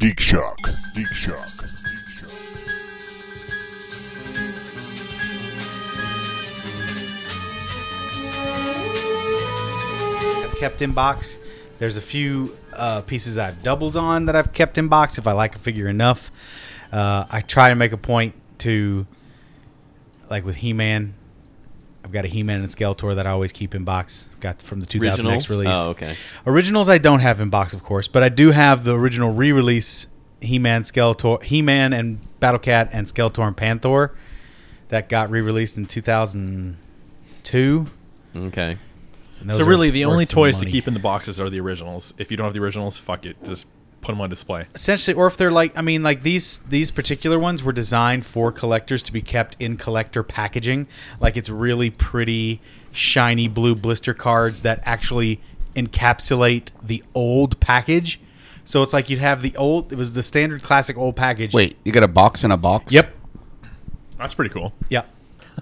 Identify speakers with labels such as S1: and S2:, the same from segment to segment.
S1: Geek Shock. Geek Shock. Geek Shock.
S2: I've kept in box. There's a few uh, pieces I've doubles on that I've kept in box if I like a figure enough. Uh, I try to make a point to, like with He Man, I've got a He Man and Skeletor that I always keep in box. Got from the 2000 X release.
S3: Oh, okay.
S2: Originals I don't have in box, of course, but I do have the original re-release He-Man, Skeletor, He-Man and Battle Cat and Skeletor and Panther that got re-released in 2002.
S3: Okay.
S2: And those
S4: So
S2: are
S4: really, the only
S2: worth some
S4: toys to
S2: money.
S4: keep in the boxes are the originals. If you don't have the originals, fuck it, just put them on display.
S2: essentially, or if they're like, I mean, like these these particular ones were designed for collectors to be kept in collector packaging. Like it's really pretty, shiny blue blister cards that actually encapsulate the old package. So it's like you'd have the old. It was the standard classic old package.
S5: Wait, you got a box in a box?
S2: Yep.
S4: That's pretty cool.
S2: Yep.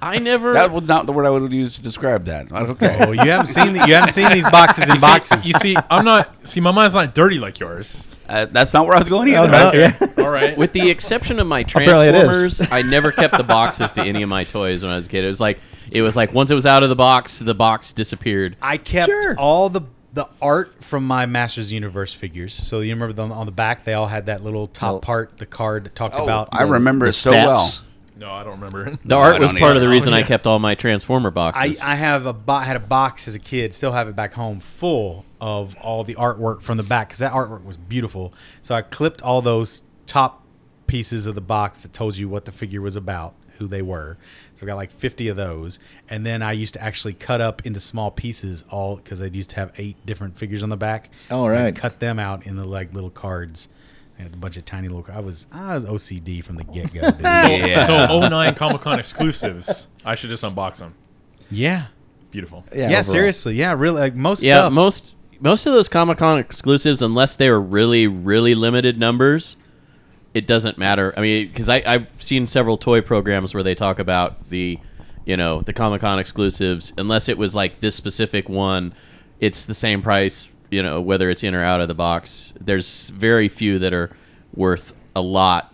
S3: I never.
S5: That was not the word I would use to describe that. Okay.
S2: Well,
S6: Oh,
S2: Oh, you haven't seen the, you haven't seen these boxes in
S4: See,
S2: boxes.
S4: you see, I'm not. See, my mind's not dirty like yours.
S5: Uh, that's not where I was going either.
S4: All right.
S3: with the exception of my
S6: Apparently it is.
S3: Transformers, I never kept the boxes to any of my toys when I was a kid. It was like it was like once it was out of the box, the box disappeared.
S2: I kept all the the art from my Masters Universe figures. So you remember them on the back, they all had that little
S4: Oh.
S2: top part, the card that talked about.
S5: I remember
S6: The
S5: it so
S6: stats.
S5: well.
S4: no, I don't remember.
S3: The
S5: I
S3: art was
S5: don't
S3: part
S5: either.
S3: of
S5: Oh,
S3: the reason I kept all my Transformer
S2: I,
S3: boxes.
S2: I have a bo- had a box as a kid, still have it back home, full of all the artwork from the back because that artwork was beautiful. So I clipped all those top pieces of the box that told you what the figure was about, who they were. So I got like fifty of those, and then I used to actually cut up into small pieces all because I used to have eight different figures on the back.
S6: All
S2: And I
S6: right.
S2: cut them out in the like little cards. I had a bunch of tiny little. I was I was OCD from the get go. dude.
S5: Yeah.
S4: So 09 Comic Con exclusives. I should just unbox them.
S2: yeah.
S4: Beautiful.
S2: Yeah, seriously. Yeah, really. Like most
S3: yeah,
S2: stuff.
S3: most most of those Comic Con exclusives, unless they were really really limited numbers, it doesn't matter. I mean, because I've seen several toy programs where they talk about the you know the Comic Con exclusives, unless it was like this specific one, it's the same price. You know, whether it's in or out of the box, there's very few that are worth a lot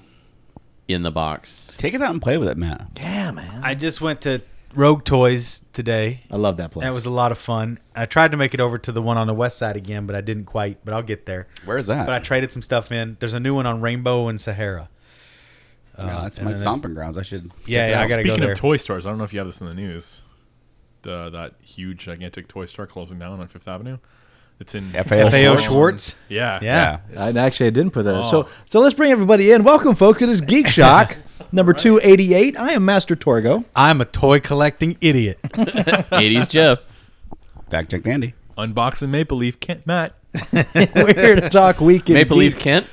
S3: in the box.
S5: Take it out and play with it, Matt.
S6: Yeah, man.
S2: I just went to Rogue Toys today.
S6: I love that place.
S2: That was a lot of fun. I tried to make it over to the one on the west side again, but I didn't quite. But I'll get there.
S5: Where is that?
S2: But I traded some stuff in. There's a new one on Rainbow and Sahara.
S5: Yeah, Oh, that's
S2: and
S5: my
S2: then
S5: stomping grounds. I should.
S2: Yeah, yeah I gotta
S4: Speaking
S2: go there.
S4: of toy stores, I don't know if you have this in the news. The, that huge, gigantic toy store closing down on Fifth Avenue. It's in
S5: FAO
S2: FAO
S5: Schwartz.
S2: Schwartz.
S4: Yeah.
S2: Yeah.
S6: I actually I didn't put that. in.
S4: Oh.
S6: So so let's bring everybody in. Welcome, folks. It is Geek Shock number two eighty eight. I am Master Torgo.
S2: I'm a toy collecting idiot.
S3: 80s Jeff.
S5: Fact check, Dandy.
S4: Unboxing Maple Leaf. Kent Matt.
S6: We're here to talk weekend.
S3: Maple Leaf
S6: Geek.
S3: Kent.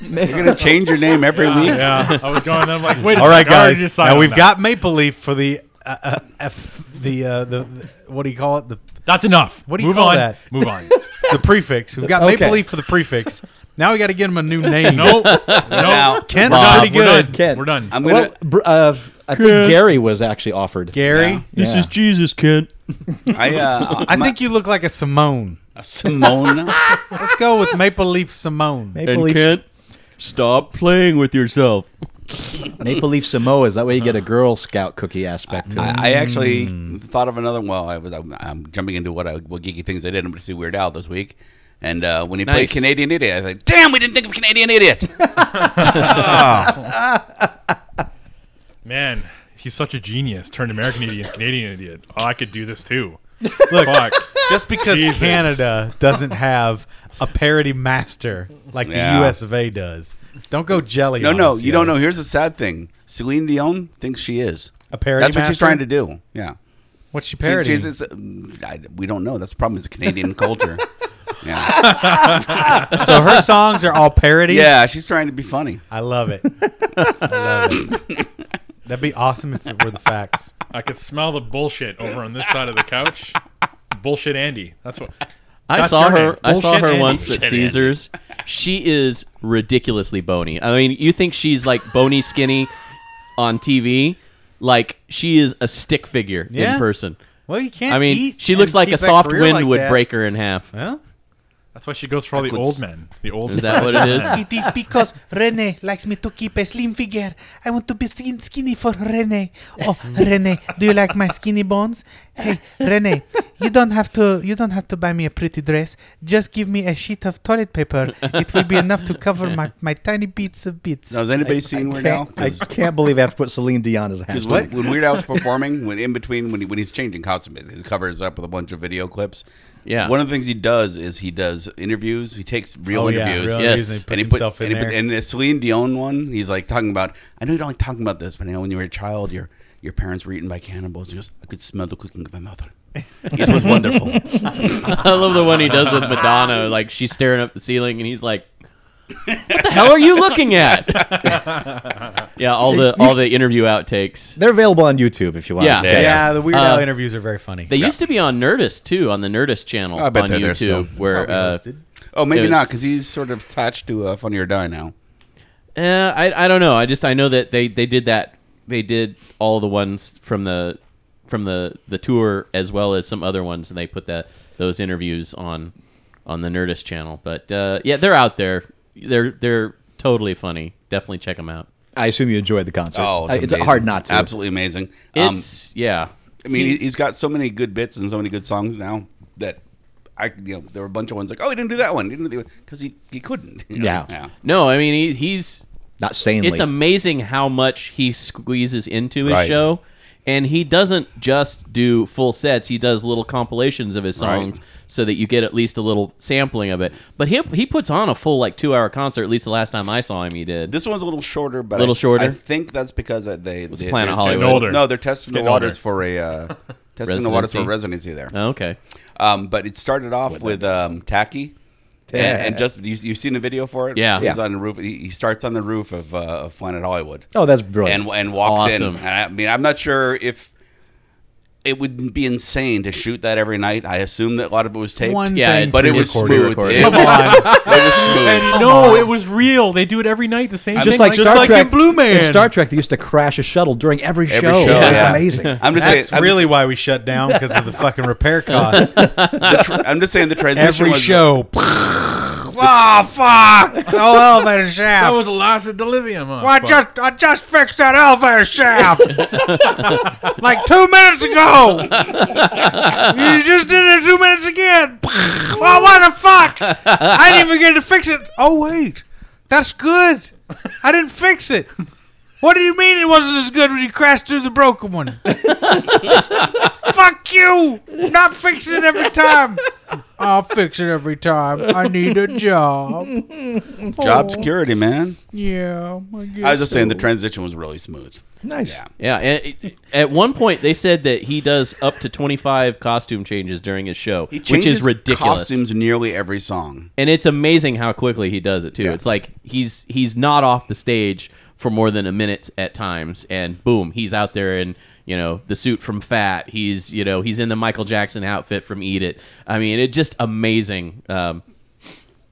S5: You're gonna change your name every week.
S4: Yeah. I was going. I'm like, wait.
S2: All right, guys. Now we've got Maple Leaf for the uh, uh, F, the, uh, the the what do you call it? The
S4: That's enough.
S2: What do you
S4: Move
S2: call
S4: on.
S2: that?
S4: Move on.
S2: the prefix. We've got Maple
S6: Okay.
S2: Leaf for the prefix. Now we got to get him a new name.
S4: Nope. Nope.
S2: Kent's
S4: We're done.
S2: pretty
S4: We're
S2: good.
S4: done.
S6: Kent.
S4: We're done.
S5: I'm
S6: Well,
S5: gonna.
S6: br- uh, I think Gary was actually offered.
S2: Gary.
S6: This is
S7: Jesus, kid.
S5: I, uh,
S2: I think you look like a Simone.
S5: Simone.
S2: Let's go with Maple Leaf Simone.
S6: Maple
S7: And
S6: Leaf.
S7: Kent, stop playing with yourself. Uh.
S6: Maple Leaf Samoa is that way you get a Girl Scout cookie aspect to it.
S5: I, I actually
S2: Hmm.
S5: thought of another. Well, I was. I'm, I'm jumping into what I, what geeky things I did. I'm going to see Weird Al this week, and uh, when he played
S3: Nice.
S5: Canadian Idiot, I was like, "Damn, we didn't think of Canadian Idiot."
S4: Man, he's such a genius. Turned American idiot, Canadian idiot. Oh, I could do this too.
S2: Look,
S4: Fuck.
S2: just because
S4: Jesus.
S2: Canada doesn't have a parody master like
S5: Yeah.
S2: the US of A does, don't go jelly.
S5: no,
S2: on
S5: no,
S2: us,
S5: you
S2: yo.
S5: don't know. Here's the sad thing: Celine Dion thinks she is
S2: A parody
S5: That's what she's
S2: master?
S5: trying to do. Yeah,
S2: What's she
S5: She-
S2: parodying?
S5: she's- it's, uh, I- we don't know. That's the problem. It's Canadian culture. Yeah.
S2: So her songs are all parodies.
S5: yeah, she's trying to be funny.
S2: I love it. I love it. That'd be awesome if it were the facts.
S4: I could smell the bullshit over on this side of the couch. Bullshit Andy. That's what.
S3: I
S4: That's
S3: saw
S4: your name.
S3: her. I saw
S4: Bullshit
S3: her
S4: Andy.
S3: once at
S4: Bullshit Andy.
S3: Caesars. She is ridiculously bony. I mean, you think she's like bony skinny on TV? Like she is a stick figure
S2: Yeah.
S3: in person.
S2: Well, you can't.
S3: I mean,
S2: eat
S3: she looks
S2: and
S3: like
S2: keep
S3: a
S2: that
S3: soft
S2: career
S3: wind
S2: like
S3: would
S2: that.
S3: break her in half.
S2: Well,
S4: That's why she goes for all the old men. The old.
S3: Is that what it is?
S8: It is because Rene likes me to keep a slim figure. I want to be thin skinny for Rene. Oh, Rene, do you like my skinny bones? Hey, Rene, you don't have to. You don't have to buy me a pretty dress. Just give me a sheet of toilet paper. It will be enough to cover my, my tiny bits of bits.
S5: Now, has anybody seen Weird Al?
S6: Can't- I can't believe I have to put Celine Dion as a
S5: Because
S6: hashtag.
S5: when, when Weird Al's performing, when in between, when he, when he's changing costume, he covers up with a bunch of video clips.
S3: Yeah.
S5: One of the things he does is he does interviews. He takes real
S2: Oh, yeah,
S5: interviews.
S2: real
S3: Yes.
S2: interviews, and he puts
S5: and he put,
S2: himself in
S5: and he
S2: there.
S5: put- and the Celine Dion one, he's like talking about. I know you don't like talking about this, but you know when you were a child, your your parents were eaten by cannibals. He goes, I could smell the cooking of my mother. It was wonderful.
S3: I love the one he does with Madonna. Like she's staring up the ceiling, and he's like, "What the hell are you looking at?" yeah, all the all the interview outtakes.
S6: They're available on YouTube if you want.
S3: Yeah.
S6: to.
S5: Yeah.
S2: Yeah, the Weird Al
S3: Uh,
S2: interviews are very funny.
S3: They used to be on Nerdist too, on the Nerdist channel
S5: I bet
S3: on
S5: they're there
S3: YouTube,
S5: still.
S3: where
S2: Probably
S3: uh,
S2: listed.
S5: Oh, maybe
S3: It was-
S5: not, because he's sort of attached to uh, Funny or Die now.
S3: Uh, I I don't know. I just I know that they they did that. They did all the ones from the from the the tour as well as some other ones, and they put that those interviews on on the Nerdist channel. But uh, yeah, they're out there. They're they're totally funny. Definitely check them out.
S6: I assume you enjoyed the concert.
S5: Oh,
S6: Uh, it's
S5: amazing.
S6: hard not to.
S5: Absolutely amazing. Um,
S3: It's yeah.
S5: I mean, he, he's got so many good bits and so many good songs now that I, you know, there were a bunch of ones like, oh, he didn't do that one, he didn't do because he he couldn't. you know?
S6: Yeah.
S3: No, I mean he, he's
S6: Not sanely.
S3: it's amazing how much he squeezes into his
S5: Right.
S3: show and he doesn't just do full sets he does little compilations of his
S5: Right.
S3: songs so that you get at least a little sampling of it but he, he puts on a full like two hour concert at least the last time i saw him he did
S5: This one's a little shorter, but
S3: Little
S5: I,
S3: shorter?
S5: I think that's because uh, they was they,
S3: Planet
S5: they're
S3: Hollywood.
S5: getting
S4: Older.
S5: No, they're testing the
S4: Getting
S5: waters
S4: older.
S5: for a uh, testing the waters for a residency there.
S3: oh, okay
S5: Um, but it started off with um, Tacky. And, and just you, you've seen the video for it.
S3: Yeah.
S5: he's
S6: Yeah.
S5: on the roof. He, he starts on the roof of, uh, of Planet Hollywood.
S6: oh, that's brilliant.
S5: and and walks
S3: Awesome.
S5: in. And I mean, I'm not sure if it would be insane to shoot that every night. I assume that a lot of it was taped.
S2: One
S3: Yeah,
S2: thing,
S3: it's-
S5: but it was
S2: recorded.
S5: smooth.
S3: recorded.
S5: It,
S2: Come on,
S5: it was smooth.
S4: And no, it was real. They do it every night. The same.
S6: just
S4: thing,
S6: like Star
S4: like
S6: Trek,
S4: in Blue Man.
S6: in Star Trek, they used to crash a shuttle during every show.
S5: Every show,
S6: That's
S5: yeah.
S6: amazing.
S5: I'm just
S2: that's
S5: saying.
S2: really why we shut down because of the fucking repair costs.
S5: I'm, just- the tr- I'm just saying the transition
S2: Every
S5: was
S2: show,
S5: Oh fuck!
S2: the whole elevator shaft.
S4: That was a loss of delirium. Huh?
S2: I
S4: Fuck.
S2: just I just fixed that elevator shaft like two minutes ago. you just did it two minutes again. well, what the fuck? I didn't even get to fix it. Oh wait, that's good. I didn't fix it. What do you mean it wasn't as good when you crashed through the broken one? Fuck you! Not fix it every time. I'll fix it every time. I need a job.
S5: Job security, man.
S2: Yeah, I guess.
S5: I was just saying the transition was really smooth.
S6: Nice.
S5: Yeah.
S3: yeah and it- at one point they said that he does up to 25 costume changes during his show which
S5: Changes
S3: is ridiculous
S5: Costumes in nearly every song.
S3: and it's amazing how quickly he does it too. It's like he's he's not off the stage for more than a minute at times, and boom, he's out there in you know the suit from Fat. He's you know he's in the Michael Jackson outfit from Eat It. I mean, it's just amazing. Um,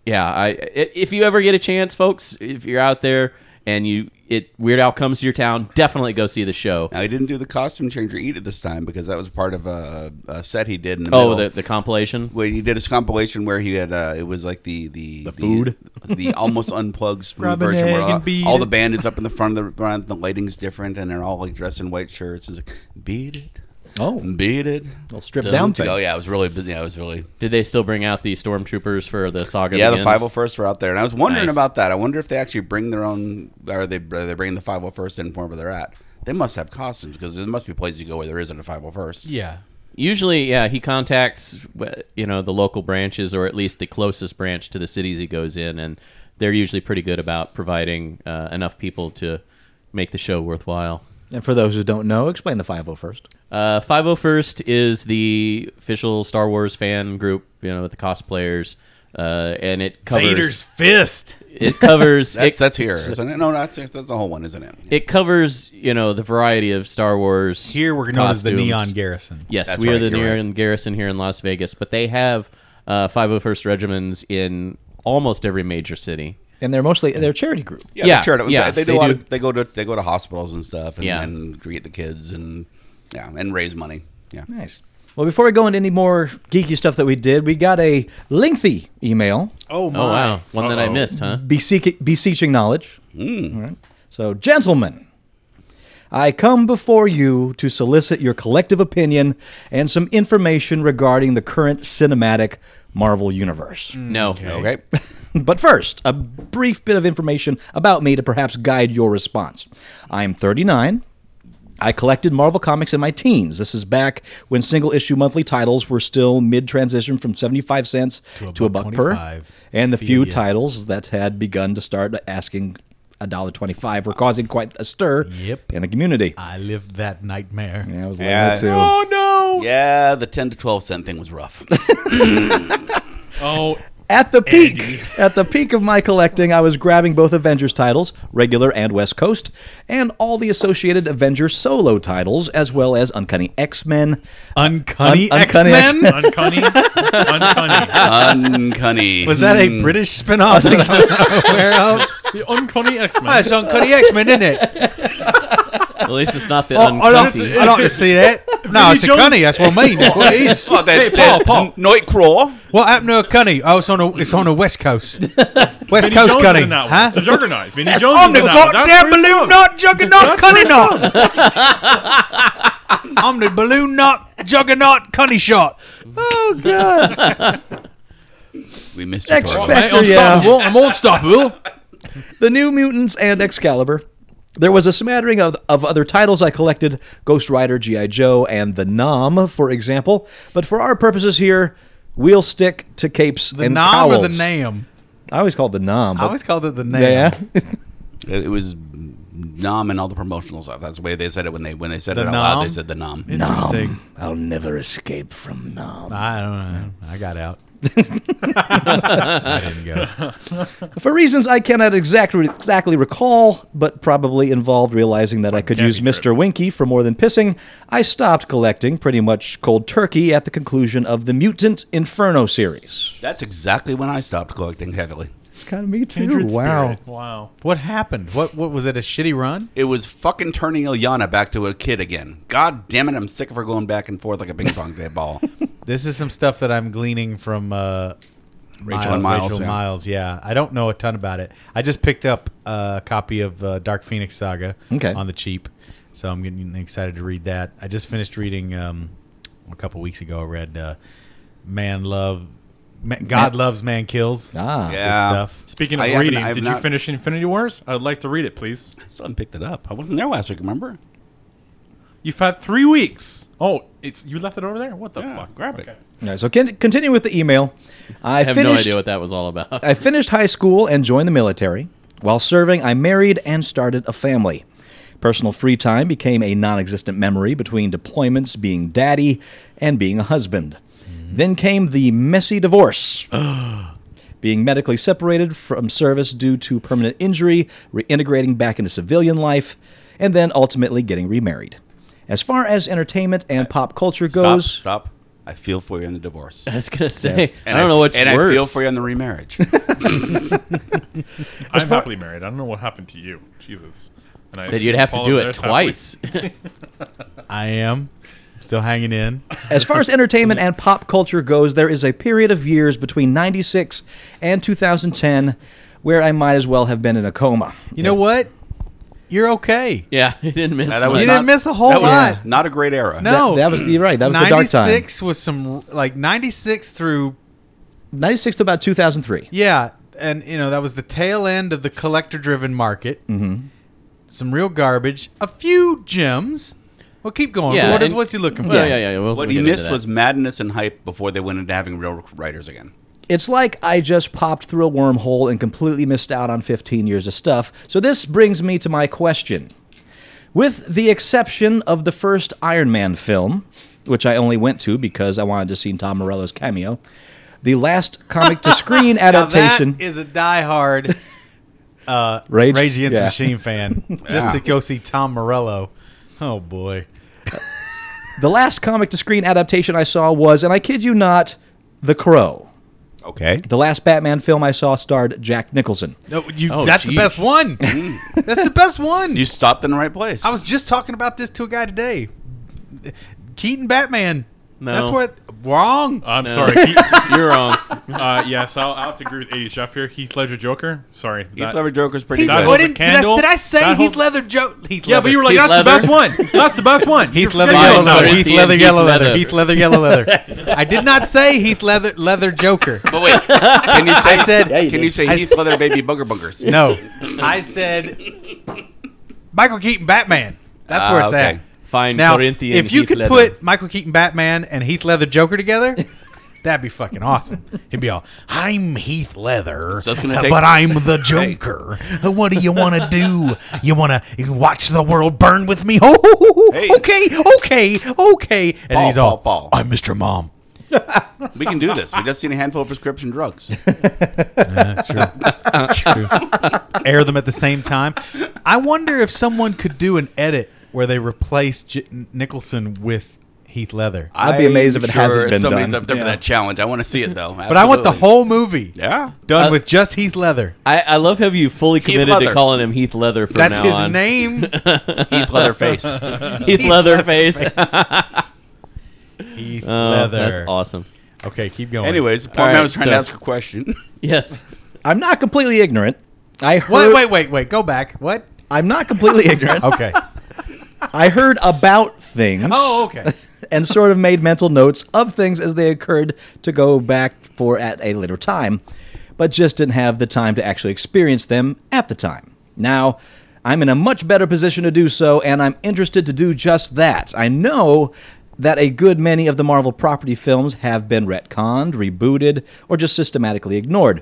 S3: yeah, I i- if you ever get a chance, folks, if you're out there and you it Weird Al comes to your town, definitely go see the show.
S5: Now he didn't do the costume change or eat it this time because that was part of a, a set he did in the
S3: Oh,
S5: middle.
S3: the, the compilation.
S5: Well, he did his compilation where he had uh, it was like the the, the food, the, almost unplugged smooth
S2: Rub an
S5: version where
S2: egg
S5: all,
S2: and beat
S5: all the
S2: it.
S5: band is up in the front of the front, the lighting's different, and they're all like dressed in white shirts. It's like beat it,
S6: Oh,
S5: beat it,
S6: Little stripped
S5: Don't
S6: down
S5: you-
S6: thing.
S5: Oh yeah, it was really, yeah, it was really.
S3: Did they still bring out the stormtroopers for the saga?
S5: Yeah, the
S3: Begins?
S5: five hundred first were out there, and I was wondering
S3: Nice.
S5: about that. I wonder if they actually bring their own, or they are they bringing the five hundred first in from where they're at. They must have costumes because there must be places you go where there isn't a five hundred first.
S2: yeah.
S3: Usually, yeah, he contacts you know the local branches or at least the closest branch to the cities he goes in, and they're usually pretty good about providing uh, enough people to make the show worthwhile.
S6: and for those who don't know, explain the 501st.
S3: Uh, 501st is the official Star Wars fan group, you know, with the cosplayers, uh, and it covers
S2: fist.
S3: it covers
S5: That's
S3: it,
S5: that's here, isn't it? No, that's that's the whole one, isn't it?
S3: it covers you know the variety of Star Wars.
S2: Here we're known as the
S3: costumes.
S2: Neon Garrison.
S3: Yes,
S5: That's
S3: we are
S5: right,
S3: the
S5: you're
S3: Neon Garrison here in Las Vegas, but they have uh, 501st regiments in almost every major city.
S6: And they're mostly they're a charity group.
S5: Yeah,
S3: Yeah,
S5: they charitable.
S3: yeah,
S5: they, do
S3: they
S5: a lot.
S3: do.
S5: Of, they go to they go to hospitals and stuff, and,
S3: Yeah.
S5: and greet the kids and yeah, and raise money. Yeah,
S6: Nice. Well, before we go into any more geeky stuff that we did, we got a lengthy email
S2: Oh my!
S3: Oh wow, one that I
S4: Uh-oh.
S3: missed,
S5: Mm-hmm.
S3: huh?
S6: beseeching, beseeching knowledge. All right. So, gentlemen, I come before you to solicit your collective opinion and some information regarding the current cinematic Marvel universe.
S3: No.
S5: Okay.
S6: But first, a brief bit of information about me to perhaps guide your response. I'm 39. I collected Marvel comics in my teens. This is back when single issue monthly titles were still mid transition from 75 cents to a,
S2: a
S6: buck,
S2: buck
S6: per.
S2: 25.
S6: And the few
S2: Yeah.
S6: titles that had begun to start asking $1.25 were causing quite a stir
S2: Yep.
S6: in the community.
S2: I lived that nightmare.
S6: Yeah, I was like
S5: Yeah.
S6: that too.
S2: Oh,
S5: Yeah, the 10 to 12 cent thing was rough.
S4: Oh,
S6: At the peak, at the peak of my collecting, I was grabbing both Avengers titles, regular and West Coast, and all the associated Avengers solo titles, as well as Uncanny X Men.
S2: Uncanny
S6: Un- Uncanny
S2: X Men.
S4: uncunny, uncunny,
S5: Uncunny.
S2: Was that
S5: Hmm.
S4: Hmm.
S2: a British spin-off that I'm not aware of?
S4: the uncunny X Men.
S2: That's Uncanny X Men, isn't it?
S3: At least it's not the
S2: Oh, I don't,
S3: uncanny.
S2: I don't see that. No, it's a
S4: Jones-
S2: cunny. That's what I mean. That's what it is.
S5: Oh, that, that Nightcrawler.
S2: What happened to a cunny? Oh, it's on a, it's on the West Coast. West
S4: Vinny
S2: Coast
S4: Jones
S2: cunny.
S4: is in that one.
S2: Huh?
S4: It's a juggernaut. Vinny Jones
S2: I'm
S4: is
S2: the
S4: in that one. That's
S2: goddamn
S4: where he's
S2: balloon
S4: from.
S2: knot juggernaut cunny knot. I'm the balloon knot juggernaut cunny shot.
S5: We missed your
S6: X
S5: part.
S6: Factor, yeah.
S4: Unstoppable. I'm unstoppable.
S6: The New Mutants and Excalibur. There was a smattering of, of other titles I collected Ghost Rider, G.I. Joe, and The Nom, for example. But for our purposes here, we'll stick to capes
S2: The
S6: and
S2: nom or the
S6: cowls.
S2: nam?
S6: I always called it The Nom.
S2: I
S6: but-
S2: always called it the nam.
S6: yeah. yeah.
S5: It it was nom and all the promotional stuff. That's the way they said it when they when they said
S2: The
S5: it out loud. They
S2: nom?
S5: said the nom.
S2: Interesting.
S6: I'll never escape from Nom.
S2: I don't know. I got out. I didn't go.
S6: For reasons I cannot exactly exactly recall, but probably involved realizing that I could
S4: can't
S6: use
S4: be
S6: Mr. Winky for more than pissing, I stopped collecting pretty much cold turkey at the conclusion of the Mutant Inferno series.
S5: That's exactly when I stopped collecting heavily.
S6: It's kind of me too.
S4: Kindred
S6: Wow.
S4: spirit. Wow.
S2: What happened? What what was it? A shitty run?
S5: It was fucking turning Ilyana back to a kid again. God damn it, I'm sick of her going back and forth like a ping pong ball.
S2: This is some stuff that I'm gleaning from uh,
S5: Rachel and Miles,
S2: Rachel
S5: yeah.
S2: Miles, yeah. I don't know a ton about it. I just picked up a copy of uh, Dark Phoenix Saga
S6: Okay.
S2: on the cheap, so I'm getting excited to read that. I just finished reading um, a couple weeks ago. I read uh, Man Love, Ma- God Loves, Man Kills.
S6: Ah.
S2: good
S5: Yeah.
S2: stuff.
S4: Speaking of
S5: I haven't-
S4: reading,
S5: I have
S4: did you
S5: not-
S4: finish Infinity Wars? I'd like to read it, please.
S5: I still haven't picked it up. I wasn't there last week, remember?
S4: You've had three weeks. Oh, it's you left it over there. What the
S5: Yeah,
S4: fuck?
S5: grab it.
S6: All right, so con- continue with the email. I
S3: I have no
S6: finished
S3: idea what that was all about.
S6: I finished high school and joined the military. While serving, I married and started a family. Personal free time became a non existent memory between deployments, being daddy, and being a husband.
S5: Mm-hmm.
S6: Then came the messy divorce. being medically separated from service due to permanent injury, reintegrating back into civilian life, and then ultimately getting remarried. As far as entertainment and pop culture
S5: Stop,
S6: goes,
S5: stop. I feel for you in the divorce.
S3: I was gonna say I
S5: And
S3: don't know what's
S5: And
S3: worse.
S5: I feel for you in the remarriage.
S4: I'm happily married. I don't know what happened to you. Jesus. And I
S3: that
S4: just
S3: you'd have to
S4: fall
S3: do
S4: over
S3: it
S4: there halfway.
S3: twice.
S2: I am still hanging in.
S6: As far as entertainment and pop culture goes, there is a period of years between 96 and 2010 where I might as well have been in a coma.
S2: You know what? You're okay.
S3: yeah, I didn't miss.
S5: That was
S2: You
S3: much.
S2: didn't miss a whole
S5: that was
S2: lot.
S5: Not a great era.
S2: No,
S6: That was the right. That was the dark time.
S2: 96 was some like 96 through
S6: 96 to about 2003.
S2: Yeah, and you know that was the tail end of the collector-driven market. Mm-hmm. Some real garbage, a few gems. Well, keep going.
S3: Yeah,
S2: what is,
S3: and-
S2: what's he looking for?
S3: yeah, yeah, yeah. We'll,
S5: What
S3: we'll
S5: he
S3: get into
S5: missed
S3: that.
S5: was madness and hype before they went into having real writers again.
S6: It's like I just popped through a wormhole and completely missed out on 15 years of stuff. So this brings me to my question. With the exception of the first Iron Man film, which I only went to because I wanted to see Tom Morello's cameo, the last comic to screen
S2: Now, that
S6: adaptation
S2: is a diehard
S6: Rage,
S2: Rage Against the
S6: Yeah.
S2: Machine fan just to go see Tom Morello. Oh boy,
S6: The last comic to screen adaptation I saw was, and I kid you not, The Crow.
S5: Okay.
S6: The last Batman film I saw starred Jack Nicholson.
S2: no, you,
S3: Oh,
S2: that's
S3: geez.
S2: the best one. that's the best one.
S5: You stopped in the right place.
S2: I was just talking about this to a guy today. Keaton Batman.
S3: No,
S2: That's what wrong.
S4: I'm
S3: No.
S4: sorry. Heath-
S3: you're wrong.
S4: uh, yes, I'll, I'll have to agree with AD Chef here. Heath Ledger Joker. Sorry.
S5: Heath
S4: that-
S5: Ledger Joker's pretty
S2: Heath,
S4: That
S5: good.
S2: what
S4: holds a
S2: did, did I,
S4: candle.
S2: did I say
S4: That
S2: Heath
S4: holds-
S2: Leather Joke? Heath
S4: Yeah, but you were like,
S3: Heath
S4: that's the
S3: Ledger.
S4: best one. That's the best one.
S2: Heath Leather,
S3: forgetting
S2: yellow
S3: about
S2: leather.
S3: that.
S2: Heath
S3: Heath
S2: Leather,
S3: Heath
S2: yellow
S3: Leather.
S2: leather. Heath Leather, yellow leather. I did not say Heath Leather, leather Joker.
S5: But wait, can you say?
S2: I said- Yeah,
S6: you
S5: can
S6: did.
S5: you say
S2: I
S5: Heath
S2: s-
S5: Leather baby booger boogers?
S2: No, I said Michael Keaton Batman. That's where
S5: Ah,
S2: it's
S5: okay.
S3: Fine
S2: at. Now,
S3: Corinthian.
S2: if you
S3: Heath
S2: could
S3: Ledger.
S2: put Michael Keaton Batman and Heath Leather Joker together, that'd be fucking awesome. He'd be all, "I'm Heath Leather,
S5: So it's gonna take-
S2: but I'm the Joker. What do you want to do? You want to watch the world burn with me? Oh,
S5: Hey.
S2: okay, okay, okay." And
S5: Paul,
S2: he's all,
S5: Paul, Paul.
S2: "I'm Mr. Mom."
S5: We can do this. We just seen a handful of prescription drugs.
S2: air them at the same time. I wonder if someone could do an edit where they replace J- Nicholson with Heath Leather.
S6: I'd be amazed if
S5: I'm
S6: it hasn't
S5: sure
S6: been
S5: somebody's
S6: done.
S5: up there for
S6: Yeah.
S5: that challenge. I want to see it though.
S2: But I want the
S5: Absolutely.
S2: whole movie
S5: Yeah.
S2: done
S3: Uh,
S2: with just Heath Leather.
S3: I, I love how you fully committed to
S5: Leather.
S3: calling him Heath Leather from
S2: That's
S3: now
S2: his
S3: on.
S2: name.
S5: Heath Leatherface.
S3: Heath Leatherface.
S2: Heath
S3: oh,
S2: Leather.
S3: that's awesome.
S2: Okay, keep going.
S5: Anyways, the point
S3: All right,
S5: I was trying to
S3: so-
S5: ask a question.
S3: Yes.
S6: I'm not completely ignorant. I heard.
S2: wait, wait, wait, wait. Go back. What?
S6: I'm not completely ignorant.
S2: Okay.
S6: I heard about things.
S2: Oh, okay.
S6: and sort of made mental notes of things as they occurred to go back for at a later time, but just didn't have the time to actually experience them at the time. Now, I'm in a much better position to do so, and I'm interested to do just that. I know that a good many of the Marvel property films have been retconned, rebooted, or just systematically ignored.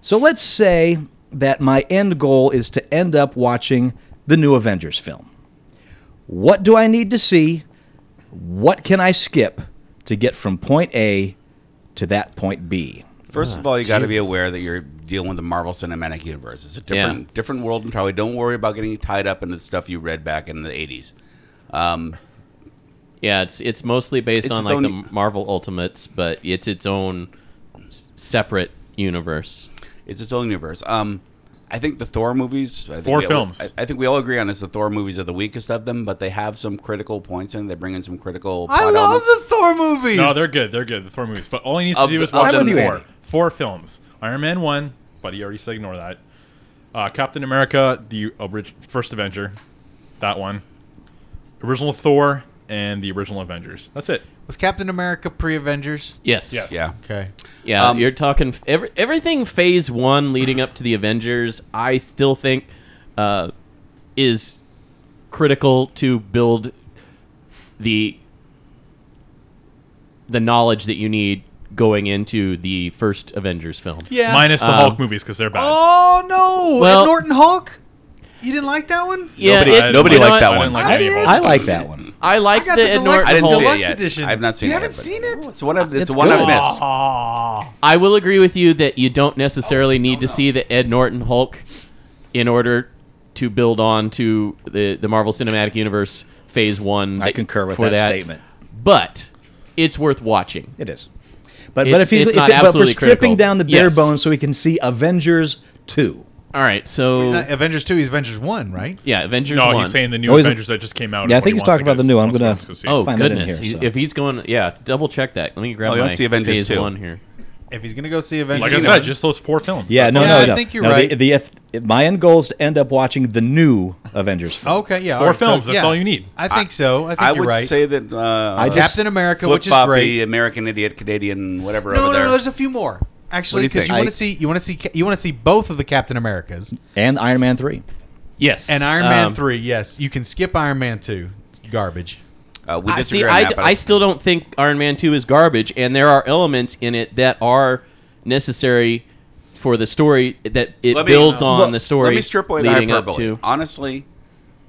S6: So let's say that my end goal is to end up watching the new Avengers film. What do I need to see? What can I skip to get from point A to that point B?
S5: First of all, you got to be aware that you're dealing with the Marvel Cinematic Universe. It's a different
S3: Yeah.
S5: different world entirely. Don't worry about getting tied up in the stuff you read back in the '80s. Um,
S3: Yeah, it's it's mostly based
S5: It's
S3: on
S5: its
S3: like the
S5: own-
S3: Marvel Ultimates, but it's its own s- separate universe.
S5: it's its own universe. Um, I think the Thor movies. I think
S4: Four
S5: we all-
S4: films.
S5: I, I think we all agree on this. The Thor movies are the weakest of them, but they have some critical points in. it. They bring in some critical.
S2: I
S5: plot
S2: love
S5: elements.
S2: the Thor movies.
S4: No, they're good. They're good. The Thor movies. But all he needs to
S5: Of
S4: do
S5: the-
S4: is watch them
S5: of them.
S4: four.
S5: Andy.
S4: Four films. Iron Man 1, but he already said ignore that. Uh, Captain America, the orig- first Avenger. That one. Original Thor and the original Avengers. That's it.
S2: Was Captain America pre Avengers?
S3: Yes.
S4: Yes.
S5: Yeah.
S2: Okay.
S3: Yeah,
S5: Um,
S3: you're talking f- every, everything Phase One leading up to the Avengers. I still think uh, is critical to build the the knowledge that you need going into the first Avengers film.
S2: Yeah.
S4: Minus the
S3: Um,
S4: Hulk movies because they're bad.
S2: Oh no!
S3: Well-
S2: and Norton Hulk. You didn't like that one?
S3: Yeah,
S5: Nobody-
S3: it-
S5: nobody
S3: you know
S5: liked that
S3: what?
S4: I
S5: one.
S4: didn't like
S2: I
S4: any of
S2: did.
S4: them.
S6: I like that one.
S3: I
S2: I
S3: liked
S2: got
S3: the,
S2: the
S3: Ed
S2: deluxe-
S3: Norton
S5: I didn't
S3: Hulk.
S5: see it
S2: Deluxe
S5: yet.
S2: edition.
S5: I've not seen
S2: You
S5: it.
S2: haven't
S5: yet, but
S2: seen it?
S5: It's one of it's,
S6: It's
S5: one
S6: good.
S5: I've missed.
S3: I will agree with you that you don't
S6: Oh,
S3: necessarily need to see the Ed Norton Hulk in order to build on to the, the Marvel Cinematic Universe Phase 1.
S6: I
S3: that-
S6: concur with
S3: for
S6: that, statement.
S3: But it's worth watching.
S6: It is. But but
S3: It's-
S6: if, he's,
S3: it's
S6: if
S3: not
S6: it- but for
S3: absolutely
S6: stripping
S3: critical.
S6: down the bare
S3: Yes.
S6: bones so we can see Avengers 2.
S3: All right, so.
S2: He's not Avengers two. He's Avengers one, right?
S3: yeah, Avengers
S4: No,
S3: 1.
S4: he's saying the new
S6: Oh, is it-
S4: Avengers that just came out. is
S6: Yeah, I
S4: what
S6: think
S4: he
S6: he's
S4: wants
S6: talking
S4: to
S6: about the
S4: go-
S6: new one. I'm
S4: wants
S6: gonna-
S4: to go see.
S3: oh,
S6: find that in
S3: goodness.
S6: here,
S3: He-
S6: so.
S3: If he's going. Yeah, double check that. Let me grab
S5: Oh, he
S3: my
S5: wants to see Avengers
S3: Phase
S5: too.
S3: 1 here.
S2: If he's gonna go see Avengers,
S4: Like I
S5: seen
S4: said,
S5: it.
S4: just those four films.
S6: Yeah,
S4: That's
S6: no,
S4: all.
S2: Yeah,
S6: no,
S2: I
S6: no.
S2: think you're
S6: No, the-
S2: right.
S6: the if- my end goal is to end up watching the new Avengers film.
S2: Okay, yeah,
S4: Four
S2: alright, so,
S4: films, that's
S2: yeah.
S4: all you need.
S2: I think so. I think
S5: I
S2: you're
S5: would
S2: right.
S5: say that uh,
S6: I just-
S2: Captain America, which is
S5: flip-flop
S2: great.
S5: the American idiot, Canadian, whatever.
S2: no,
S5: over
S2: no,
S5: there.
S2: no. There's a few more actually
S5: What do you
S2: because you,
S5: think?
S2: want
S5: I-
S2: to see you want to see you want to see both of the Captain Americas
S6: And Iron Man 3.
S3: Yes.
S2: and Iron Man
S3: Um,
S2: three. Yes, you can skip Iron Man two. It's garbage.
S5: Uh, we
S3: I
S5: disagree
S3: see.
S5: on
S3: I,
S5: that, but
S3: I still don't think Iron Man Two is garbage, and there are elements in it that are necessary for the story that it
S5: Let me-
S3: builds on
S6: well,
S3: the story.
S5: Let me strip away the
S3: leading up
S5: hyperbole.
S3: to.
S5: Honestly,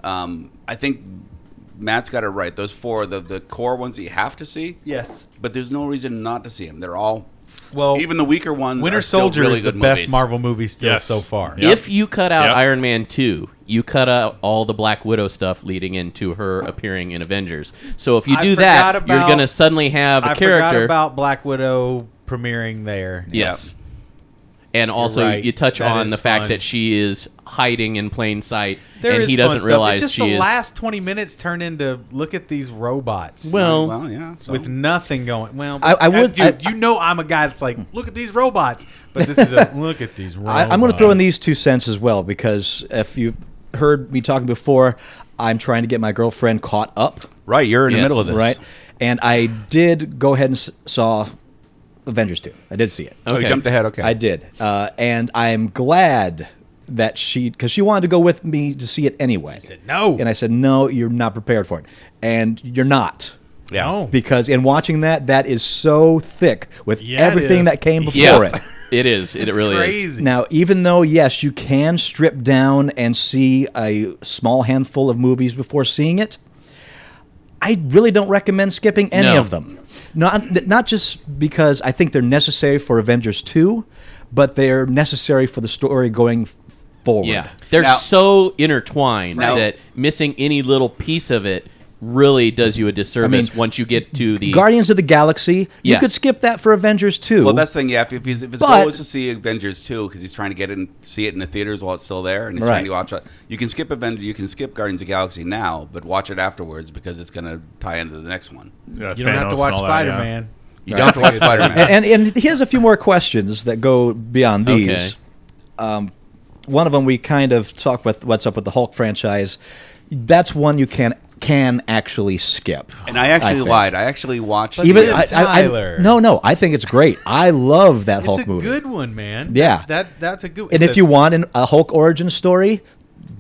S5: um, I think Matt's got it right. Those four, are the the core ones that you have to see.
S2: Yes.
S5: But there's no reason not to see them. They're all
S2: Well,
S5: even the weaker ones.
S2: Winter
S5: are still
S2: Soldier
S5: really
S2: is the
S5: good
S2: best
S5: movies.
S2: Marvel movie still
S4: Yes.
S2: so far.
S4: Yeah. Yep.
S3: If you cut out
S4: Yep.
S3: Iron Man 2, you cut out all the Black Widow stuff leading into her appearing in Avengers. So if you
S2: I
S3: do
S2: forgot
S3: that,
S2: about-
S3: you're going to suddenly have a
S2: I forgot
S3: character.
S2: about Black Widow premiering there.
S3: yes. and also
S2: right.
S3: you touch
S2: That
S3: on
S2: is
S3: the fact
S2: fun.
S3: that she is hiding in plain sight,
S2: There
S3: and
S2: is
S3: he
S2: fun
S3: doesn't
S2: stuff.
S3: realize
S2: it's just
S3: she
S2: the
S3: is.
S2: last 20 minutes turn into look at these robots
S3: well,
S5: Well, yeah. so-
S2: with nothing going. Well,
S6: I- I
S2: uh,
S6: would-
S2: dude,
S6: I-
S2: you know I'm a guy that's like, look at these robots, but this is a look at these robots.
S6: I, I'm going to throw in these two cents as well because if you heard me talking before, I'm trying to get my girlfriend caught up,
S5: right, you're in the
S3: Yes.
S5: middle of this.
S6: right? And I did go ahead and s- saw Avengers 2. I did see it.
S5: Oh, you
S3: Okay.
S5: jumped ahead. Okay.
S6: I did. Uh, and I'm glad that she, because she wanted to go with me to see it anyway.
S2: said no.
S6: And I said, no, you're not prepared for it. And you're not.
S5: Yeah.
S2: No.
S6: Because in watching that, that is so thick with
S2: Yeah, it
S6: everything
S2: is.
S6: that came before
S3: yeah,
S6: it.
S3: it is. It, really is.
S2: crazy.
S6: Now, even though, yes, you can strip down and see a small handful of movies before seeing it, I really don't recommend skipping any
S3: No.
S6: of them. Not, not just because I think they're necessary for Avengers 2, but they're necessary for the story going f- forward.
S3: Yeah, they're
S5: Now-
S3: so intertwined
S5: Now-
S3: that missing any little piece of it really does you a disservice
S6: I
S3: once you get to the
S6: Guardians of the Galaxy, you
S3: Yeah.
S6: could skip that for Avengers 2.
S5: Well, that's the thing. Yeah, if, if, he's, if his
S6: But-
S5: goal is to see Avengers two, because he's trying to get it and see it in the theaters while it's still there, and he's
S6: Right.
S5: trying to watch it. You can skip Avengers, you can skip Guardians of the Galaxy now, but watch it afterwards because it's going to tie into the next one.
S4: Yeah,
S2: You don't
S4: Thanos
S2: have to
S4: and
S2: watch
S4: all that, yeah.
S2: Spider Man.
S5: You don't have to watch Spider Man.
S6: and, and and here's a few more questions that go beyond these.
S3: Okay.
S6: Um, one of them we kind of talk with what's up with the Hulk franchise. That's one you can can actually skip.
S5: And I actually
S6: think.
S5: lied. I actually watched. uh,
S2: But
S6: Even
S2: Good
S6: I, I- I-
S2: Tyler.
S6: no, no, I think it's great. I love that
S2: It's
S6: Hulk
S2: a
S6: movie.
S2: good one, man.
S6: Yeah.
S2: that that's a good.
S6: and
S2: it's
S6: if
S2: a-
S6: you want an, a Hulk origin story,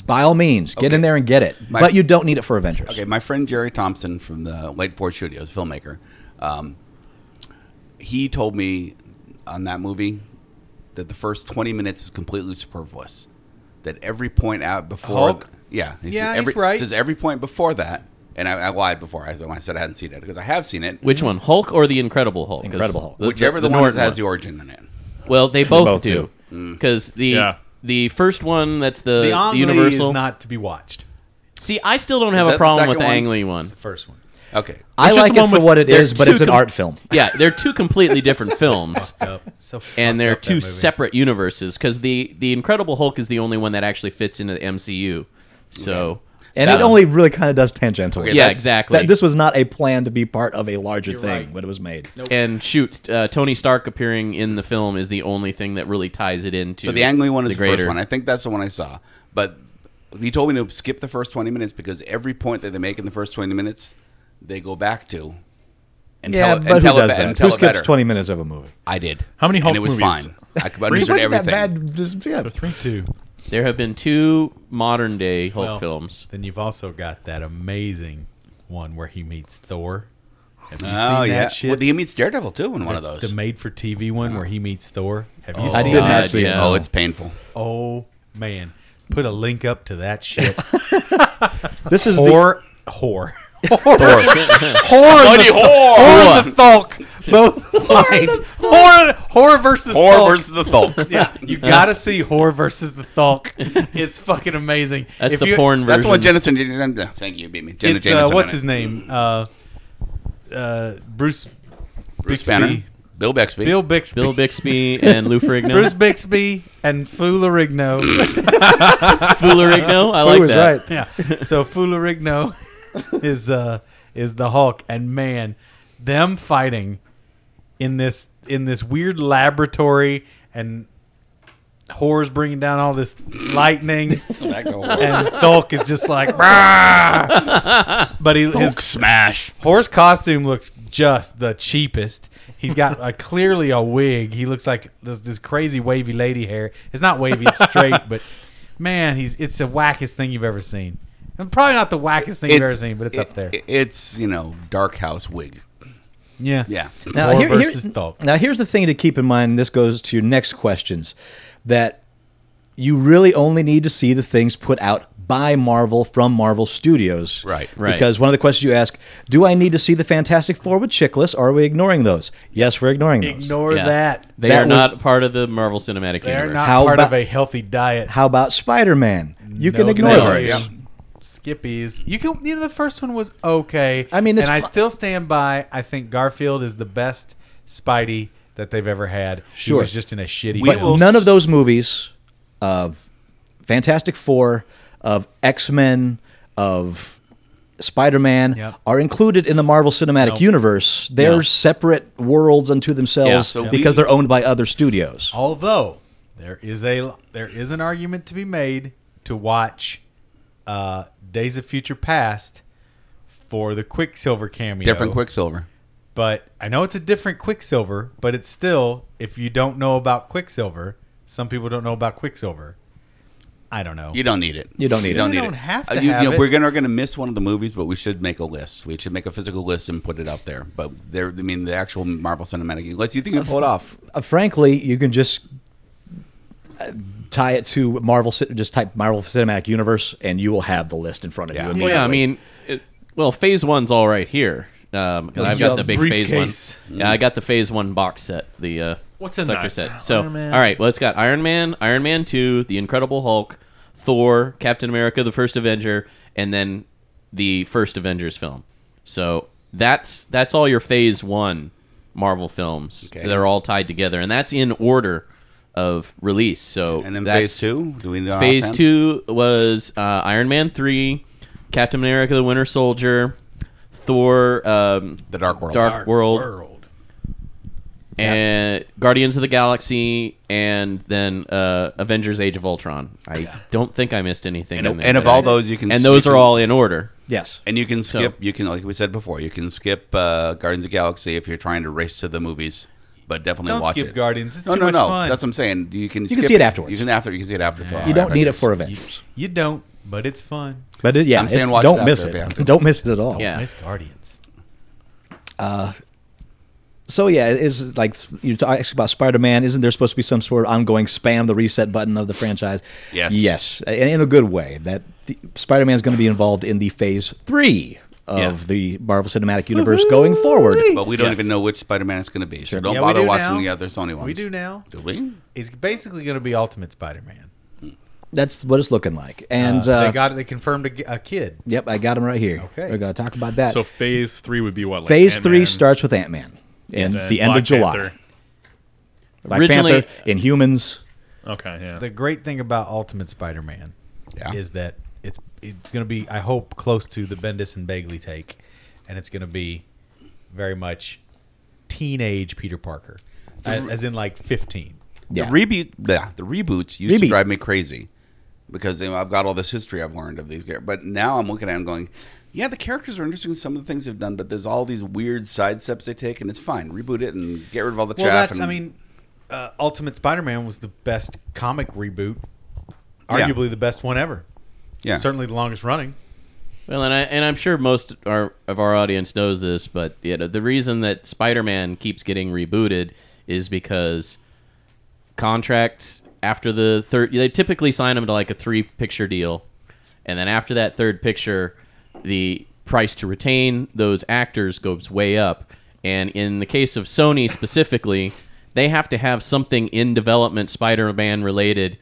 S6: by all means, get in there and get it.
S5: My-
S6: but you don't need it for Avengers.
S5: Okay, my friend Jerry Thompson from the Light Forge Studios, filmmaker, um, he told me on that movie that the first 20 minutes is completely superfluous. That every point out before.
S2: Hulk?
S5: Yeah. he
S2: Yeah,
S5: said
S2: he's
S5: every,
S2: right.
S5: says every point before that, and I, I lied before I, when I said I hadn't seen it, because I have seen it.
S3: which one Hulk or the Incredible Hulk 'Cause
S6: Incredible Hulk.
S5: whichever the, one
S3: Norton
S5: that has Mm. the origin in it.
S3: well they both,
S6: both
S3: do because the
S4: Yeah.
S3: the first one that's the,
S2: the
S3: the
S2: Ang Lee
S3: Universal
S2: is not to be watched.
S3: see I still don't
S5: Is
S3: have
S5: that
S3: a
S5: the
S3: problem
S5: second
S3: with the
S5: one?
S3: Ang Lee one
S2: The first one.
S5: Okay.
S6: I
S3: It's just
S6: like
S3: the
S6: it
S3: one
S6: for
S3: with-
S6: what it
S3: they're
S6: is, but
S3: two
S6: it's an
S3: com-
S6: art film.
S3: yeah they're two completely different films
S2: Yep. So fucked
S3: and they're
S2: up, that
S3: two
S2: movie.
S3: separate universes because the the Incredible Hulk is the only one that actually fits into the MCU so
S6: And it
S3: um,
S6: only really kind of does tangentially.
S5: Okay,
S3: yeah
S5: that's-
S3: exactly
S6: That, this was not a plan to be part of a larger thing
S2: right.
S6: when it was made.
S3: And shoot, uh, Tony Stark appearing in the film is the only thing that really ties it into.
S5: So the Ang Lee one is the,
S3: greater-
S5: first one. I think that's the one I saw. But he told me to skip the first 20 minutes because every point that they make in the first 20 minutes, they go back to. And
S6: Yeah,
S5: tell,
S6: but
S5: and
S6: who
S5: tell
S6: does
S5: it,
S6: that?
S5: And tell
S6: Who
S5: it
S6: skips
S5: better.
S6: 20 minutes of a movie?
S5: I did.
S4: How many Hulk
S5: And it was
S4: movies?
S5: fine. I could understood everything.
S6: Just, yeah.
S4: Three, two.
S3: There have been two modern day Hulk
S2: Well,
S3: films.
S2: Then you've also got that amazing one where he meets Thor. Have you
S5: Oh,
S2: seen
S5: yeah.
S2: that shit?
S5: Well, he meets Daredevil, too, in one of
S2: the,
S5: those.
S2: made for TV one where he meets Thor. Have
S3: Oh.
S2: you
S6: I
S2: seen
S6: did
S2: that?
S6: not
S3: God,
S6: see it.
S3: yeah.
S5: oh, it's painful.
S2: Oh man, put a link up to that shit.
S6: This is the,
S2: Or whore.
S5: Bloody whore!
S2: Or the Thulk. Both fine. Whore, whore versus
S5: Whore
S2: Thulk.
S5: versus the Thulk.
S2: yeah, you gotta see whore versus the Thulk. It's fucking amazing.
S3: That's
S2: If
S3: the
S2: you-
S3: porn version.
S5: That's what Jennison did. Thank you, you beat me. Jenna
S2: It's uh,
S5: Jameson
S2: what's
S5: in
S2: his
S5: it.
S2: name? Uh, uh, Bruce
S5: Bruce
S2: Bixby.
S5: Banner. Bill Bixby.
S2: Bill Bixby.
S3: Bill Bixby and Lou Ferrigno.
S2: Bruce Bixby and Fularigno.
S3: Fularigno. I like
S6: was
S3: that.
S6: right.
S2: yeah. So Fularigno is uh is the Hulk and man, them fighting in this in this weird laboratory and whores bringing down all this lightning and Thulk is just like "Brah!" but he his
S5: Hulk smash.
S2: Horse costume looks just the cheapest. He's got a, clearly a wig. He looks like this, this crazy wavy lady hair. It's not wavy; it's straight. but man, he's it's the wackest thing you've ever seen. And probably not the wackest thing you've ever seen, but it's up
S5: it-
S2: there.
S5: it- It's, you know, Dark House wig.
S2: yeah,
S5: Yeah.
S6: now,
S2: Thor
S6: here- here-
S2: versus Thulk.
S6: now, here's the thing to keep in mind. This goes to your next questions that you really only need to see the things put out by Marvel from Marvel Studios.
S5: Right.
S3: Right.
S6: Because one of the questions you ask, do I need to see the Fantastic Four with Chickless? Are we ignoring those? Yes, we're ignoring those.
S2: Ignore
S3: Yeah.
S2: that.
S3: They
S6: That
S3: are
S6: was-
S3: not part of the Marvel Cinematic
S2: They're
S3: Universe.
S2: not
S6: How
S2: part
S6: about-
S2: of a healthy diet.
S6: How about Spider Man? You can
S2: No,
S6: ignore
S2: thank
S6: those.
S2: you. Skippies. You can. You know, the first one was okay.
S6: I mean, it's
S2: and I
S6: fu-
S2: still stand by. I think Garfield is the best Spidey that they've ever had.
S6: Sure.
S2: he was just in a shitty.
S5: We
S6: But
S2: film.
S5: will-
S6: none of those movies of Fantastic Four, of X Men, of Spider Man
S2: Yep.
S6: are included in the Marvel Cinematic Universe. They're
S3: No.
S6: separate worlds unto themselves
S3: Yeah, so
S6: because
S5: we-
S6: they're owned by other studios.
S2: Although there is a there is an argument to be made to watch uh, Days of Future Past for the Quicksilver cameo.
S5: Different Quicksilver.
S2: but I know it's a different Quicksilver, but it's still if you don't know about Quicksilver, some people don't know about Quicksilver. I don't know.
S5: You don't need it.
S6: You don't need it.
S2: We don't have to
S5: Uh, you- you
S2: have
S5: know,
S2: it.
S5: We're gonna, are going to miss one of the movies, but we should make a list. We should make a physical list and put it up there. But there, I mean, the actual Marvel Cinematic. Let's you think you can pull it off.
S6: Uh, frankly, you can just uh, tie it to Marvel. Ci- Just type Marvel Cinematic Universe, and you will have the list in front of
S5: Yeah.
S6: you.
S5: Well,
S3: Well, yeah, I mean, it, well, Phase One's all right here. Um, 'cause I've got
S2: got
S3: the big
S2: briefcase.
S3: Phase One. Yeah, I got the Phase One box set. The uh,
S4: What's in
S3: collector
S4: that?
S3: set? So,
S4: Iron Man.
S3: all right, well, it's got Iron Man, Iron Man Two, The Incredible Hulk, Thor, Captain America: The First Avenger, and then the first Avengers film. So that's that's all your Phase One Marvel films.
S5: Okay.
S3: They're all tied together, and that's in order of release. So
S5: And then
S3: that's-
S5: Phase Two. Do we know?
S3: Phase
S5: offhand?
S3: two was uh, Iron Man three, Captain America: The Winter Soldier, Thor, um,
S5: The Dark World.
S3: Dark, World,
S2: World.
S3: and Guardians of the Galaxy, and then uh, Avengers: Age of Ultron. I don't think I missed anything.
S5: And,
S3: in there,
S5: and of
S3: but
S5: all
S3: I-
S5: those, you can.
S3: and those
S5: you
S3: are
S5: can-
S3: all in order.
S6: Yes.
S5: And you can skip. You can, like we said before, you can skip uh, Guardians of the Galaxy if you're trying to race to the movies. But definitely
S2: Don't
S5: watch
S2: skip
S5: it.
S2: Guardians. It's
S5: no,
S2: too
S5: no,
S2: much
S5: no.
S2: fun.
S5: That's what I'm saying. You can. You
S6: can see it afterwards.
S5: You can after. You can see it after. for
S6: You don't need it
S5: Avengers.
S6: for
S2: You,
S6: Avengers,
S2: you don't, but it's fun.
S6: but it, yeah,
S5: I'm saying
S6: it's-
S5: watch it
S6: don't
S5: after
S6: miss
S5: if you have
S6: it.
S5: to.
S6: Don't miss it at
S5: Oh,
S6: all.
S3: Yeah.
S2: Nice Guardians.
S6: So yeah, it is like you t- asked about Spider Man. Isn't there supposed to be some sort of ongoing spam the reset button of the franchise?
S5: Yes.
S6: Yes, and in a good way. That Spider Man is going to be involved in the Phase Three of
S3: Yeah.
S6: the Marvel Cinematic Universe going forward.
S5: But we don't
S4: Yes.
S5: even know which Spider-Man it's going to be. So don't
S2: Yeah, we
S5: bother
S2: do
S5: watching
S2: now.
S5: the other Sony ones.
S2: We do now.
S5: Do we?
S2: It's basically going to be Ultimate Spider-Man.
S6: That's what it's looking like. And uh,
S2: they got they confirmed a, g- a kid.
S6: yep, I got him right here.
S2: Okay.
S6: we're going to talk about that.
S4: So phase three would be what? Like
S6: phase Three
S4: Ant-Man,
S6: starts with Ant Man in
S4: then
S6: the end
S4: Black
S6: of July.
S4: Panther.
S6: Black
S3: Originally-
S6: Panther in Humans.
S4: Okay, yeah.
S2: The great thing about Ultimate Spider-Man
S5: Yeah.
S2: is that it's it's going to be I hope close to the Bendis and Bagley take, and it's going to be very much teenage Peter Parker, a- as in like fifteen.
S6: Yeah.
S5: The reboot, yeah, the reboots used to
S6: Reboot.
S5: drive me crazy because you know, I've got all this history I've learned of these characters. But now I'm looking at them going, yeah, the characters are interesting. in Some of the things they've done, but there's all these weird side steps they take, and it's fine. Reboot it and get rid of all the
S2: Well,
S5: chaff.
S2: that's
S5: and,
S2: I mean, uh, Ultimate Spider-Man was the best comic reboot, arguably the best one ever.
S5: yeah,
S2: Certainly the longest running.
S3: Well, and I and I'm sure most our, of our audience knows this, but you know the reason that Spider-Man keeps getting rebooted is because contracts after the third they typically sign them to like a three-picture deal, and then after that third picture, the price to retain those actors goes way up. And in the case of Sony specifically, they have to have something in development Spider-Man related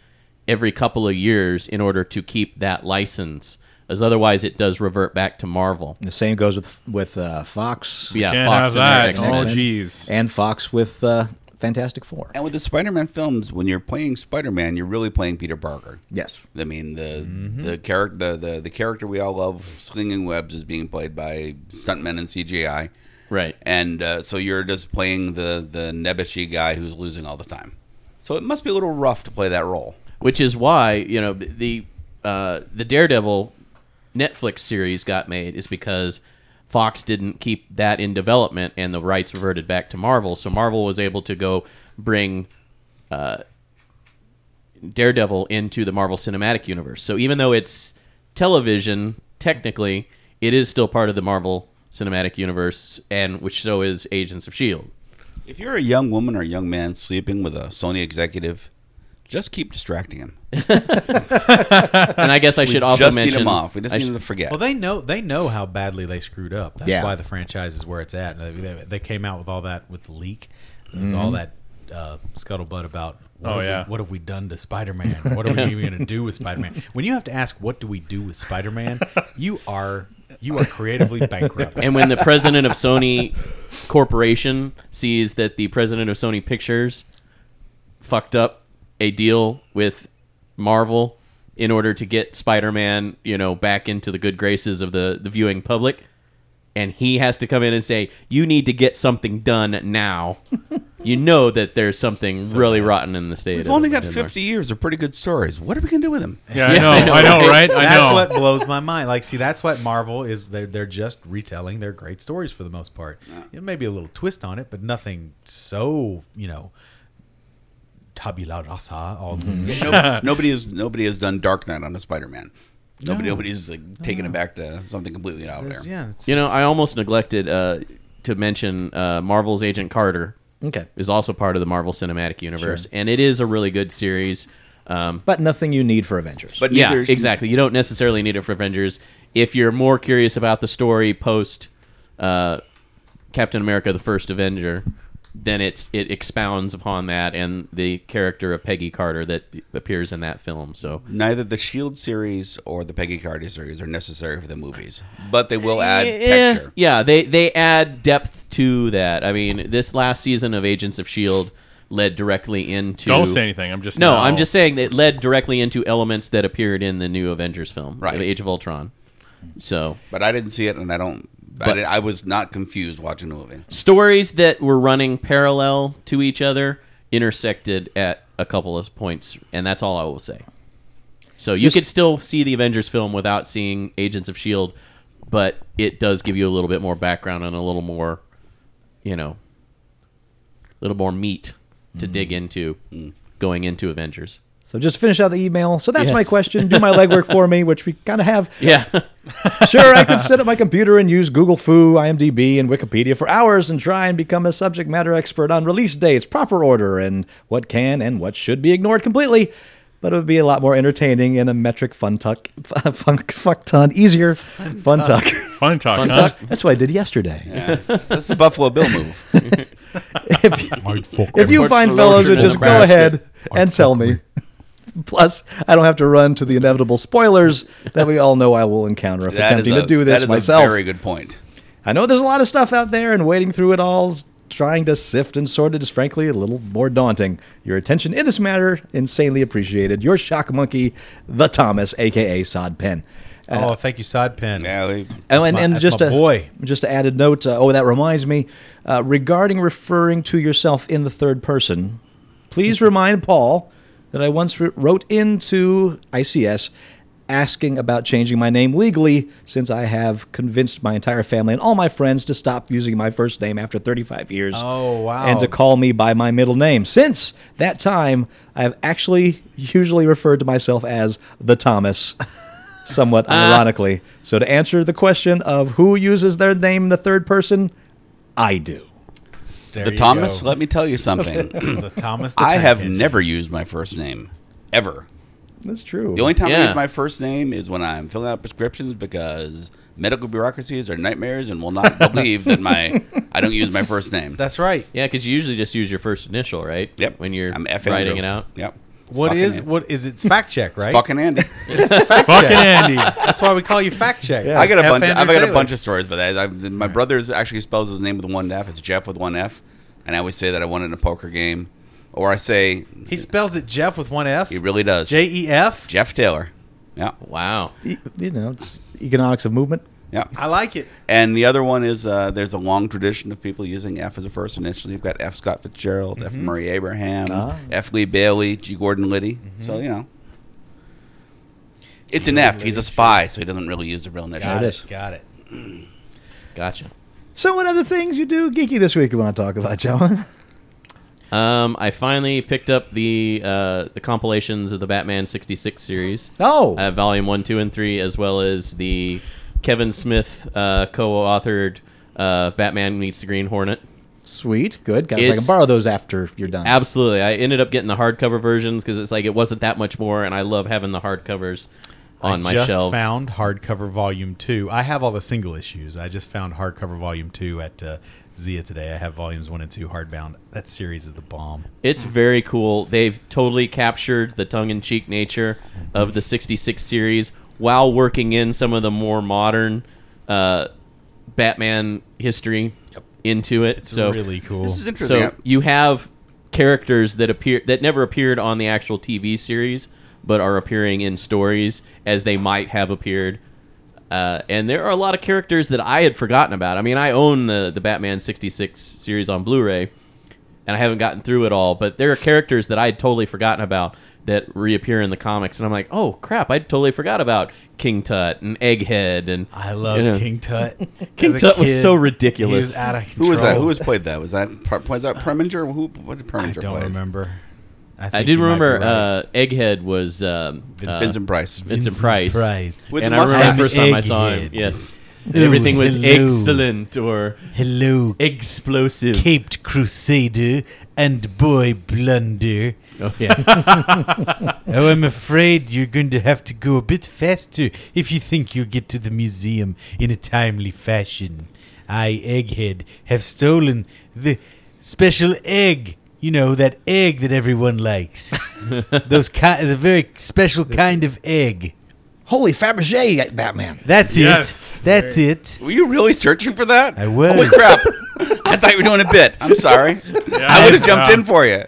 S3: every couple of years in order to keep that license, as otherwise it does revert back to Marvel.
S6: The same goes with with uh, Fox.
S3: Yeah,
S4: Can't
S3: Fox
S4: have
S3: and
S4: that.
S3: their
S4: Oh,
S3: X-Men.
S4: jeez.
S6: and Fox with uh, Fantastic Four.
S5: And with the Spider-Man films, when you're playing Spider-Man, you're really playing Peter Parker.
S6: Yes.
S5: I mean the
S2: Mm-hmm.
S5: the character the, the the character we all love, slinging webs, is being played by stuntmen and CGI.
S3: Right.
S5: and uh, so you're just playing the the nebuchy guy who's losing all the time. So it must be a little rough to play that role.
S3: which is why you know the uh, the Daredevil Netflix series got made is because Fox didn't keep that in development and the rights reverted back to Marvel, so Marvel was able to go bring uh, Daredevil into the Marvel Cinematic Universe. So even though it's television, technically it is still part of the Marvel Cinematic Universe, and which so is Agents of Shield.
S5: If you're a young woman or a young man sleeping with a Sony executive, just keep distracting him.
S3: And I guess I should also
S5: just
S3: mention
S5: need him off. We just
S3: I
S5: need
S3: sh-
S5: him to forget.
S2: Well, they know they know how badly they screwed up. That's
S6: Yeah.
S2: why the franchise is where it's at. They, they, they came out with all that with leak. There's all that uh, scuttlebutt about. What
S4: Oh,
S2: have
S4: yeah.
S2: we, what have we done to Spider-Man? What are we even going to do with Spider-Man? When you have to ask, "What do we do with Spider-Man?" you are You are creatively bankrupt.
S3: and when the president of Sony Corporation sees that the president of Sony Pictures fucked up a deal with Marvel in order to get Spider-Man, you know, back into the good graces of the the viewing public, and he has to come in and say, "You need to get something done now." you know that there's something really rotten in the state.
S5: We've
S3: of
S5: only got
S3: Denmark.
S5: 50 years of pretty good stories. What are we going to do with them?
S4: Yeah, I know. I know, right? I
S2: that's
S4: know.
S2: what blows my mind. Like, see, that's what Marvel is. They're, they're just retelling their great stories for the most part. It may be a little twist on it, but nothing so, you know, tabula rasa. All
S5: No- nobody has nobody has done Dark Knight on a Spider-Man. Nobody nobody's like taking it back to something completely out there.
S2: There's- yeah, it's,
S3: You know, I
S2: it's-
S3: almost neglected uh, to mention uh, Marvel's Agent Carter
S6: Okay.
S3: is also part of the Marvel Cinematic Universe, and it is a really good series. Um,
S6: But nothing you need for Avengers.
S5: But
S3: yeah,
S5: neither-
S3: exactly. You don't necessarily need it for Avengers. If you're more curious about the story post uh, Captain America: The First Avenger, then it's it expounds upon that and the character of Peggy Carter that appears in that film. So
S5: Neither the Shield E series or the Peggy Carter series are necessary for the movies, but they will add
S3: Eh,
S5: texture.
S3: Yeah, they they add depth to that. I mean, this last season of Agents of Shield E led directly into.
S4: Don't say anything. I'm just
S3: No,
S4: now-
S3: I'm just saying that led directly into elements that appeared in the new Avengers film,
S5: Right.
S3: The Age of Ultron. So
S5: But I didn't see it, and I don't. I,
S3: But-
S5: did- I was not confused watching the movie.
S3: stories that were running parallel to each other intersected at a couple of points, and that's all I will say. So you could still see the Avengers film without seeing Agents of Shield, E but it does give you a little bit more background and a little more, you know, a little more meat to dig into going into Avengers.
S6: so just finish out the email. So that's my
S3: Yes.
S6: question. Do my legwork for me, which we kind of have.
S3: Yeah,
S6: Sure, I could sit at my computer and use Google Foo, IMDb, and Wikipedia for hours and try and become a subject matter expert on release dates, proper order, and what can and what should be ignored completely. But it would be a lot more entertaining and a metric fun tuck, fun, fuck ton easier fun tuck.
S4: fun talk. huh?
S6: Tuck. That's what I did yesterday.
S5: That's the Buffalo Bill move.
S6: If you-
S2: Motherfucker.
S6: if you
S3: Everybody's
S6: find fellows
S3: loaded
S6: would
S3: in
S6: just
S3: the
S6: go
S3: basket.
S6: ahead and tell me plus i don't have to run to the inevitable spoilers that we all know i will encounter if
S5: That is
S6: attempting
S5: a,
S6: to do
S5: that
S6: this
S5: is
S6: myself
S5: A very good point.
S6: i know there's a lot of stuff out there and wading through it all trying to sift and sort it is frankly a little more daunting your attention in this matter insanely appreciated your shock monkey the thomas aka sod pen
S2: Oh, thank you, Sod Pen.
S5: Yeah, they,
S6: Oh, and,
S2: my-
S6: and
S2: that's
S6: just
S2: my
S6: a
S2: boy.
S6: just an added note. Uh, oh, that reminds me, uh, regarding referring to yourself in the third person, please remind Paul that I once wr- wrote into ICS asking about changing my name legally, since I have convinced my entire family and all my friends to stop using my first name after 35 years.
S2: Oh, wow.
S6: And to call me by my middle name. Since that time, I have actually usually referred to myself as the Thomas somewhat ironically. So to answer the question of who uses their name in the third person, I do.
S2: There
S5: the
S2: you
S5: Thomas.
S2: go.
S5: Let me tell you something.
S2: the Thomas. the
S5: I
S2: Tank
S5: have
S2: Engine.
S5: never used my first name ever.
S6: That's true.
S5: The only time I
S3: Yeah.
S5: use my first name is when I'm filling out prescriptions because medical bureaucracies are nightmares and will not believe that my I don't use my first name.
S2: That's right.
S3: yeah, because you usually just use your first initial, right?
S5: yep.
S3: When you're
S5: I'm F.
S3: writing
S5: Andrew.
S3: it out.
S5: Yep.
S2: What
S5: Fucking
S2: is
S5: Andy.
S2: what is it's fact check, right?
S5: Fucking Andy.
S4: Fucking Andy.
S2: That's why we call you fact check.
S6: Yeah.
S5: I got a
S2: F.
S5: bunch. Of,
S2: Andrew
S5: I've got a
S2: Taylor.
S5: bunch of stories about that. I, my brother's actually spells his name with one F. It's Jeff with one F, and I always say that I won in a poker game, or I say
S2: He spells it Jeff with one F.
S5: he really does.
S2: J E F.
S5: Jeff Taylor. Yeah.
S3: Wow.
S6: E- you know, it's economics of movement.
S5: Yeah.
S2: I like it.
S5: And the other one is uh, there's a long tradition of people using F as a first initial. You've got F. Scott Fitzgerald, F. Murray Abraham,
S6: Ah.
S5: F. Lee Bailey, G. Gordon Liddy. So you know, it's an F. He's a spy, so he doesn't really use the real initial.
S6: Got it. is.
S2: Got it.
S3: Gotcha.
S6: So what other things you do geeky this week you want to talk about, John?
S3: Um, I finally picked up the uh, the compilations of the Batman '66 series.
S6: Oh.
S3: I have Volume One, Two, and Three, as well as the Kevin Smith uh, co-authored uh, Batman meets the Green Hornet.
S6: Sweet. Good. Guys, I can
S3: It's-
S6: borrow those after you're done.
S3: Absolutely, I ended up getting the hardcover versions because it's like it wasn't that much more, and I love having the hardcovers on
S2: I
S3: my
S2: just
S3: shelves.
S2: found hardcover volume two. I have all the single issues. I just found hardcover volume two at uh, Zia today. I have volumes one and two hardbound. That series is the bomb.
S3: It's very cool. They've totally captured the tongue in cheek nature of the 66 series while working in some of the more modern uh, uh, Batman history into it.
S2: It's
S3: so
S2: really cool.
S5: This is interesting.
S3: so you have characters that appear that never appeared on the actual TV series, but are appearing in stories as they might have appeared. Uh, and there are a lot of characters that I had forgotten about. I mean, I own the the Batman '66 series on Blu-ray, and I haven't gotten through it all. But there are characters that I had totally forgotten about that reappear in the comics, and I'm like, oh crap, I totally forgot about King Tut and Egghead and
S2: I loved
S3: you know.
S2: King Tut.
S3: King
S2: As a
S3: Tut was
S2: kid,
S3: so
S2: He was
S3: ridiculous.
S2: out of control.
S5: who was that? Who was played that? Was that was that Preminger? Who what did Preminger
S2: I don't
S5: play?
S2: remember.
S3: I
S2: think
S3: did
S2: you might be
S3: remember
S2: right.
S3: uh, Egghead was um, uh,
S5: Vincent Price.
S3: Vincent Price.
S5: With
S3: and
S5: the
S3: I remember
S5: mustache.
S3: the first time I saw
S2: Egghead.
S3: him. Yes.
S2: Ooh,
S3: Everything was
S2: hello.
S3: excellent or
S2: Hello,
S3: explosive.
S2: caped crusader and boy blunder.
S3: Oh, yeah.
S2: Oh, I'm afraid you're going to have to go a bit faster if you think you'll get to the museum in a timely fashion. I, Egghead, have stolen the special egg. You know, that egg that everyone likes. Those ki- is a very special kind of egg.
S6: Holy Fabergé, Batman.
S2: That's
S4: Yes.
S2: it. That's it.
S5: Were you really searching for that?
S2: I was.
S5: Holy Oh, crap! I thought you were doing a bit. I'm sorry. I would have jumped
S4: uh,
S5: in for you.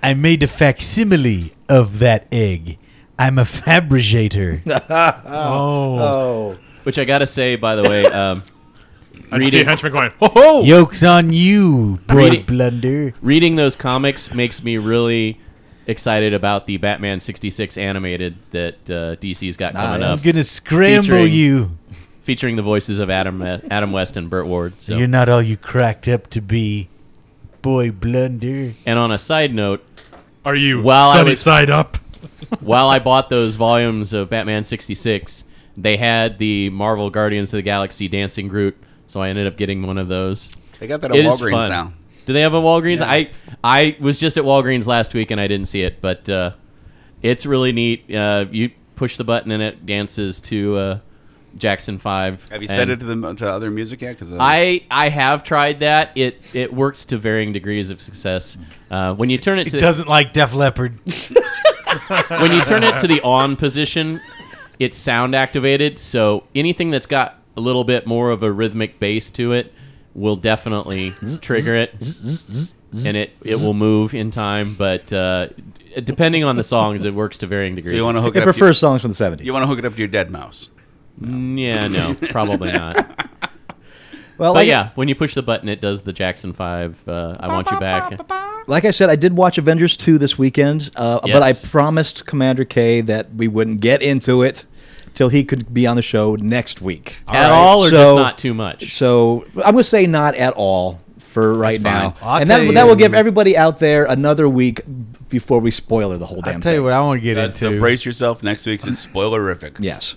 S2: I made a facsimile of that egg. I'm a fabricator.
S6: Oh.
S3: Which I got to say, by the way, um,
S4: I just see a
S3: Reading-
S4: henchman going, "Oh, ho ho!
S2: Yoke's on you, boy
S3: Reading-
S2: blunder.
S3: reading those comics makes me really excited about the Batman 66 animated that uh, DC's got coming
S2: I'm
S3: up,
S2: gonna scramble
S3: Featuring-
S2: you.
S3: featuring the voices of Adam uh, Adam West and Burt Ward. So.
S2: You're not all you cracked up to be, boy blunder.
S3: And on a side note,
S4: Are you
S3: Well, I
S4: sunny
S3: was-
S4: side up?
S3: while I bought those volumes of Batman 66, they had the Marvel Guardians of the Galaxy Dancing Groot, so I ended up getting one of those.
S5: They got that at
S3: It is
S5: Walgreens
S3: fun.
S5: now.
S3: Do they have a Walgreens? I I was just at Walgreens last week and I didn't see it, but uh, it's really neat. Uh, you push the button and it dances to uh, Jackson Five.
S5: Have you
S3: And
S5: said it to the to other music yet? uh, Because
S3: I I have tried that. It it works to varying degrees of success. Uh, when you turn it to
S2: Doesn't like Def Leppard.
S3: when you turn it to the on position, it's sound activated. So anything that's got a little bit more of a rhythmic bass to it will definitely trigger it, and it it will move in time. But uh, depending on the songs, it works to varying degrees.
S5: you want to hook
S6: I
S5: it up.
S6: prefer songs from the 70s.
S5: you want to hook it up to your dead mouse.
S3: Mm, yeah, no, probably not. But
S6: well, like,
S3: Oh, yeah, when you push the button, it does the Jackson Five. Uh, I want you back.
S6: like I said, I did watch Avengers 2 this weekend, uh, but I
S3: Yes.
S6: promised Commander K that we wouldn't get into it till he could be on the show next week.
S3: At all, or just
S6: So-
S3: not too much.
S6: So I'm going to say not at all for right now.
S2: I'll
S6: and
S2: tell
S6: that, that
S2: you-
S6: will give everybody out there another week before we spoiler the whole damn
S2: I'll tell
S6: thing.
S2: you what I want to get into.
S5: Uh, So brace yourself. Next week's is spoilerific.
S6: yes.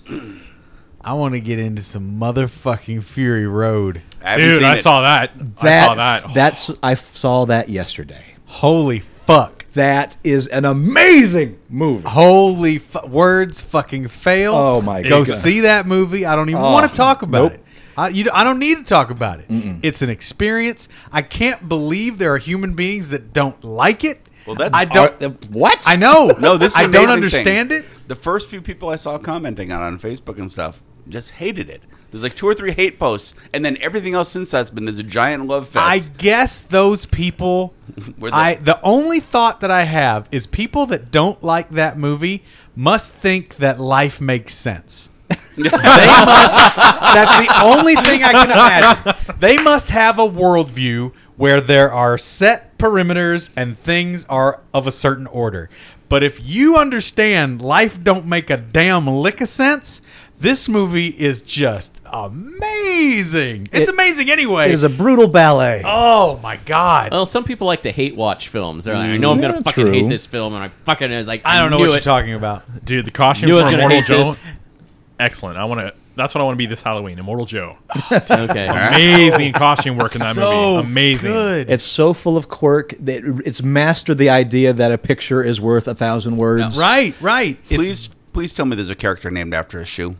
S2: I want to get into some motherfucking Fury Road.
S5: I haven't
S4: Dude,
S5: seen
S4: I
S5: it.
S4: saw that. I saw that.
S6: That's I saw that yesterday.
S2: Holy fuck.
S6: That is an amazing movie.
S2: Holy fu- words fucking fail.
S6: Oh, my
S2: Go
S6: God.
S2: see that movie. I don't even
S6: Oh,
S2: want to talk about
S6: nope.
S2: it. I, you, I don't need to talk about it. It's an experience. I can't believe there are human beings that don't like it.
S5: Well, that's
S2: I don't.
S6: Are- what?
S2: I know.
S5: No, this. Is
S2: I
S5: an
S2: don't
S5: amazing thing.
S2: understand it.
S5: The first few people I saw commenting on it on Facebook and stuff just hated it. There's like two or three hate posts, and then everything else since that's been there's a giant love fest.
S2: I guess those people.
S5: Were the-
S2: I the only thought that I have is people that don't like that movie must think that life makes sense. they must. That's the only thing I can imagine. They must have a worldview where there are set perimeters and things are of a certain order. But if you understand life don't make a damn lick of sense, this movie is just amazing. It's
S6: It-
S2: amazing anyway.
S6: It is a brutal ballet.
S2: Oh my god!
S3: Well, some people like to hate watch films. They're like, I know I'm
S6: Yeah,
S3: gonna fucking hate
S6: true.
S3: this film, and I fucking it's like
S2: I don't know
S3: knew
S2: what you're
S3: it.
S2: talking about.
S4: Dude, the costume
S3: Knew I was
S4: for
S3: gonna
S4: Immortal
S3: hate
S4: Joe.
S3: this.
S4: Excellent. I want to. That's what I want to be this Halloween. Immortal Joe.
S3: Okay.
S4: Amazing costume work in that
S2: so
S4: movie. Amazing.
S2: good.
S6: It's so full of quirk that it's mastered the idea that a picture is worth a thousand words.
S2: right, right. It's
S5: please, please tell me there's a character named after a shoe.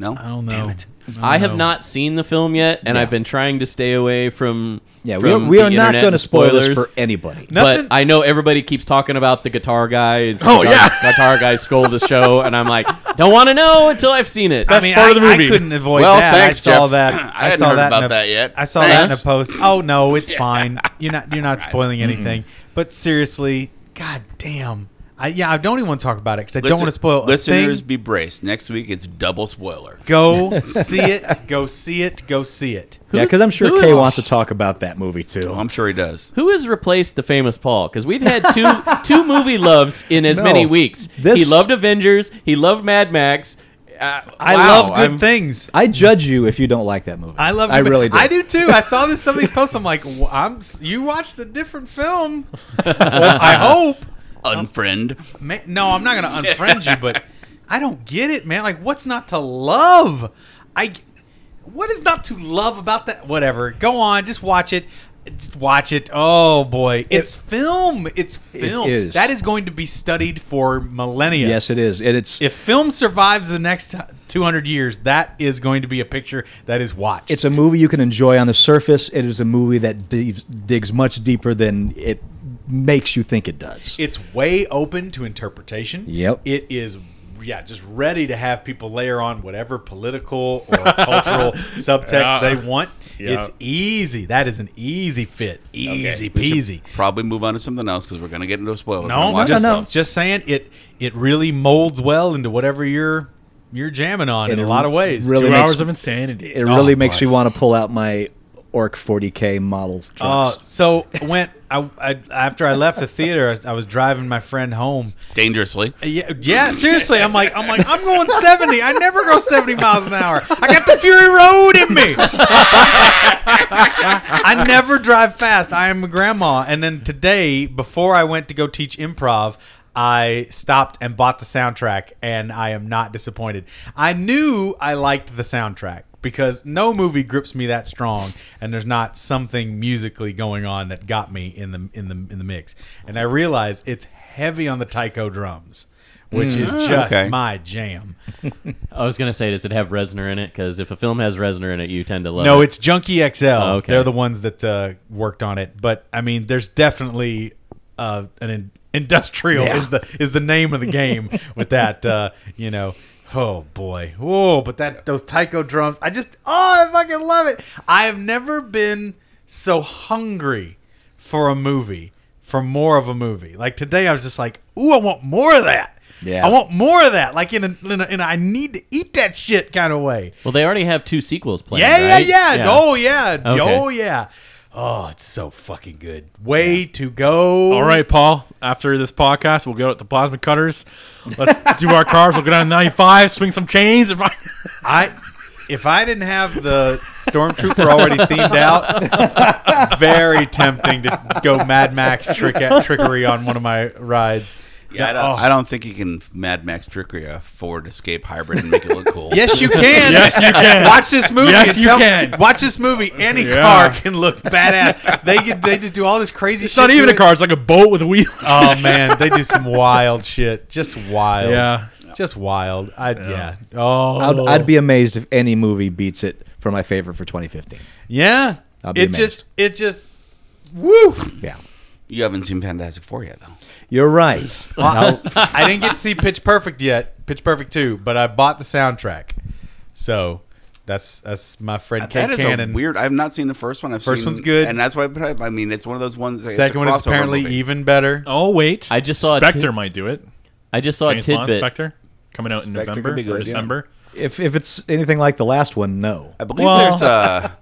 S5: No,
S2: I don't know. Damn
S5: it.
S3: I have not seen the film yet, and I've been trying to stay away from.
S6: Yeah, we are,
S3: from
S6: we
S3: the
S6: are not
S3: internet
S6: going to
S3: and
S6: spoil this
S3: spoilers.
S6: for anybody.
S2: Nothing-
S3: But I know everybody keeps talking about the guitar guy. It's oh guitar, yeah, guitar guy stole the show, and I'm like, don't want to know until I've seen it.
S2: I mean,
S4: part
S2: I,
S4: of the movie.
S2: I couldn't avoid
S5: Well,
S2: that.
S5: thanks,
S2: I saw
S5: Jeff.
S2: that.
S5: I
S2: I,
S5: hadn't
S2: saw
S5: heard
S2: that
S5: about
S2: in a,
S5: that yet.
S2: I saw that in
S3: Thanks.
S2: a post. Oh no, it's fine. You're not. You're not spoiling
S5: Mm-hmm.
S2: anything. But seriously, god damn. I, yeah, I don't even want to talk about it because I don't
S5: Listen-
S2: want to spoil a
S5: Listeners,
S2: thing.
S5: be braced. Next week it's double spoiler.
S2: Go see it. Go see it. Go see it.
S6: Yeah, because I'm sure
S3: who
S6: Kay
S3: is-
S6: wants to talk about that movie too.
S5: I'm sure he does.
S3: Who has replaced the famous Paul? Because we've had two two movie loves in as
S6: No.
S3: many weeks.
S6: This-
S3: He loved Avengers. He loved Mad Max. Uh,
S2: I
S3: wow,
S2: love good
S3: I'm-
S2: things.
S6: I judge you if you don't like that movie.
S2: I love.
S6: I
S2: good-
S6: really do.
S2: I do too. I saw this. Some of these posts. I'm like, "Wh- I'm. s- You watched a different film. Well, I hope.
S5: Unfriend.
S2: Man, no, I'm not gonna unfriend you, but I don't get it, man. Like, what's not to love? I, what is not to love about that? Whatever. Go on, just watch it. Just watch it. Oh boy, it's film. It's film.
S6: is.
S2: That is going to be studied for millennia.
S6: Yes, it is. And it's
S2: If film survives the next 200 years, that is going to be a picture that is watched.
S6: it's a movie you can enjoy on the surface. It is a movie that digs, digs much deeper than it makes you think it does.
S2: it's way open to interpretation.
S6: Yep.
S2: It is yeah, just ready to have people layer on whatever political or cultural subtext
S4: Yeah.
S2: they want.
S4: Yeah.
S2: It's easy. That is an easy fit. Easy peasy.
S5: Probably move on to something else because we're going to get into a spoiler.
S2: No,
S5: watch
S2: just,
S6: no.
S2: just saying it it really molds well into whatever you're you're jamming on in
S6: It
S2: a lot of ways.
S6: really
S4: Two
S6: makes-
S4: hours of insanity.
S6: It really
S2: Oh,
S6: makes
S2: boy.
S6: me want to pull out my Orc 40K model
S2: Uh,
S6: trucks.
S2: so when I, I after I left the theater, I, I was driving my friend home,
S5: Dangerously.
S2: Uh, Yeah, yeah, seriously. I'm like, I'm like, I'm going 70. I never go 70 miles an hour. I got the Fury Road in me. I never drive fast. I am a grandma. And then today, before I went to go teach improv, I stopped and bought the soundtrack, and I am not disappointed. I knew I liked the soundtrack because no movie grips me that strong, and there's not something musically going on that got me in the in the in the mix. And I realized it's heavy on the taiko drums, which is just
S5: okay.
S2: my jam.
S3: I was gonna say, does it have Resner in it? Because if a film has Resner in it, you tend to love.
S2: No,
S3: it. Oh,
S2: it's Junkie XL.
S3: okay.
S2: They're the ones that uh, worked on it. But I mean, there's definitely uh, an in- industrial is the is the name of the game with that. Uh, you know, oh boy, whoa! But that those taiko drums, I just oh, I fucking love it. I have never been so hungry for a movie, for more of a movie. Like today, I was just like, ooh, I want more of that.
S6: Yeah.
S2: I want more of that, like in a, in a, in a I need to eat that shit kind of way.
S3: well, they already have two sequels planned.
S2: Yeah,
S3: right?
S2: yeah, yeah. Oh, yeah.
S3: Okay.
S2: Oh, yeah. Oh, it's so fucking good. Way to go.
S4: All right, Paul. After this podcast, we'll go to the plasma cutters. Let's do our cars. We'll go down to 95, swing some chains. And
S2: I if I didn't have the stormtrooper already themed out, very tempting to go Mad Max trick trickery on one of my rides.
S5: Yeah, I don't,
S2: Oh.
S5: I don't think you can Mad Max trickery a Ford Escape hybrid and make it look cool.
S2: Yes, you can.
S4: Yes, you can.
S2: Watch this movie.
S4: Yes,
S2: and
S4: you can.
S2: Watch this movie. Any
S4: Yeah.
S2: car can look badass. They could. They just do all this crazy
S4: it's
S2: shit.
S4: not
S2: to
S4: even a
S2: it.
S4: car. It's like a boat with wheels.
S2: Oh man, they do some wild shit. Just wild.
S4: Yeah.
S2: Just wild. I yeah. Oh.
S6: I'd, I'd be amazed if any movie beats it for my favorite for 2015.
S2: yeah.
S6: I'd be
S2: It
S6: amazed.
S2: just it just woo.
S6: Yeah.
S5: You haven't seen Fantastic Four yet, though.
S6: You're right. Now,
S2: I didn't get to see Pitch Perfect yet. Pitch Perfect 2, but I bought the soundtrack. So that's that's my friend
S5: That
S2: Kate
S5: is
S2: Cannon.
S5: a weird. I've not seen the first one. I've
S2: First
S5: seen,
S2: one's good.
S5: and that's why. I put it- I mean, it's one of those ones. Like, it's a
S2: Second one is
S5: crossover
S2: apparently
S5: movie.
S2: even better.
S4: Oh wait,
S3: I just saw a
S4: Spectre
S3: tid-
S4: might do it.
S3: I just saw
S4: James
S3: a
S4: Bond
S3: tidbit.
S4: Spectre coming out in
S5: Spectre could
S4: November
S5: be
S4: or
S5: good, yeah.
S4: December.
S6: if, if it's anything like the last one, no.
S5: I believe
S4: Well-
S5: there's a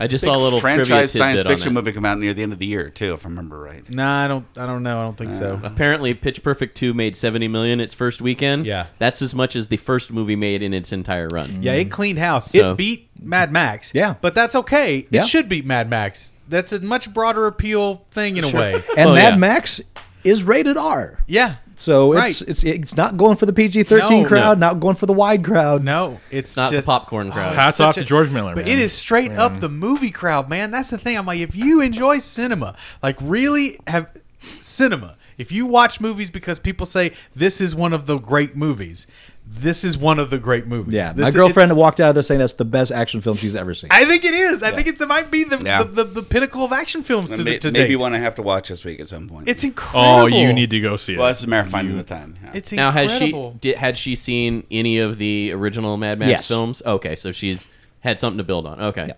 S3: I just
S5: big
S3: saw a little trivia
S5: franchise science
S3: tidbit on
S5: fiction
S3: it.
S5: movie come out near the end of the year too, if I remember right.
S2: Nah, I don't I don't know. I don't think
S5: Uh.
S2: so.
S3: Apparently, Pitch Perfect 2 made 70 million its first weekend.
S2: Yeah.
S3: That's as much as the first movie made in its entire
S4: Mm.
S3: run.
S2: Yeah, it cleaned house.
S3: So-
S2: It beat Mad Max.
S6: Yeah.
S2: But that's okay.
S6: Yeah.
S2: It should beat Mad Max. That's a much broader appeal thing in a way.
S6: And
S3: Oh,
S6: Mad
S3: yeah.
S6: Max is rated R.
S2: Yeah.
S6: So it's,
S2: Right.
S6: it's it's not going for the PG-13
S2: No,
S6: crowd, not going for the wide crowd.
S2: No, it's
S3: Not
S2: just
S3: the popcorn crowd.
S2: it's
S4: Hats off
S2: such
S4: to George Miller,
S2: But
S4: man.
S2: it is straight up the movie crowd, man. That's the thing. I'm like, if you enjoy cinema, like really have cinema, If you watch movies because people say this is one of the great movies, this is one of the great movies.
S6: Yeah,
S2: This
S6: my
S2: is-
S6: girlfriend walked out of there saying that's the best action film she's ever seen.
S2: I think it is. I think it's, it might be the,
S5: Yeah.
S2: the, the, the pinnacle of action films to,
S5: May-
S2: to
S5: maybe
S2: date.
S5: one I have to watch this week at some point.
S2: It's incredible.
S4: Oh, you need to go see it.
S5: well, it's a matter of finding the time. yeah.
S2: It's
S3: Now, has she
S2: incredible.
S3: did, had she seen any of the original Mad Max
S6: Yes.
S3: films? Okay, so she's had something to build on. Okay,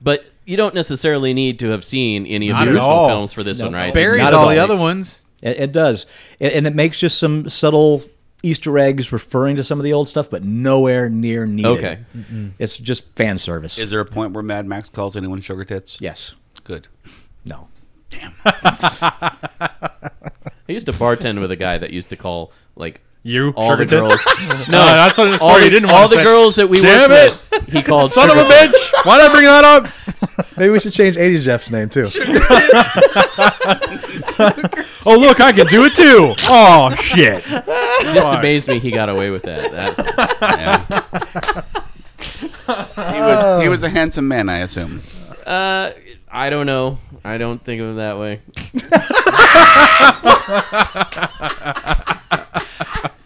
S3: but you don't necessarily need to have seen any of
S2: Not
S3: the
S2: at
S3: original
S2: all.
S3: films for this one, right?
S2: buries
S6: Not at
S2: all
S6: all.
S2: the other ones.
S6: It, it does, and, and it makes just some subtle Easter eggs referring to some of the old stuff, but nowhere near needed. Mm-hmm.
S3: Okay.
S6: it's just fan service.
S5: Is there a point where Mad Max calls anyone sugar tits?
S6: yes,
S5: Good.
S6: no.
S3: I used to bartend with a guy that used to call like
S4: You
S3: all
S4: sugar
S3: the girls.
S4: tits. no, that's what. Sorry,
S3: all the,
S4: you didn't
S3: all
S4: want
S3: the
S4: to say.
S3: girls that we
S4: Damn
S3: worked with. He called
S4: Son of a
S3: sugar-
S4: bitch! Why did I bring that up?
S6: Maybe we should change '80s Jeff's name too.
S4: Oh, look, I can do it too. Oh shit!
S3: Just amazed me he got away with that. That's,
S5: He was he was a handsome man, I assume.
S3: uh, I don't know. I don't think of him that way.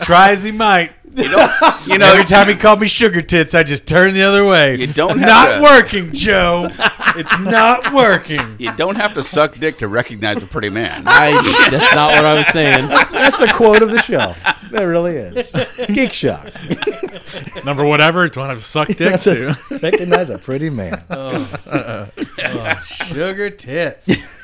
S2: Try as he might.
S5: You know,
S2: Every time he called me sugar tits, I just turned the other way.
S5: You don't have
S2: not
S5: to-
S2: working, Joe. it's not working.
S5: you don't have to suck dick to recognize a pretty man.
S3: I, that's not what I was saying.
S6: That's the quote of the show. That really is. Geek shock.
S4: Number whatever. Do I have suck dick too?
S6: Recognize a pretty man.
S2: Sugar tits.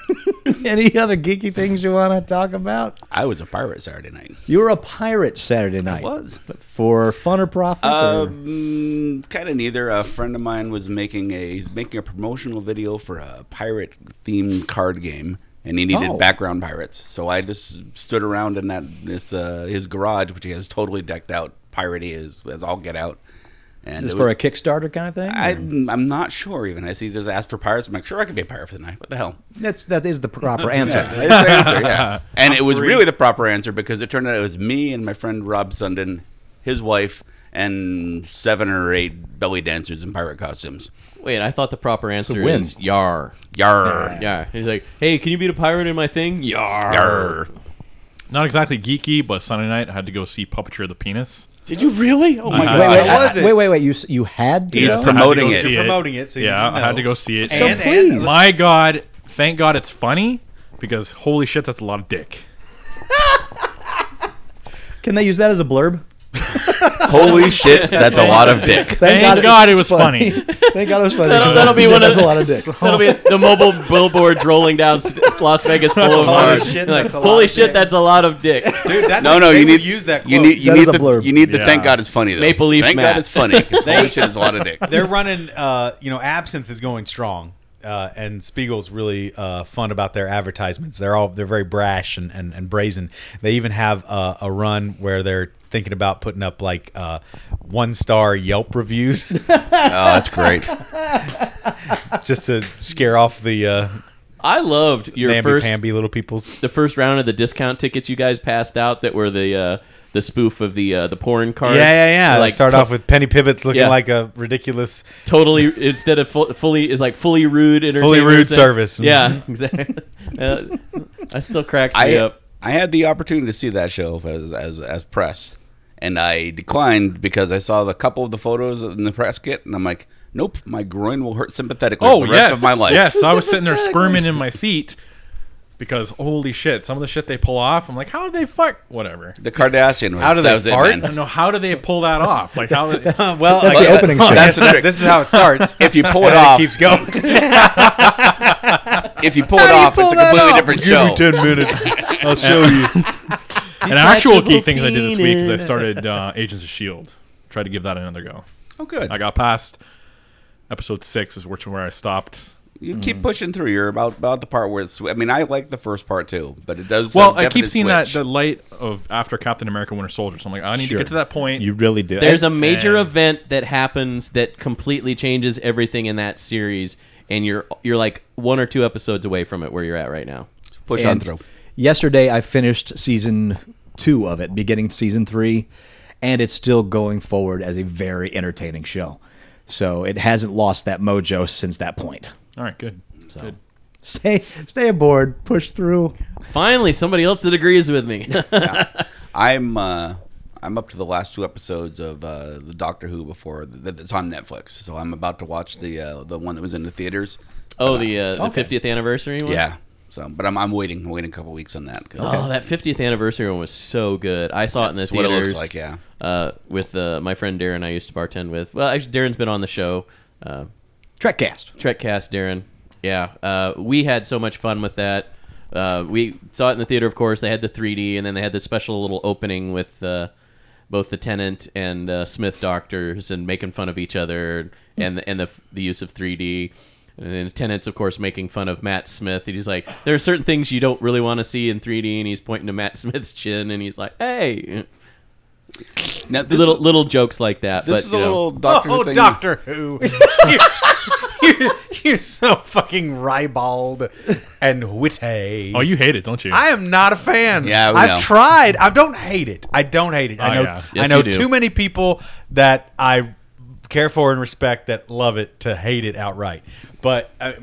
S6: Any other geeky things you want to talk about?
S5: I was a pirate Saturday night.
S6: You were a pirate Saturday night.
S5: was.
S6: for fun or profit. or-
S5: Um, kind of neither. A friend of mine was making a he's making a promotional video for a pirate themed card game, and he needed
S6: Oh.
S5: background pirates. So I just stood around in that this uh, his garage, which he has totally decked out piratey as as all get out. And it
S6: Just for
S5: was-
S6: a Kickstarter kind of thing.
S5: I, I'm not sure even. I see this ask for pirates. I'm like, sure, I can be a pirate for the night. What the hell?
S6: That's that is the proper answer.
S5: Yeah, it's the answer, yeah. And it was really the proper answer because it turned out it was me and my friend Rob Sundin, his wife, and seven or eight belly dancers in pirate costumes.
S3: Wait, I thought the proper answer
S6: win.
S3: is yar.
S5: Yar.
S3: Yeah, he's like, "Hey, can you beat a pirate in my thing?" Yar.
S5: Yar.
S4: Not exactly geeky, but Sunday night I had to go see Puppetry of the Penis.
S5: Did you really? Oh my
S4: Uh-huh.
S5: god.
S6: Wait,
S2: How
S6: wait,
S2: was
S6: I-
S2: it?
S6: wait, wait, wait. You s- you had to
S5: He's
S6: go?
S4: I had to go
S5: promoting it.
S4: see
S2: You're promoting it, so you
S4: yeah,
S2: didn't
S4: I had
S2: know.
S4: to go see it.
S2: And-
S4: So-
S6: please.
S4: my God, thank God it's funny because holy shit, that's a lot of dick.
S6: Can they use that as a blurb?
S5: Holy shit, that's a lot of dick.
S4: Thank God it was funny.
S6: Thank God it was funny.
S3: That'll, that'll be one of
S6: That's
S3: the,
S6: a lot of dick.
S3: That'll be the mobile billboards rolling down S- Las Vegas
S2: Holy
S3: Boulevard.
S2: shit,
S3: Like,
S2: that's a lot
S3: holy
S2: of
S3: shit,
S2: dick.
S3: that's a lot of dick.
S2: Dude, that's
S5: No, no,
S2: they
S5: you
S2: would
S5: need
S2: use that quote.
S5: You need you
S6: That is
S5: need
S6: a
S5: the
S6: blurb.
S5: you need the
S4: Yeah.
S5: thank God it's funny though.
S3: Maple Leaf
S5: Thank
S3: Matt.
S5: God it's funny. 'cause Holy shit, it's a lot of dick. Oh,
S2: They're running. Uh, you know, absinthe is going strong, uh, and Spiegel's really uh, fun about their advertisements. They're all they're very brash and, and, and brazen. They even have uh, a run where they're thinking about putting up like uh, one star Yelp reviews
S5: Oh, that's great.
S2: just to scare off the uh,
S3: I loved your
S2: namby
S3: first
S2: pamby little peoples.
S3: the first round of the discount tickets you guys passed out that were the uh, the spoof of the uh, the porn cards.
S2: Yeah, yeah, yeah. Like
S3: Like
S2: start
S3: to-
S2: off with Penny Pivots looking
S3: Yeah.
S2: like a ridiculous.
S3: totally instead of fu- fully is like fully rude entertainment
S2: rude
S3: thing.
S2: service. Mm-hmm.
S3: Yeah, exactly. uh, I still cracks me
S5: I
S3: up.
S5: I had the opportunity to see that show as as as press, and I declined because I saw the couple of the photos in the press kit, and I'm like, nope, my groin will hurt sympathetically
S4: Oh
S5: for the
S4: yes,
S5: rest of my life.
S4: yes. I was sitting there squirming in my seat because holy shit, some of the shit they pull off. I'm like, how did they fuck? Whatever.
S5: The Kardashian was
S2: How do
S5: that
S2: they
S5: was
S2: fart?
S5: it,
S4: I don't
S5: man.
S4: know how do they pull that off. Like how? Did,
S2: well,
S6: That's the
S5: that-
S6: opening
S5: huh,
S6: shot.
S5: that's-
S2: that, this is how it starts.
S5: If you pull it
S2: And
S5: off,
S2: it keeps going.
S5: if you pull it off, it's a completely different show.
S2: minutes. I'll show you.
S4: an actual key thing that I did this week is I started uh, Agents of Shield. Tried to give that another go.
S5: Oh, good.
S4: I got past episode six is which where I stopped.
S5: You keep pushing through. You're about about the part where it's. I mean, I like the first part too, but it does.
S4: Well,
S5: a
S4: I keep
S5: definite
S4: seeing that
S5: switch.
S4: the light of after Captain America: Winter Soldier. So I'm like, I need
S6: Sure.
S4: to get to that point.
S6: You really do.
S3: There's a
S6: And
S3: major
S4: And-
S3: event that happens that completely changes everything in that series, and you're you're like one or two episodes away from it where you're at right now.
S5: push on
S6: and
S5: through.
S6: Yesterday, I finished season two of it, beginning season three, and it's still going forward as a very entertaining show. So it hasn't lost that mojo since that point.
S4: All right, good.
S6: So,
S4: Good.
S6: Stay, stay aboard. Push through.
S3: Finally, somebody else that agrees with me.
S5: I'm uh, I'm up to the last two episodes of uh, the Doctor Who before that it's on Netflix. So I'm about to watch the uh, the one that was in the theaters.
S3: oh, the uh, the fiftieth anniversary one.
S5: Yeah. So, but I'm, I'm waiting. I'm waiting a couple weeks on that. 'cause
S3: Oh, that 50th anniversary one was so good. I saw it in the
S5: That's what it
S3: theaters.
S5: looks like, yeah.
S3: Uh, with uh, my friend Darren, I used to bartend with. Well, actually, Darren's been on the show. Uh,
S6: Trekcast.
S3: Trekcast, Darren. Yeah, uh, we had so much fun with that. Uh, we saw it in the theater, of course. They had the 3D, and then they had the special little opening with uh, both the Tenant and uh, Smith doctors, and making fun of each other, and and the the use of 3D. And then Tennant's, of course, making fun of Matt Smith. And he's like, "There are certain things you don't really want to see in 3D," and he's pointing to Matt Smith's chin, and he's like, "Hey."
S5: now, this
S3: little
S5: is,
S3: little jokes like that. but,
S5: this is
S3: you
S5: a
S3: know.
S5: little Doctor
S2: oh,
S5: thing.
S2: Doctor Who. you're, you're, you're so fucking ribald and witty.
S4: Oh, you hate it, don't you?
S2: I am not a fan.
S5: Yeah, we
S2: I've
S5: know.
S2: tried. I don't hate it. I don't hate it. I
S4: Oh,
S2: know.
S4: yeah.
S3: Yes,
S2: I know
S3: you do.
S2: too many people that I care for and respect that love it to hate it outright. But I,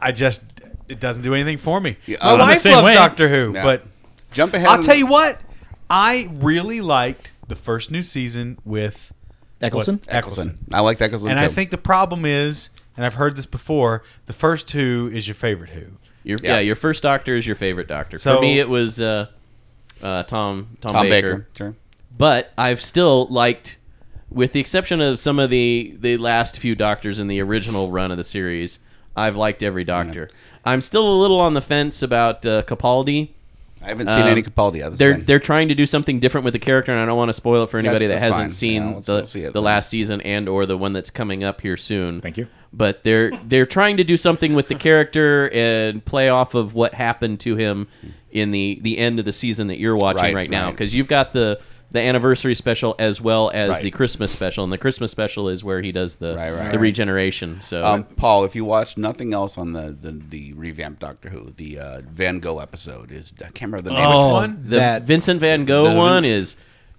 S2: I just it doesn't do anything for me. My
S5: I'm Uh, the
S2: wife
S4: same
S2: loves
S4: way.
S2: Doctor Who,
S5: Yeah.
S2: but
S5: Jump ahead.
S2: I'll
S5: and-
S2: tell you what. I really liked the first new season with
S6: Eccleston?
S2: what? Eccleston.
S5: I like that because
S2: And I think the problem is, and I've heard this before, the first Who is your favorite Who.
S3: Your, yeah. your first doctor is your favorite doctor.
S2: So-
S3: For me, it was uh, uh, Tom, Tom
S5: Tom
S3: Baker.
S5: Baker. Sure.
S3: But I've still liked, with the exception of some of the the last few doctors in the original run of the series, I've liked every doctor. I'm still a little on the fence about uh, Capaldi.
S5: I haven't seen
S3: Um,
S5: any Capaldi. That's
S3: They're
S5: the thing.
S3: they're trying to do something different with the character, and I don't want to spoil it for anybody
S5: That's-
S3: that
S5: that's
S3: hasn't
S5: fine.
S3: seen
S5: Yeah, let's-
S3: the,
S5: let's see it.
S3: the last season and or the one that's coming up here soon.
S6: Thank you.
S3: But they're they're trying to do something with the character and play off of what happened to him in the the end of the season that you're watching right,
S5: Right,
S3: now
S5: right.
S3: because you've got the the anniversary special as well as
S5: Right.
S3: the Christmas special, and the Christmas special is where he does the
S5: Right, right,
S3: the
S5: right.
S3: regeneration. So
S5: Um, Paul, if you watch nothing else on the the, the revamped Doctor Who, the uh, Van Gogh episode is I can't remember the name.
S3: Oh,
S5: of
S2: one?
S3: the
S6: That-
S3: Vincent Van Gogh
S5: the-
S3: one is.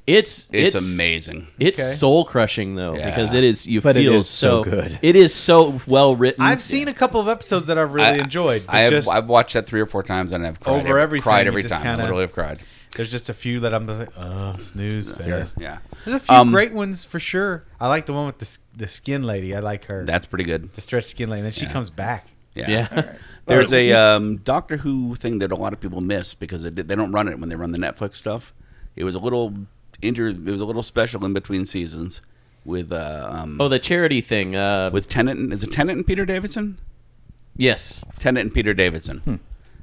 S3: It's,
S5: it. It's,
S3: it's
S5: amazing.
S3: It's
S2: Okay.
S3: soul crushing though
S5: Yeah.
S3: because it is you
S6: But it
S3: feel
S6: is so good.
S3: It is so well written.
S2: I've seen a couple of episodes that I've really
S5: I-
S2: enjoyed. but
S5: I have,
S2: just,
S5: I've watched that three or four times and I've cried
S2: Over
S5: every,
S2: everything,
S5: cried
S2: you
S5: every
S2: just
S5: time.
S2: kinda-
S5: I literally have cried.
S2: there's just a few that I'm just like, oh, snooze fest.
S5: Yeah,
S2: There's a few
S5: Um,
S2: great ones for sure. I like the one with the, s- the skin lady. I like her.
S5: that's pretty good.
S2: the stretched skin lady. And then she comes back.
S5: Yeah.
S3: yeah.
S5: There's a um, Doctor Who thing that a lot of people miss because it, they don't run it when they run the Netflix stuff. It was a little inter. It was a little special in between seasons with uh, um,
S3: oh, the charity thing. Uh,
S5: with Tennant. and- Is it Tennant and Peter Davidson?
S3: yes,
S5: Tennant and Peter Davidson.
S2: Hmm.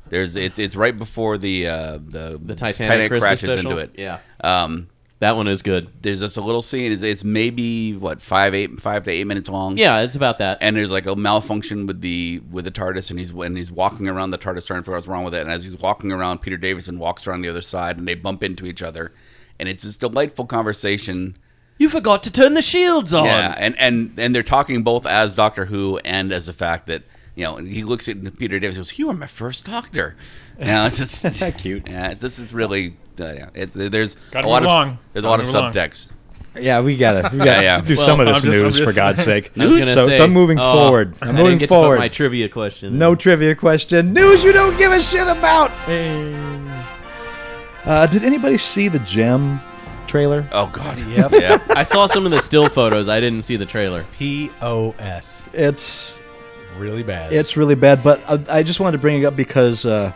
S5: There's it's it's right before the uh, the
S3: the Titanic, Christmas
S5: crashes
S3: special.
S5: into it.
S3: Yeah,
S5: Um,
S3: that one is good.
S5: there's just a little scene. It's, it's maybe what five eight five to eight minutes long.
S3: Yeah, it's about that.
S5: And there's like a malfunction with the with the TARDIS, and he's when he's walking around the TARDIS trying to figure out what's wrong with it. And as he's walking around, Peter Davidson walks around the other side, and they bump into each other, and it's this delightful conversation.
S3: you forgot to turn the shields on.
S5: Yeah, and and and they're talking both as Doctor Who and as the fact that you know and he looks at Peter Davis and goes, "You are my first Doctor." Now it's just
S6: Cute.
S5: Yeah, this is really uh, yeah, it's there's
S4: Gotta
S5: a lot
S4: move
S5: of
S4: along.
S5: there's a
S4: Gotta
S5: lot of
S4: move along.
S5: subtext.
S6: Yeah, we gotta, we gotta
S5: Yeah, yeah.
S6: do
S4: Well,
S6: some of this
S4: I'm just- I'm
S6: news for
S4: just-
S6: God's sake.
S3: I was gonna
S6: So,
S3: say,
S6: so I'm moving
S3: oh,
S6: forward.
S3: I
S6: I'm
S3: didn't
S6: moving
S3: get to put
S6: forward.
S3: my trivia question.
S6: no trivia question. News you don't give a shit about. Uh, did anybody see the gem trailer?
S5: Oh God.
S2: Yep.
S5: yeah.
S3: I saw some of the still photos. I didn't see the trailer.
S2: P.O.S.
S6: It's
S2: Really bad.
S6: it's really bad, but uh, I, I just wanted to bring it up because uh,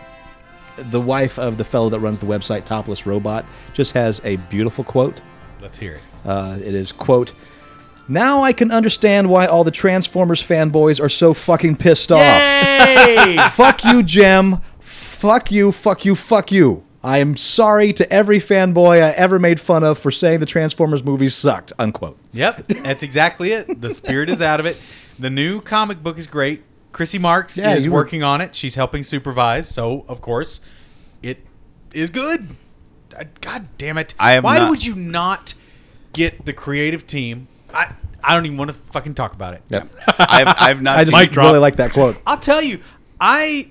S6: the wife of the fellow that runs the website Topless Robot just has a beautiful quote.
S2: Let's hear it.
S6: Uh, it is quote. Now I can understand why all the Transformers fanboys are so fucking pissed off. fuck you, Jim. Fuck you, fuck you, fuck you. I am sorry to every fanboy I ever made fun of for saying the Transformers movies sucked. Unquote.
S2: Yep, that's exactly it. The spirit is out of it. The new comic book is great. Chrissy Marks
S6: Yeah,
S2: is
S6: you were-
S2: working on it. She's helping supervise, so of course, it is good. Uh, God damn it!
S5: I am
S2: Why
S5: not-
S2: would you not get the creative team? I I don't even want to fucking talk about it.
S6: Yep.
S5: I've I've not
S6: I just
S5: seen-
S4: Mic drop.
S6: really like that quote.
S2: I'll tell you, I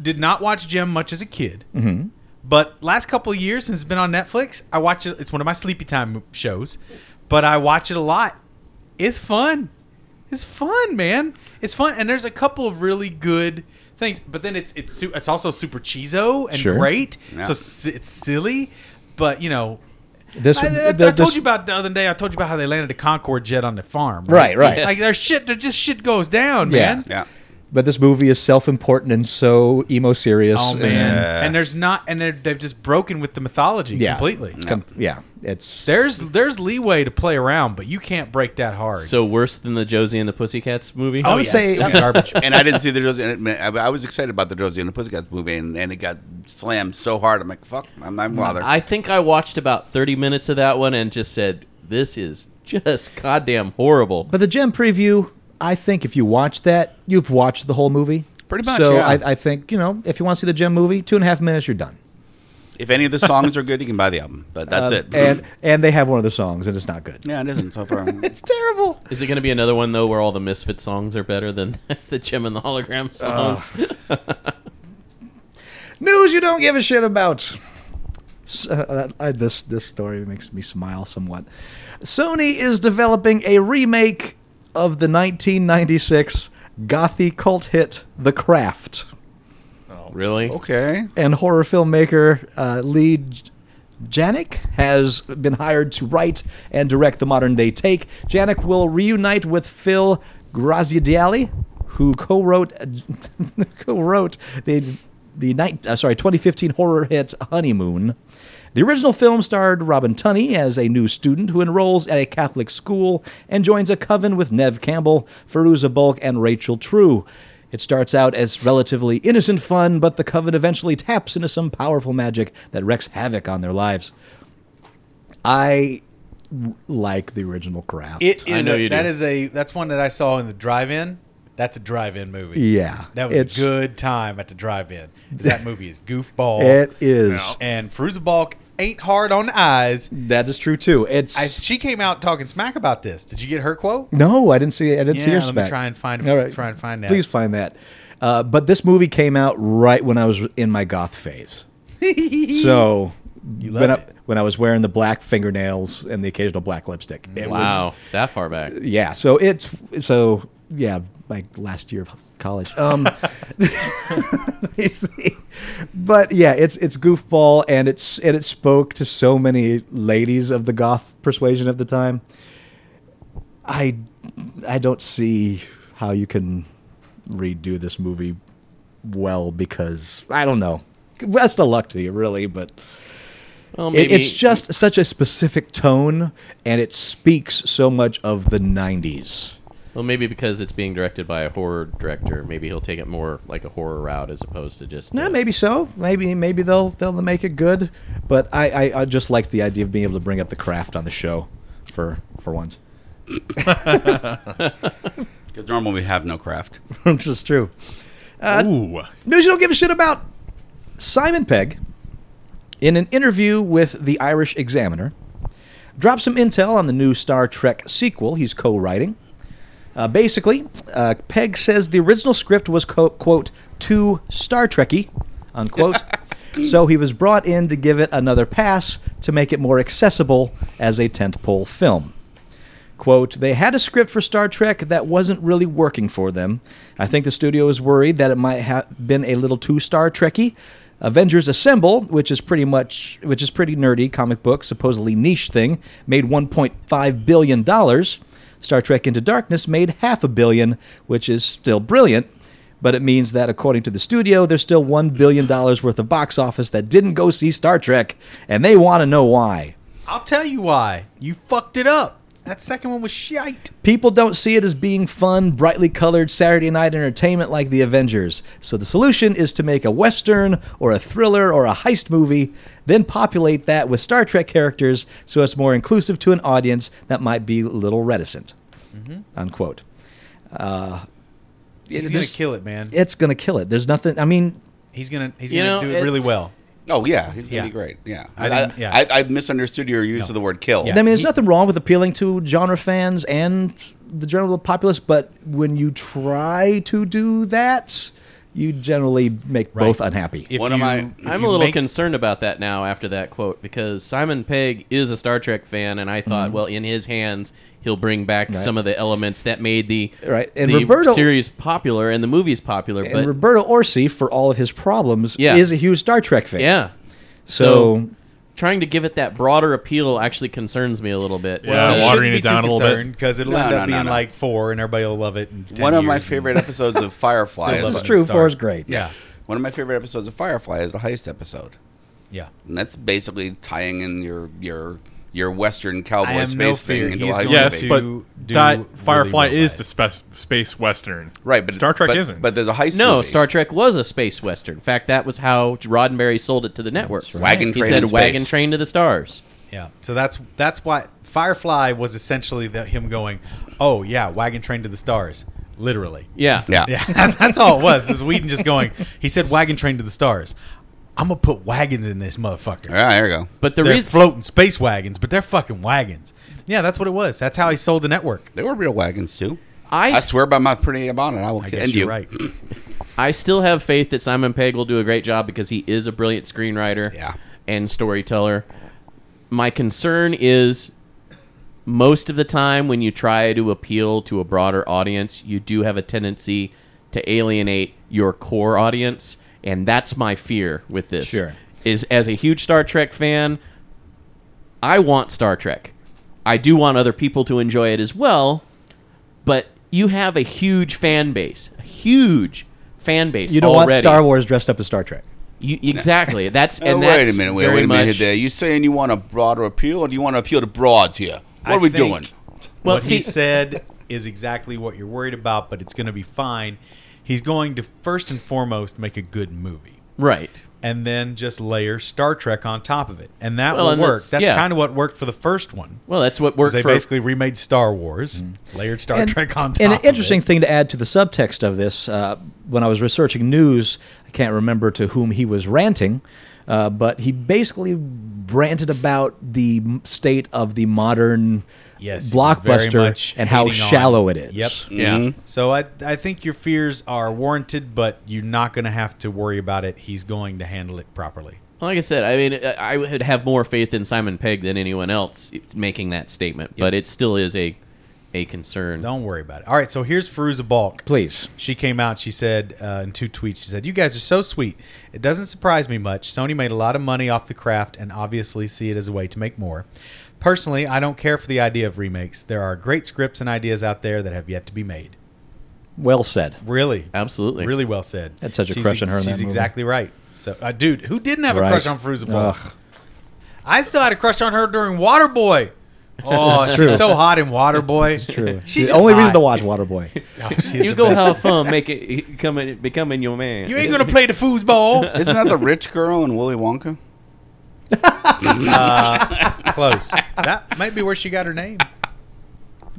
S2: did not watch Gem much as a kid, mm-hmm. but last couple of years since it's been on Netflix, I watch it. It's one of my sleepy time shows, but I watch it a lot. It's fun. It's fun, man. It's fun, and there's a couple of really good things. But then it's it's su- it's also super cheeso and
S6: Sure.
S2: great.
S5: Yeah.
S2: So s- it's silly, but you know.
S6: This
S2: I, I, I
S6: the-
S2: told
S6: this-
S2: you about the other day. I told you about how they landed a Concorde jet on the farm.
S6: Right, right.
S2: Like there's shit. There's just shit goes down,
S6: Yeah.
S2: man.
S5: Yeah.
S6: But this movie is self-important and so emo serious.
S2: Oh man. And there's not. And they're, they've just broken with the mythology
S6: Yeah.
S2: completely.
S6: Com- yeah, it's
S2: There's there's leeway to play around, but you can't break that hard.
S3: So oh, worse than the Josie and the Pussycats movie.
S2: Oh,
S6: I would say
S2: garbage.
S5: and I didn't see the Josie. And it- I I was excited about the Josie and the Pussycats movie, and, and it got slammed so hard. I'm like, fuck, I'm not bothered.
S3: I think I watched about 30 minutes of that one and just said, "This is just goddamn horrible."
S6: But the gem preview, I think if you watch that, you've watched the whole movie.
S5: Pretty much,
S6: So
S5: yeah.
S6: I, I think you know if you want to see the gem movie, two and a half minutes, you're done.
S5: if any of the songs are good, you can buy the album. But that's
S6: Um,
S2: eh.
S5: it.
S6: And and they have one of the songs, and it's not good.
S5: yeah, it isn't so far.
S6: It's terrible.
S3: Is it going to be another one though where all the Misfit songs are better than the Jim and the
S6: Uh,
S3: Hologram songs?
S6: News you don't give a shit about. S- uh, I, this this story makes me smile somewhat. Sony is developing a remake of the 1996 gothy cult hit The Craft.
S3: really?
S5: okay.
S6: and horror filmmaker uh, Lee J- Janik has been hired to write and direct the modern day take. Janik will reunite with Phil Graziadeli, who co-wrote co-wrote the the night uh, sorry 2015 horror hit Honeymoon. The original film starred Robin Tunney as a new student who enrolls at a Catholic school and joins a coven with Nev Campbell, Feruza Bulk, and Rachel True. It starts out as relatively innocent fun, but the Coven eventually taps into some powerful magic that wreaks havoc on their lives. I w- like the original craft.
S2: It is
S3: know
S2: a,
S3: you do.
S2: that is a that's one that I saw in the drive-in. That's a drive-in movie.
S6: Yeah,
S2: that was
S6: it's-
S2: a good time at the drive-in. 'Cause That movie is goofball.
S6: it is.
S2: and Fruza Balk ain't hard on the eyes.
S6: That is true too. It's
S2: I, she came out talking smack about this. Did you get her quote?
S6: No, I didn't see. I didn't see
S2: Yeah,
S6: your
S2: let me
S6: spec.
S2: try and find- try and find that.
S6: Please find that. Uh, but this movie came out right when I was in my goth phase. so
S2: love
S6: when I,
S2: it.
S6: when I was wearing the black fingernails and the occasional black lipstick, it
S3: Wow,
S6: was
S3: that far back.
S6: yeah. So it's so yeah, like last year of college. Um, but yeah, it's it's goofball and it's and it spoke to so many ladies of the goth persuasion of the time. I I don't see how you can redo this movie well because I don't know. Best of luck to you, really, but
S3: Well,
S6: it-
S3: maybe
S6: it's just such a specific tone, and it speaks so much of the '90s.
S3: well, maybe because it's being directed by a horror director, maybe he'll take it more like a horror route as opposed to just
S6: No,
S3: uh,
S6: maybe so. Maybe maybe they'll they'll make it good. But I, I, I just like the idea of being able to bring up the craft on the show, for for once.
S5: Because normally we have no craft.
S6: Which is true.
S2: uh,
S4: Ooh.
S6: News you don't give a shit about. Simon Pegg, in an interview with the Irish Examiner, dropped some intel on the new Star Trek sequel he's co-writing. Uh, basically, uh, Pegg says the original script was co- quote too Star Trekky, unquote. so he was brought in to give it another pass to make it more accessible as a tentpole film. Quote, they had a script for Star Trek that wasn't really working for them. I think the studio was worried that it might have been a little too Star Trekky. Avengers Assemble, which is pretty much which is pretty nerdy comic book, supposedly niche thing, made 1.5 billion dollars. Star Trek Into Darkness made half a billion, which is still brilliant, but it means that according to the studio, there's still 1 billion dollars worth of box office that didn't go see Star Trek, and they want to know why.
S2: I'll tell you why. You fucked it up. That second one was shite.
S6: People don't see it as being fun, brightly colored Saturday night entertainment like the Avengers. So the solution is to make a Western or a thriller or a heist movie, then populate that with Star Trek characters so it's more inclusive to an audience that might be a little reticent. Unquote. Uh,
S2: He's
S6: Yeah,
S2: Mm-hmm. gonna
S6: this-
S2: kill it, man.
S6: It's going to kill it. There's nothing, I mean,
S2: He's gonna he's
S3: You
S2: gonna
S3: know,
S2: do it,
S3: it-
S2: really well.
S5: Oh yeah, he's gonna
S2: Yeah.
S5: be great. Yeah,
S2: I
S5: I
S2: didn't-
S5: I,
S2: yeah.
S5: I, I misunderstood your use of the word kill.
S6: I mean, there's
S2: He-
S6: nothing wrong with appealing to genre fans and the general populace, but when you try to do that, you generally make
S2: Right.
S6: both unhappy.
S2: If
S5: What
S2: you,
S5: am I-
S2: if
S3: I'm a
S2: you
S3: little
S2: make-
S3: concerned about that now after that quote because Simon Pegg is a Star Trek fan, and I thought, well, in his hands, he'll bring back some of the elements that made the
S6: Right, and
S3: the
S6: Roberto-
S3: series popular and the movies popular.
S6: and
S3: but
S6: Roberto Orsi, for all of his problems,
S3: Yeah.
S6: is a huge Star Trek fan.
S3: yeah,
S6: So,
S3: So- trying to give it that broader appeal actually concerns me a little bit.
S4: Yeah,
S3: because-
S4: watering it down a little bit.
S2: because it'll
S5: No,
S2: end
S5: no,
S2: up
S5: no,
S2: being
S5: no.
S2: like four, and everybody will love it. In 10
S5: One of my
S2: years and-
S5: favorite episodes of
S2: Still
S5: Firefly.
S6: this
S2: love
S5: is,
S6: is
S2: it.
S6: true.
S2: Star.
S6: Four is great.
S2: Yeah,
S5: one of my favorite episodes of Firefly is the heist episode.
S2: yeah.
S5: And that's basically tying in your your your Western cowboy
S2: I have
S5: space
S2: no fear
S5: thing into a
S2: he's
S5: heist
S2: going
S5: movie.
S4: Yes,
S2: to
S4: but
S2: do really
S4: that Firefly
S2: well
S4: is
S2: at
S4: the space, space western,
S5: right. But
S4: Star Trek
S5: but-
S4: isn't.
S5: But there's a heist.
S3: No,
S5: movie.
S3: Star Trek was a space western. In fact, that was how Roddenberry sold it to the networks.
S5: Wagon
S3: he
S5: train
S3: said,
S5: in space.
S3: "Wagon train to the stars."
S2: Yeah. So that's that's why Firefly was essentially the, him going, "Oh yeah, wagon train to the stars." Literally.
S3: Yeah,
S5: Yeah.
S2: Yeah, that's all it was. Was Whedon just going? He said, "Wagon train to the stars." I'm gonna put wagons in this motherfucker.
S5: All right, there you go.
S3: But the
S2: They're
S3: reason
S2: floating space wagons, but they're fucking wagons. Yeah, that's what it was. That's how he sold the network.
S5: They were real wagons too.
S3: I,
S5: I swear by my pretty bonnet, I will
S2: I
S5: end
S2: guess
S5: you.
S2: you're right.
S3: I still have faith that Simon Pegg will do a great job because he is a brilliant screenwriter
S5: Yeah.
S3: and storyteller. My concern is most of the time when you try to appeal to a broader audience, you do have a tendency to alienate your core audience, and that's my fear with this.
S6: Sure.
S3: Is as a huge Star Trek fan, I want Star Trek. I do want other people to enjoy it as well, but you have a huge fan base, a huge fan base.
S6: you don't
S3: already.
S6: want Star Wars dressed up as Star Trek.
S3: You, exactly. That's
S5: Oh,
S3: and
S5: wait
S3: that's
S5: a minute, wait,
S3: very
S5: wait a minute
S3: much-
S5: there. You saying you want a broader appeal, or do you want to appeal to broads here? What
S2: I
S5: are we
S2: think
S5: doing?
S3: Well,
S2: what
S3: see-
S2: he said is exactly what you're worried about, but it's going to be fine. He's going to first and foremost make a good movie,
S3: Right.
S2: and then just layer Star Trek on top of it, and that
S3: Well,
S2: will
S3: and
S2: work.
S3: that's-
S2: That's
S3: yeah.
S2: kind of what worked for the first one.
S3: Well, that's what worked
S2: they
S3: for. Mm-hmm.
S2: basically remade Star Wars, layered Star
S6: and,
S2: Trek on top.
S6: and an
S2: of
S6: interesting
S2: it.
S6: thing to add to the subtext of this, uh, when I was researching news, I can't remember to whom he was ranting, uh, but he basically ranted about the m- state of the modern
S2: Yes, he was very
S6: blockbuster
S2: much
S6: and how
S2: hating on-
S6: shallow it is.
S2: Yep.
S3: yeah.
S5: Mm-hmm.
S3: Mm-hmm.
S2: So I I think your fears are warranted, but you're not going to have to worry about it. He's going to handle it properly.
S3: Well, Like I said, I mean, I I would have more faith in Simon Pegg than anyone else making that statement, but it still is a a concern.
S2: Don't worry about it. All right. So here's Feruza Balk.
S6: Please.
S2: She came out. She said uh, in two tweets, she said, "You guys are so sweet. It doesn't surprise me much. Sony made a lot of money off the craft, and obviously see it as a way to make more. Personally, I don't care for the idea of remakes. There are great scripts and ideas out there that have yet to be made.
S6: Well said.
S2: Really,
S3: Absolutely.
S2: really well said.
S6: Had such a
S2: She's
S6: crush on her in
S2: She's
S6: that movie.
S2: exactly right. So, uh, dude, who didn't have
S6: Right.
S2: a crush on Feruza Balk?
S6: Ugh.
S2: I still had a crush on her during Waterboy. Oh,
S6: It's
S2: she's
S6: true.
S2: so hot in Waterboy.
S6: True.
S2: She's
S6: the
S2: just
S6: only reason
S2: hot.
S6: to watch Waterboy.
S2: Oh, she's
S3: You
S2: the
S3: go
S2: best.
S3: have fun, make it come in, becoming your man.
S2: You ain't gonna play the foosball.
S5: Isn't that the rich girl in Willy Wonka?
S2: Close. That might be where she got her name.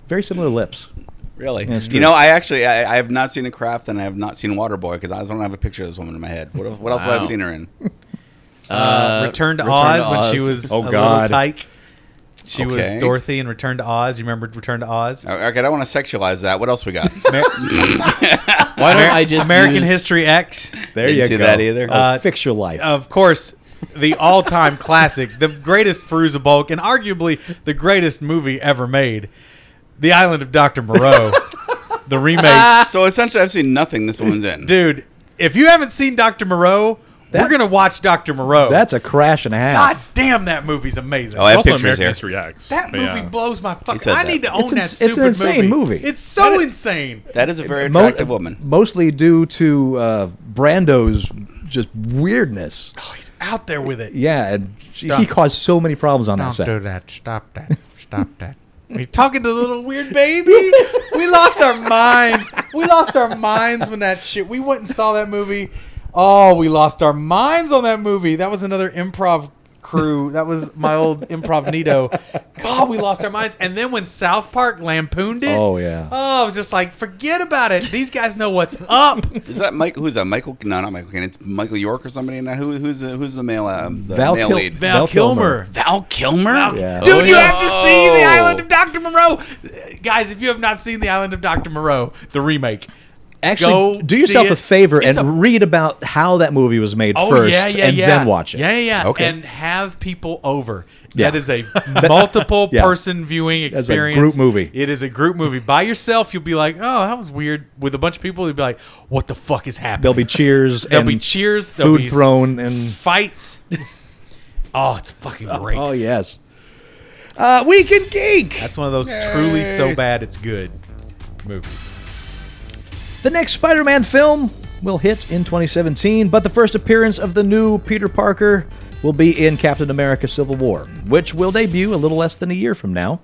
S6: Very similar lips.
S5: Really?
S6: it's true.
S5: you know, I actually I, I have not seen a craft and I have not seen Waterboy because I don't have a picture of this woman in my head. What, else- what else would I
S3: Wow.
S5: have seen her in?
S2: Uh, Return to
S3: Return to
S2: Oz when
S3: Oz.
S2: she was
S6: Oh,
S2: a
S6: God.
S2: little tyke. She was
S5: Okay. Uh,
S2: Dorothy in Return to Oz. You remember Return to Oz?
S5: Okay, I don't want to sexualize that. What else we got?
S3: Why don't I just
S2: American
S3: use-
S2: History X.
S6: There
S5: Didn't
S6: you
S5: see
S6: go.
S5: that either.
S6: Oh,
S5: Uh,
S6: fix your life.
S2: Of course, the all-time classic, the greatest Fruza Bulk, and arguably the greatest movie ever made, The Island of Dr. Moreau, the remake.
S5: so essentially, I've seen nothing this woman's in.
S2: Dude, if you haven't seen Dr. Moreau, we're
S6: That-
S2: gonna watch Dr. Moreau.
S6: That's a crash and a
S2: God
S6: half.
S2: damn, that movie's amazing.
S5: Oh, I have
S4: also
S5: pictures
S4: American
S5: here.
S4: History X.
S2: That
S4: but
S2: movie
S4: yeah.
S2: blows my fucking.
S5: said
S2: I
S5: that.
S2: need to own
S6: It's ins-
S2: that
S6: it's
S2: stupid
S6: an insane movie.
S2: It's so insane.
S5: That is a very
S6: Mo-
S5: attractive woman.
S6: Mostly due to uh, Brando's just weirdness.
S2: Oh, he's out there with it.
S6: Yeah, and she, he
S2: Stop.
S6: caused so many problems on that set.
S2: that. Stop that. Stop that. Are you talking to the little weird baby? we lost our minds. We lost our minds when that shit. We went and saw that movie. Oh, we lost our minds on that movie. That was another improv crew. That was my old improv Nito. God, we lost our minds. And then when South Park lampooned it.
S6: Oh, yeah.
S2: Oh, I was just like, forget about it. These guys know what's up.
S5: Is that Mike? Who's that? Michael? No, not Michael Caine. It's Michael York or somebody in that. Who, who's the, who's the male? Uh, the
S6: Val
S5: male
S6: Kil-
S5: lead?
S2: Val,
S6: Val Kilmer.
S2: Kilmer.
S5: Val Kilmer.
S6: Yeah.
S2: Dude,
S3: Oh,
S2: you
S3: yeah.
S2: have to see The
S5: Oh.
S2: Island of Dr. Moreau. Guys, if you have not seen The Island of Dr. Moreau, the remake,
S6: Actually,
S5: Go
S6: do
S5: see
S6: yourself
S5: it.
S6: a favor
S5: It's
S6: and
S5: a-
S6: read about how that movie was made first and then watch it.
S2: Oh, Yeah, yeah, yeah.
S5: Okay.
S2: And have people over.
S6: Yeah.
S2: That is a multiple
S6: Yeah.
S2: person viewing
S6: a
S2: experience.
S6: group movie.
S2: It is a group movie. By yourself, you'll be like, oh, that was weird. With a bunch of people, you'll be like, what the fuck is happening?
S6: There'll be cheers.
S2: There'll
S6: and
S2: be cheers. There'll
S6: Food
S2: be
S6: thrown and
S2: Fights. oh, it's fucking great.
S6: oh yes. Uh, Weekend Geek.
S2: That's one of those truly so bad it's good movies.
S6: The next Spider Man film will hit in 2017, but the first appearance of the new Peter Parker will be in Captain America Civil War, which will debut a little less than a year from now.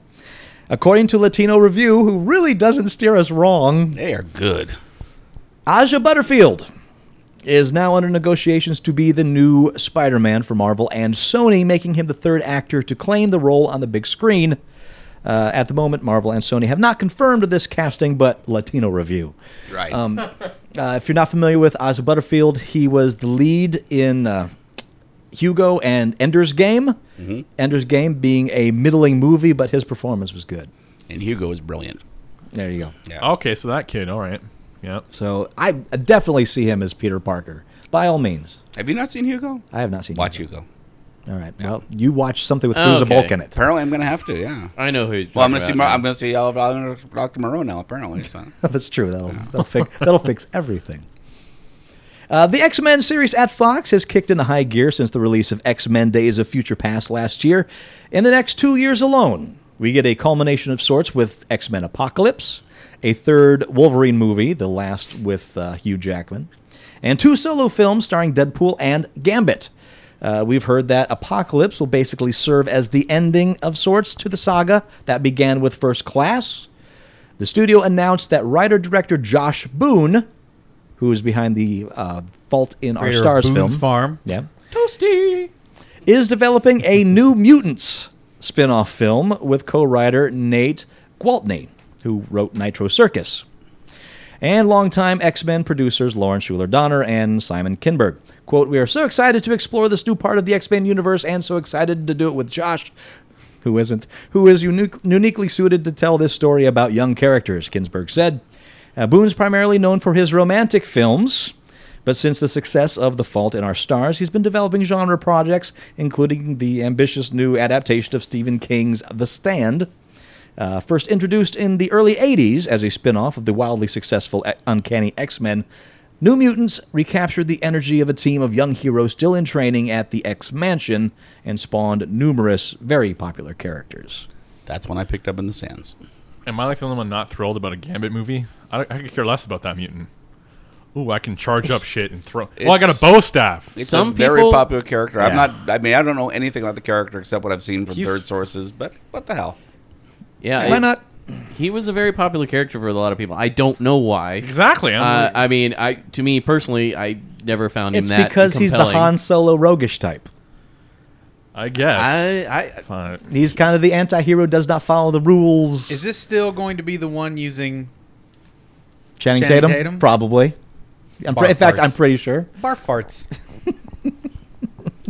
S6: According to Latino Review, who really doesn't steer us wrong,
S5: They are good.
S6: Aja Butterfield is now under negotiations to be the new Spider Man for Marvel and Sony, making him the third actor to claim the role on the big screen. Uh, at the moment, Marvel and Sony have not confirmed this casting, but Latino Review.
S5: Right.
S6: Uh, if you're not familiar with Ozzy Butterfield, he was the lead in uh, Hugo and Ender's Game. Ender's Game being a middling movie, but his performance was good.
S5: and Hugo is brilliant.
S6: There you go.
S4: Okay, so that kid. All right. Yeah.
S6: So I definitely see him as Peter Parker. By all means,
S5: Have you not seen Hugo?
S6: I have not seen.
S5: Watch
S6: him.
S5: Hugo.
S6: All right. Well, you watch something with
S3: Okay.
S6: Rosa Bulk in it.
S5: Apparently, I'm going to have to. Yeah.
S3: I know who. You're
S5: Well, I'm
S3: talking
S5: going to see.
S3: about
S5: Mar-
S3: now.
S5: I'm going to see all of Dr. Dr. Moreau now. Apparently, so.
S6: That's true. That'll that'll, fix, that'll fix everything. Uh, the X Men series at Fox has kicked into high gear since the release of X Men Days of Future Past last year. In the next two years alone, we get a culmination of sorts with X Men Apocalypse, a third Wolverine movie, the last with uh, Hugh Jackman, and two solo films starring Deadpool and Gambit. Uh, we've heard that Apocalypse will basically serve as the ending of sorts to the saga that began with First Class. The studio announced that writer director Josh Boone, who is behind the uh, Fault in Our
S2: Creator of
S6: Stars film,
S2: Boone's Farm.
S6: yeah, Toasty, is developing a New Mutants spin-off film with co-writer Nate Gwaltney, who wrote Nitro Circus, and longtime X-Men producers Lauren Schuler Donner and Simon Kinberg. "Quote: We are so excited to explore this new part of the X-Men universe, and so excited to do it with Josh." Who isn't? Who is unique, uniquely suited to tell this story about young characters? Kinberg said. Uh, Boone's primarily known for his romantic films, but since the success of The Fault in Our Stars, he's been developing genre projects, including the ambitious new adaptation of Stephen King's The Stand. uh, first introduced in the early 80s as a spin off of the wildly successful E- Uncanny X Men, New Mutants recaptured the energy of a team of young heroes still in training at the X Mansion and spawned numerous very popular characters.
S5: That's when I picked up in the sands.
S4: Am I like the only one not thrilled about a Gambit movie? I, I could care less about that mutant. Ooh, I can charge up shit and throw. Well, I got a
S5: It's-
S4: bow staff.
S5: It's
S3: Some
S5: a very
S3: people-
S5: popular character. I'm
S6: Yeah.
S5: not. I mean, I don't know anything about the character except what I've seen from
S4: He's-
S5: third sources. But what the hell?
S3: yeah,
S6: Why
S3: it-
S6: not?
S3: He was a very popular character for a lot of people. I don't know why.
S4: Exactly. I'm
S3: Uh, I mean, I to me personally, I never found him
S6: It's
S3: that.
S6: because he's the
S3: compelling.
S6: Han Solo roguish type.
S4: I guess.
S3: I, I
S4: Fine.
S6: He's kind of the anti hero, does not follow the rules.
S2: Is this still going to be the one using
S6: Channing,
S2: Channing
S6: Tatum?
S2: Tatum?
S6: Probably. I'm pre- in fact,
S2: farts.
S6: I'm pretty sure.
S2: bar farts?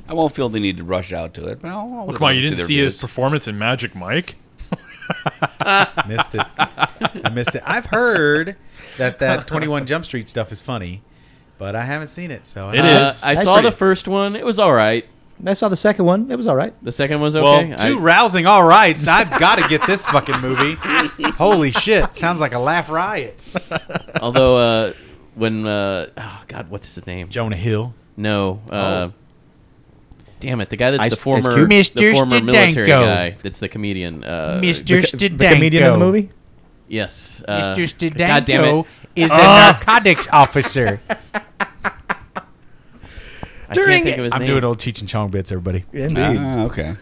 S5: I won't feel the need to rush out to it. But I'll, I'll
S4: Well, come on, you
S5: the
S4: didn't see his
S5: reviews.
S4: performance in Magic Mike?
S2: missed it. I missed it. I've heard that that 21 Jump Street stuff is funny, but I haven't seen it. So I
S4: It
S2: don't-
S3: uh,
S4: is.
S3: I
S6: Nice
S3: saw
S6: to-
S3: the first one. It was all right.
S6: I saw the second one. It was all right.
S3: The second was
S4: Well,
S3: okay. I-
S2: Two rousing all rights. I've got to get this fucking movie. Holy shit. Sounds like a laugh riot.
S3: although uh, when uh, oh god, what's his name?
S2: Jonah Hill.
S3: No. Uh,
S6: Oh.
S3: Damn it! The guy that's
S6: Ice-
S3: the former,
S6: Ice Cube?
S3: the
S8: Mr.
S3: former military
S8: Stadenko.
S3: guy. That's the comedian. Uh,
S6: The,
S8: Mr.
S6: co- the comedian in the movie?
S3: Yes. Uh,
S8: Mr.
S3: God damn
S8: Stadenko
S3: it!
S8: is
S2: Uh,
S8: a narcotics officer.
S3: I
S6: During-
S3: can't think of his
S2: I'm
S3: name.
S2: doing old Cheech and Chong bits, everybody.
S6: Indeed.
S5: Ah, okay.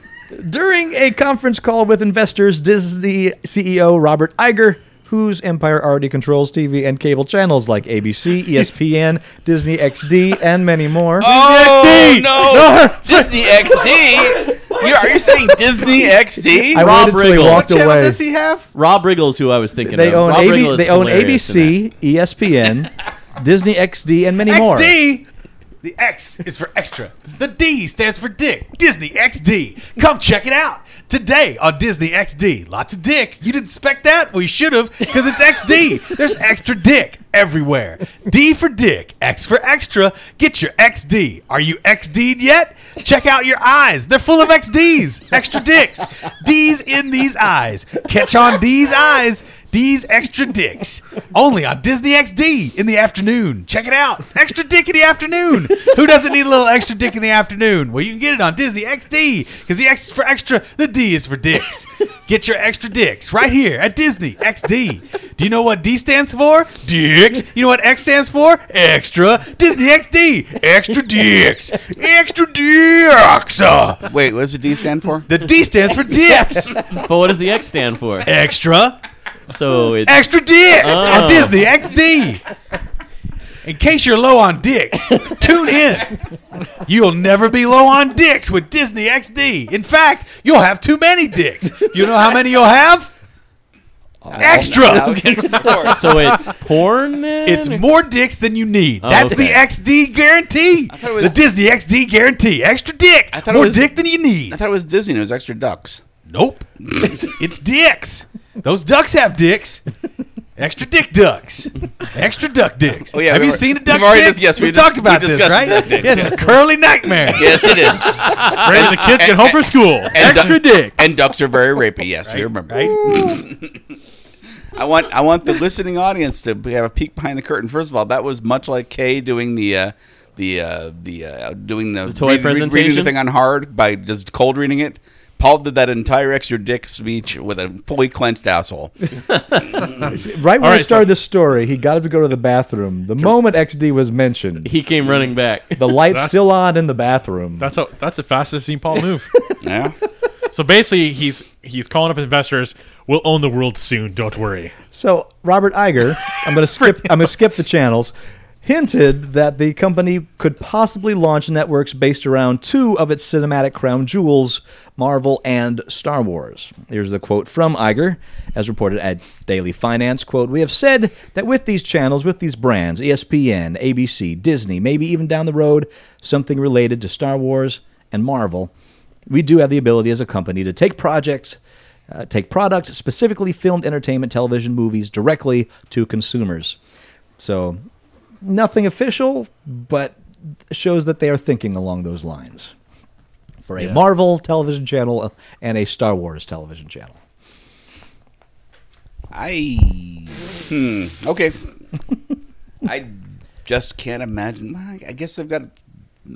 S6: During a conference call with investors, Disney CEO Robert Iger, whose empire already controls TV and cable channels like ABC, ESPN, Disney XD, and many more.
S5: Oh no! Disney XD. You're, are you saying Disney XD?
S6: I
S3: Rob
S6: waited till he
S3: Riggle.
S6: walked
S2: Channel
S6: away.
S2: does he have?
S3: Rob Riggle's who I was thinking
S6: They
S3: of.
S6: own,
S3: Rob
S6: AB,
S3: Riggle is
S6: they own
S3: hilarious in
S6: ABC, ESPN, Disney XD, and many more.
S2: XD. The X is for extra. The D stands for dick. Disney XD. Come check it out today on Disney XD. Lots of dick. You didn't expect that? We should have because it's XD. There's extra dick. everywhere. D for dick, X for extra. Get your XD. Are you XD'd yet? Check out your eyes. They're full of XDs, extra dicks. D's in these eyes. Catch on D's eyes, D's extra dicks. Only on Disney XD in the afternoon. Check it out. Extra dick in the afternoon. Who doesn't need a little extra dick in the afternoon? Well, you can get it on Disney XD because the X is for extra, the D is for dicks. Get your extra dicks right here at Disney XD. Do you know what D stands for? Dicks. You know what X stands for? Extra. Disney XD. Extra dicks. Extra dicks. Uh,
S5: Wait, what does the D stand for?
S2: The D stands for dicks.
S3: But what does the X stand for?
S2: Extra.
S3: So it's
S2: Extra dicks
S3: Oh.
S2: on Disney XD. In case you're low on dicks, tune in. You'll never be low on dicks with Disney XD. In fact, you'll have too many dicks. You know how many you'll have?
S5: Oh,
S2: Extra.
S3: so it's porn. Then?
S2: It's more dicks than you need. That's
S3: okay.
S2: the XD guarantee.
S5: thought it was-
S2: the Disney XD guarantee. Extra dick.
S5: I thought it
S2: More
S5: was-
S2: dick than you
S5: I
S2: need.
S5: thought it was Disney. It was extra ducks.
S2: Nope. it's dicks. Those ducks have dicks. Extra dick ducks. Extra duck dicks.
S5: Oh, yeah,
S2: have
S5: we
S2: you
S5: were-
S2: seen a
S5: we've
S2: duck
S5: already
S2: dick?
S5: dis- yes, we
S2: We've
S5: dis-
S2: talked
S5: we
S2: about this,
S5: discussed
S2: right?
S5: duck dicks,
S2: It's a curly nightmare.
S5: Yes, it is.
S4: Ready the kids get home from school. Extra
S5: duck-
S4: dick.
S5: and ducks are very rapey. Yes, we remember. I want I want the listening audience to have a peek behind the curtain. First of all, that was much like Kay doing the. Uh, the uh, the uh, doing the,
S3: toy
S5: reading the
S3: presentation?
S5: thing on hard by just cold reading it. Paul did that entire extra dick speech with a fully clenched asshole.
S6: Right when
S4: All
S6: I
S4: right, so-
S6: started this story, he got up to go to the bathroom. The moment XD was mentioned,
S3: He came running back.
S6: the light's still on in the bathroom.
S4: That's a that's the fastest seen Paul move.
S5: Yeah,
S4: so basically, he's he's calling up investors. We'll own the world soon. Don't worry.
S6: So Robert Iger, I'm going to skip. I'm going to skip the channels. Hinted that the company could possibly launch networks based around two of its cinematic crown jewels, Marvel and Star Wars. Here's the quote from Iger, as reported at Daily Finance. Quote, We have said that with these channels, with these brands, E ESPN, ABC, Disney, maybe even down the road, something related to Star Wars and Marvel, we do have the ability as a company to take projects uh, take products specifically filmed entertainment television movies directly to consumers so nothing official but shows that they are thinking along those lines for a marvel television channel uh, and a star wars television channel
S5: I hmm okay. I just can't imagine. well, I guess they've got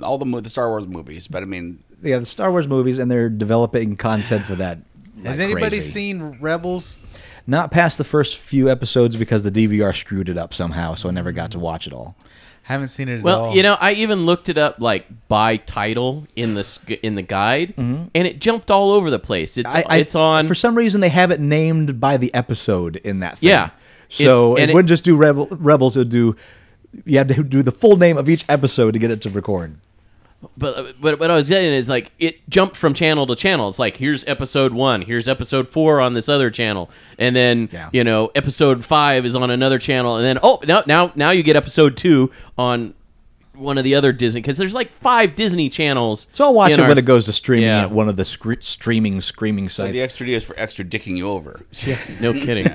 S5: all the mo- the Star Wars movies, but I mean,
S6: yeah the star wars movies and they're developing content for that like
S2: Has anybody
S6: crazy.
S2: seen Rebels?
S6: not past the first few episodes because the dvr screwed it up somehow so i never got to watch it all
S2: Haven't seen it at all.
S3: Well,
S6: Oh.
S3: you know, I even looked it up like by title in the sc- in the guide, and it jumped all over the place. It's
S6: Mm-hmm. I, I,
S3: it's on
S6: For some reason, they have it named by the episode in that thing.
S3: Yeah.
S6: So
S3: It's-
S6: it
S3: and it-
S6: wouldn't just do Rebel, Rebels, it would do. You had to do the full name of each episode to get it to record.
S3: but but what I was getting is like it jumped from channel to channel. It's like here's episode one, here's episode four on this other channel, and then
S6: Yeah.
S3: you know episode five is on another channel, and then oh now now now you get episode two on one of the other Disney because there's like five Disney channels.
S6: So I'll watch
S3: in
S6: it
S3: our
S6: when
S3: s-
S6: it goes to streaming
S3: Yeah.
S6: at one of the scre- streaming screaming
S5: so
S6: sites.
S5: the extra D is for extra dicking you over.
S3: No kidding.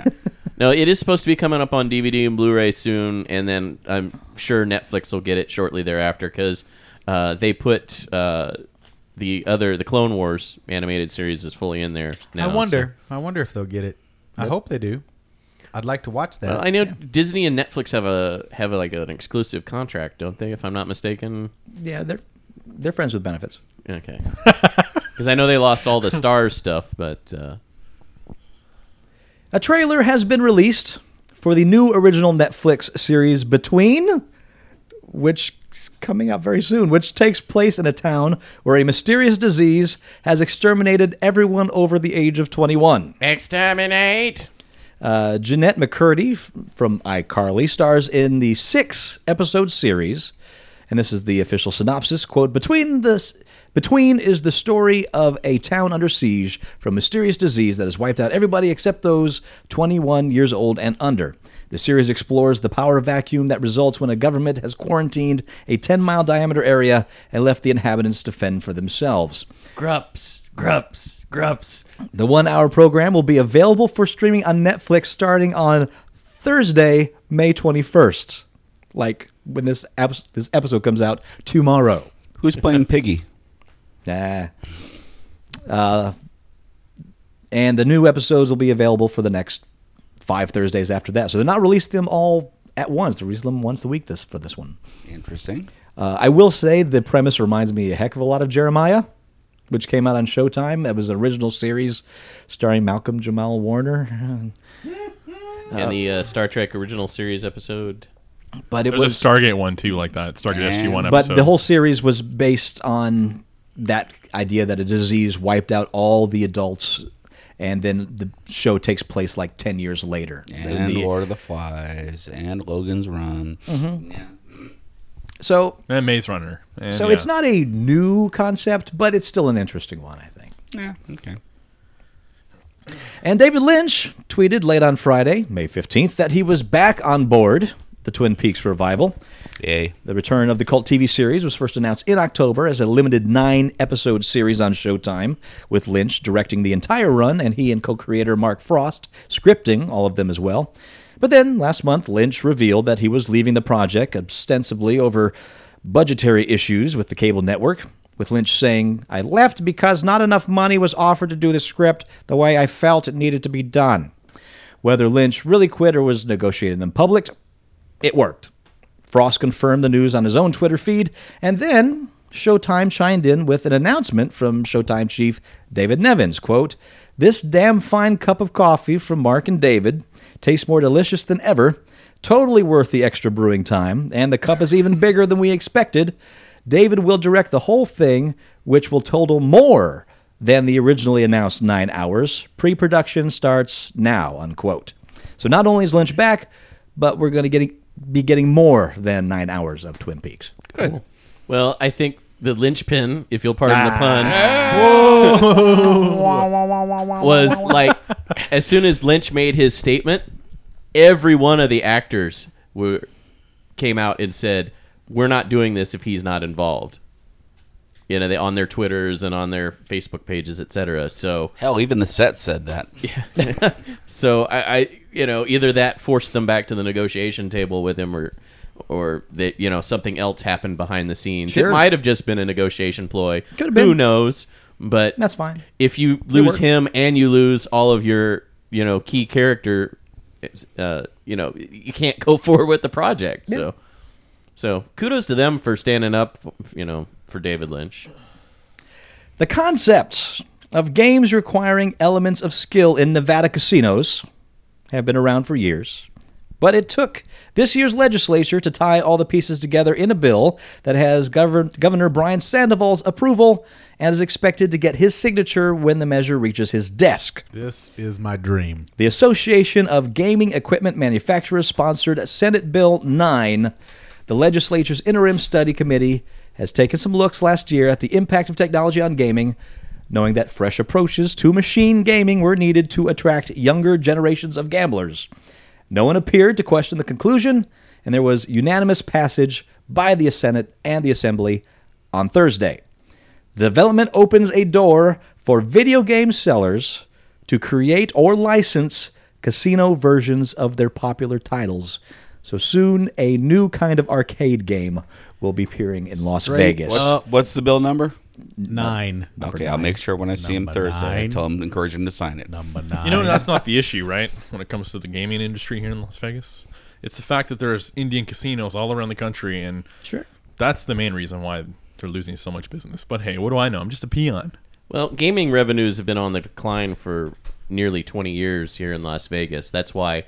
S3: No, it is supposed to be coming up on DVD and Blu-ray soon, and then I'm sure Netflix will get it shortly thereafter because uh, they put uh, the other the Clone Wars animated series is fully in there.
S2: I
S3: Now,
S2: wonder. I wonder if they'll get it. I hope they do. I'd like to watch that.
S3: so- Well, I know Disney and Netflix have a have like an exclusive contract, don't they? If I'm not mistaken.
S6: yeah, they're they're friends with benefits.
S3: Okay. Because I know they lost all the stars stuff, but uh,
S6: A trailer has been released for the new original Netflix series Between, which is coming out very soon, which takes place in a town where a mysterious disease has exterminated everyone over the age of 21.
S3: exterminate.
S6: Uh, Jeanette McCurdy f- from iCarly stars in the six episode series, and this is the official synopsis. Quote: Between this, between is the story of a town under siege from mysterious disease that has wiped out everybody except those 21 years old and under. The series explores the power vacuum that results when a government has quarantined a 10 mile diameter area and left the inhabitants to fend for themselves.
S3: Grups. Grups. Grups.
S6: The one hour program will be available for streaming on Netflix starting on Thursday, May 21st. Like when this, ep- this episode comes out tomorrow.
S5: Who's playing Piggy?
S6: Nah. Uh, and the new episodes will be available for the next five Thursdays after that. So they're not releasing them all at once. They're releasing them once a week this for this one.
S5: Interesting.
S6: Uh, I will say the premise reminds me a heck of a lot of Jeremiah, which came out on Showtime. That was an original series starring Malcolm Jamal Warner.
S3: and the uh, Star Trek original series episode.
S5: But it
S4: There's
S5: was
S4: a Stargate one too, like that Stargate
S5: Damn.
S4: SG One
S6: But
S4: episode.
S6: the whole series was based on that idea that a disease wiped out all the adults, and then the show takes place like 10 years later.
S5: and
S6: The-
S5: Lord of the Flies and Logan's Run. Yeah.
S6: so
S4: and Maze Runner. And
S6: so
S4: yeah.
S6: it's not a new concept, but it's still an interesting one, I think.
S5: Yeah. Okay.
S6: And David Lynch tweeted late on Friday, May 15th, that he was back on board the Twin Peaks revival.
S5: Yay.
S6: The return of the cult TV series was first announced in October as a limited nine episode series on Showtime, with Lynch directing the entire run and he and co creator Mark Frost scripting all of them as well. But then last month, Lynch revealed that he was leaving the project ostensibly over budgetary issues with the cable network. With Lynch saying, I left because not enough money was offered to do the script the way I felt it needed to be done. Whether Lynch really quit or was negotiated in public, it worked. Frost confirmed the news on his own Twitter feed, and then Showtime chimed in with an announcement from Showtime chief David Nevins, quote, "This damn fine cup of coffee from Mark and David tastes more delicious than ever, totally worth the extra brewing time, and the cup is even bigger than we expected. David will direct the whole thing, which will total more than the originally announced 9 hours. Pre-production starts now." unquote. So not only is Lynch back, but we're going to getting, be getting more than nine hours of Twin Peaks.
S3: Well, I think the linchpin, if you'll pardon the pun, was like as soon as Lynch made his statement, every one of the actors were came out and said, "We're not doing this if he's not involved." You know, they on their Twitters and on their Facebook pages, etc. So,
S5: Hell, even the set said that.
S3: so I, I, you know, either that forced them back to the negotiation table with him, or, or that you know something else happened behind the scenes.
S6: Sure.
S3: It might have just been a negotiation ploy.
S6: Could have
S3: Who
S6: been.
S3: knows? But
S6: That's fine.
S3: If you lose
S6: worked.
S3: him and you lose all of your, you know, key character, uh, you know, you can't go forward with the project. So, so kudos to them for standing up. You know, for David Lynch.
S6: The concept of games requiring elements of skill in Nevada casinos have been around for years. But it took this year's legislature to tie all the pieces together in a bill that has Govern- Governor Brian Sandoval's approval and is expected to get his signature when the measure reaches his desk.
S2: This is my dream.
S6: The Association of Gaming Equipment Manufacturers sponsored Senate Bill 9. The legislature's interim study committee has taken some looks last year at the impact of technology on gaming, knowing that fresh approaches to machine gaming were needed to attract younger generations of gamblers. No one appeared to question the conclusion, and there was unanimous passage by the Senate and the Assembly on Thursday. Development opens a door for video game sellers to create or license casino versions of their popular titles. So soon, a new kind of arcade game will be appearing in Las Vegas.
S5: What's, Uh, what's the bill number?
S2: Nine.
S5: Okay, I'll make sure when I see him
S2: Number
S5: Thursday, I
S2: nine.
S5: tell him, encourage him to sign it.
S2: Number nine.
S4: You know, that's not the issue, right? When it comes to the gaming industry here in Las Vegas, it's the fact that there's Indian casinos all around the country, and
S6: Sure.
S4: that's the main reason why they're losing so much business. But hey, what do I know? I'm just a peon.
S3: Well, gaming revenues have been on the decline for nearly 20 years here in Las Vegas. That's why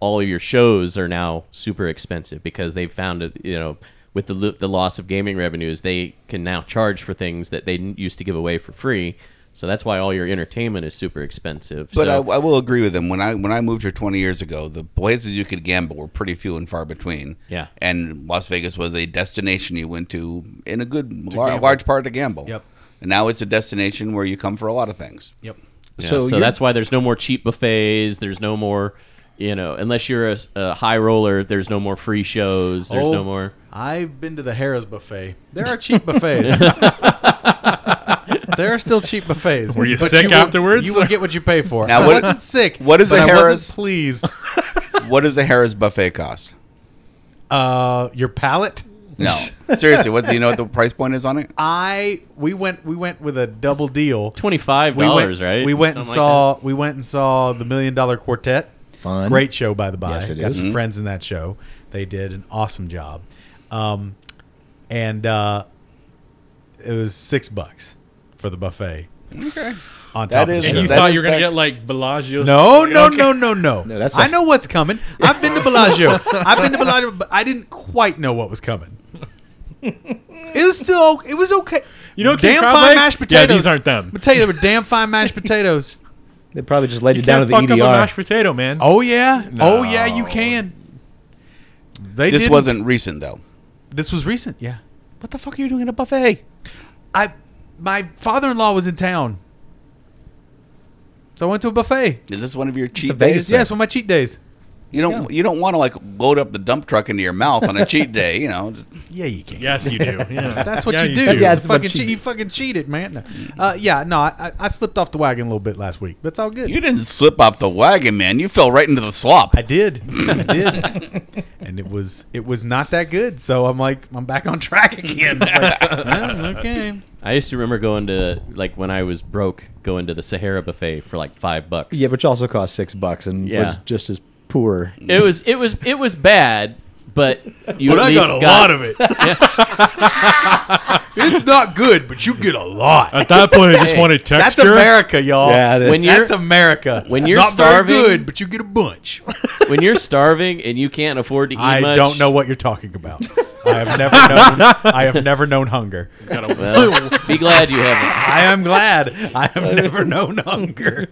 S3: all your shows are now super expensive because they've found it, you know, with the, lo- the loss of gaming revenues, they can now charge for things that they n- used to give away for free. So that's why all your entertainment is super expensive.
S5: But
S3: so,
S5: I, I will agree with him. When I when I moved here 20 years ago, the places you could gamble were pretty few and far between.
S3: Yeah.
S5: And Las Vegas was a destination you went to in a good lar- large part to gamble.
S2: Yep.
S5: And now it's a destination where you come for a lot of things.
S2: Yep.
S3: Yeah,
S6: so
S3: so,
S6: you're-
S3: that's why there's no more cheap buffets. There's no more, you know, unless you're a, s- a high roller, there's no more free shows. There's no
S2: Oh,
S3: more.
S2: I've been to the Harrah's buffet. There are cheap buffets. there are still cheap buffets. Were
S4: you sick afterwards,
S2: You
S4: or-
S2: will get what you pay for.
S5: Now,
S2: I
S5: what-
S2: wasn't sick.
S5: what is
S2: but
S5: a
S2: I
S5: Harrah's-
S2: wasn't pleased.
S5: what does the Harris buffet cost?
S2: Uh, your palate?
S5: No, seriously, what do you know? What the price point is on it?
S2: I we went we went with a double deal.
S3: Twenty five
S2: We went-
S3: dollars, right?
S2: We went and
S3: Something like
S2: saw we went and saw the Million Dollar Quartet.
S6: Fun.
S2: Great show by the by.
S6: Yes, it
S2: Got
S6: is.
S4: Mm-hmm.
S2: some friends in that show. They did an awesome job. Um, and uh, it was six bucks for the buffet.
S5: Okay.
S2: On
S5: That
S2: top of
S5: is-
S2: the
S4: And
S5: So
S2: show.
S4: you
S5: that's
S4: thought you were gonna
S5: back-
S4: get like Bellagio?
S2: No, no,
S4: Okay.
S2: no, no, no.
S6: No, that's
S2: I
S6: a-
S2: know what's coming. I've been to Bellagio. I've been to Bellagio, but I didn't quite know what was coming. It was still o- it was okay.
S4: You know King
S2: damn
S4: Crab
S2: fine
S4: Legs?
S2: mashed
S4: Yeah,
S2: potatoes.
S4: these aren't them.
S2: I'm gonna tell you, they were damn fine mashed potatoes.
S6: They probably just laid
S4: You
S6: you down to
S4: can't
S6: the E
S4: fuck up a
S6: EDR.
S4: mashed potato, man.
S2: Oh yeah, oh yeah, you can. They
S5: This
S2: didn't-
S5: wasn't recent though.
S2: This was recent. Yeah,
S5: What the fuck are you doing at a buffet?
S2: I my father-in-law was in town, so I went to a buffet.
S5: Is this one of your cheat
S6: Vegas
S5: days?
S2: Yeah, it's one of my cheat days.
S5: You don't you don't want to like load up the dump truck into your mouth on a cheat day, you know?
S2: Yeah, you can.
S4: Yes, you do. Yeah.
S2: That's what
S4: Yeah,
S2: you do.
S6: Yeah,
S2: it's a
S6: that's what
S2: fucking
S6: you
S2: cheat.
S6: do.
S2: You fucking cheated, man. No. Uh, yeah, no, I, I slipped off the wagon a little bit last week. That's all good.
S5: You didn't slip off the wagon, man. You fell right into the slop.
S2: I did. I did. and it was it was not that good. So I'm like, I'm back on track again. Like, "Oh, okay.
S3: that. I used to remember going to like when I was broke, going to the Sahara buffet for like five bucks.
S6: Yeah, which also cost six bucks and
S3: Yeah.
S6: was just as poor.
S3: It was it was it was bad, but you
S2: But
S3: at
S2: I
S3: least
S2: got a lot of it. it's not good, but you get a lot.
S4: At that point, I just wanted
S2: That's
S4: texture.
S2: America, y'all.
S6: Yeah, it is.
S3: When you-
S2: That's America.
S3: when you're
S2: not
S3: starving-
S2: very good, but you get a bunch.
S3: when you're starving and you can't afford to eat
S2: I
S3: much,
S2: don't know what you're talking about. I have never known. I have never known hunger.
S3: Well, be glad you haven't.
S2: I am glad I have never known hunger.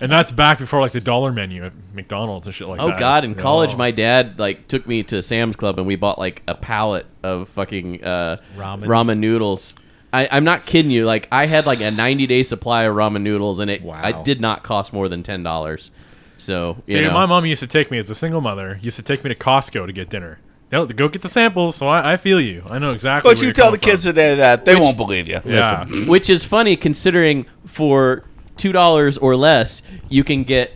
S4: And that's back before like the dollar menu at McDonald's and shit like
S3: Oh
S4: that.
S3: God! In college,
S4: Oh.
S3: my dad like took me to Sam's Club and we bought like a pallet of fucking uh,
S2: Ramens.
S3: ramen noodles. I, I'm not kidding you. Like I had like a 90 day supply of ramen noodles, and it I did not cost more than ten dollars. So you
S4: Dude,
S3: know,
S4: my mom used to take me as a single mother. Used to take me to Costco to get dinner. They'll go get the samples. So I, I feel you. I know exactly.
S5: But
S4: where
S5: you
S4: you're
S5: tell the
S4: coming
S5: kids today that they won't believe you.
S4: from. Yeah.
S3: which is funny considering for two dollars or less you can get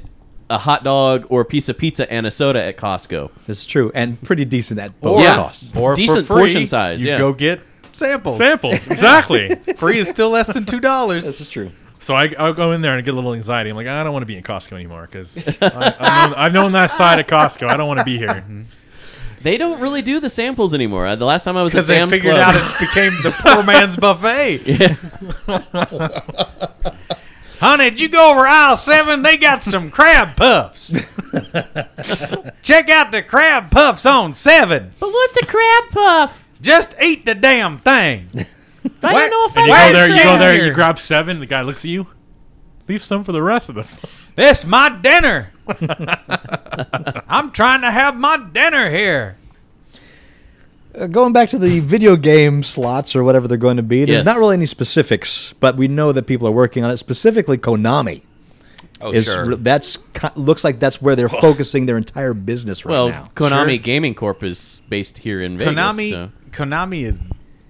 S3: a hot dog or a piece of pizza and a soda at Costco.
S6: It's true and pretty decent at both
S3: Yeah.
S6: costs.
S2: Or
S3: Decent
S2: for free,
S3: portion size,
S2: You
S3: yeah.
S2: go get samples.
S4: Samples exactly.
S2: free is still less than two
S6: This is
S2: dollars.
S6: true.
S4: so I, I'll go in there and get a little anxiety. I'm like, I don't want to be in Costco anymore because I've, known- I've known that side of Costco. I don't want to be here.
S3: They don't really do the samples anymore. Uh, The last time I was at
S2: Because they
S3: Sam's
S2: figured
S3: Club,
S2: out it's became the poor man's buffet. Honey, did you go over aisle seven? They got some crab puffs. Check out the crab puffs on seven.
S3: but what's a crab puff?
S2: Just eat the damn thing.
S3: I
S2: Where-
S3: don't know if
S4: And
S3: I
S2: Where's
S4: you go there, you go
S2: Jan
S4: there, you
S2: here?
S4: grab seven. The guy looks at you. Leave some for the rest of the.
S2: This my dinner. I'm trying to have my dinner here.
S6: Uh, going back to the video game slots or whatever they're going to be, there's
S3: Yes.
S6: not really any specifics, but we know that people are working on it. Specifically, Konami
S5: Oh,
S6: is
S5: sure.
S6: re- that's ki- looks like that's where they're focusing their entire business right
S3: Well,
S6: now.
S3: Konami Gaming Corp is based here in Vegas.
S2: Konami,
S3: so-
S2: Konami is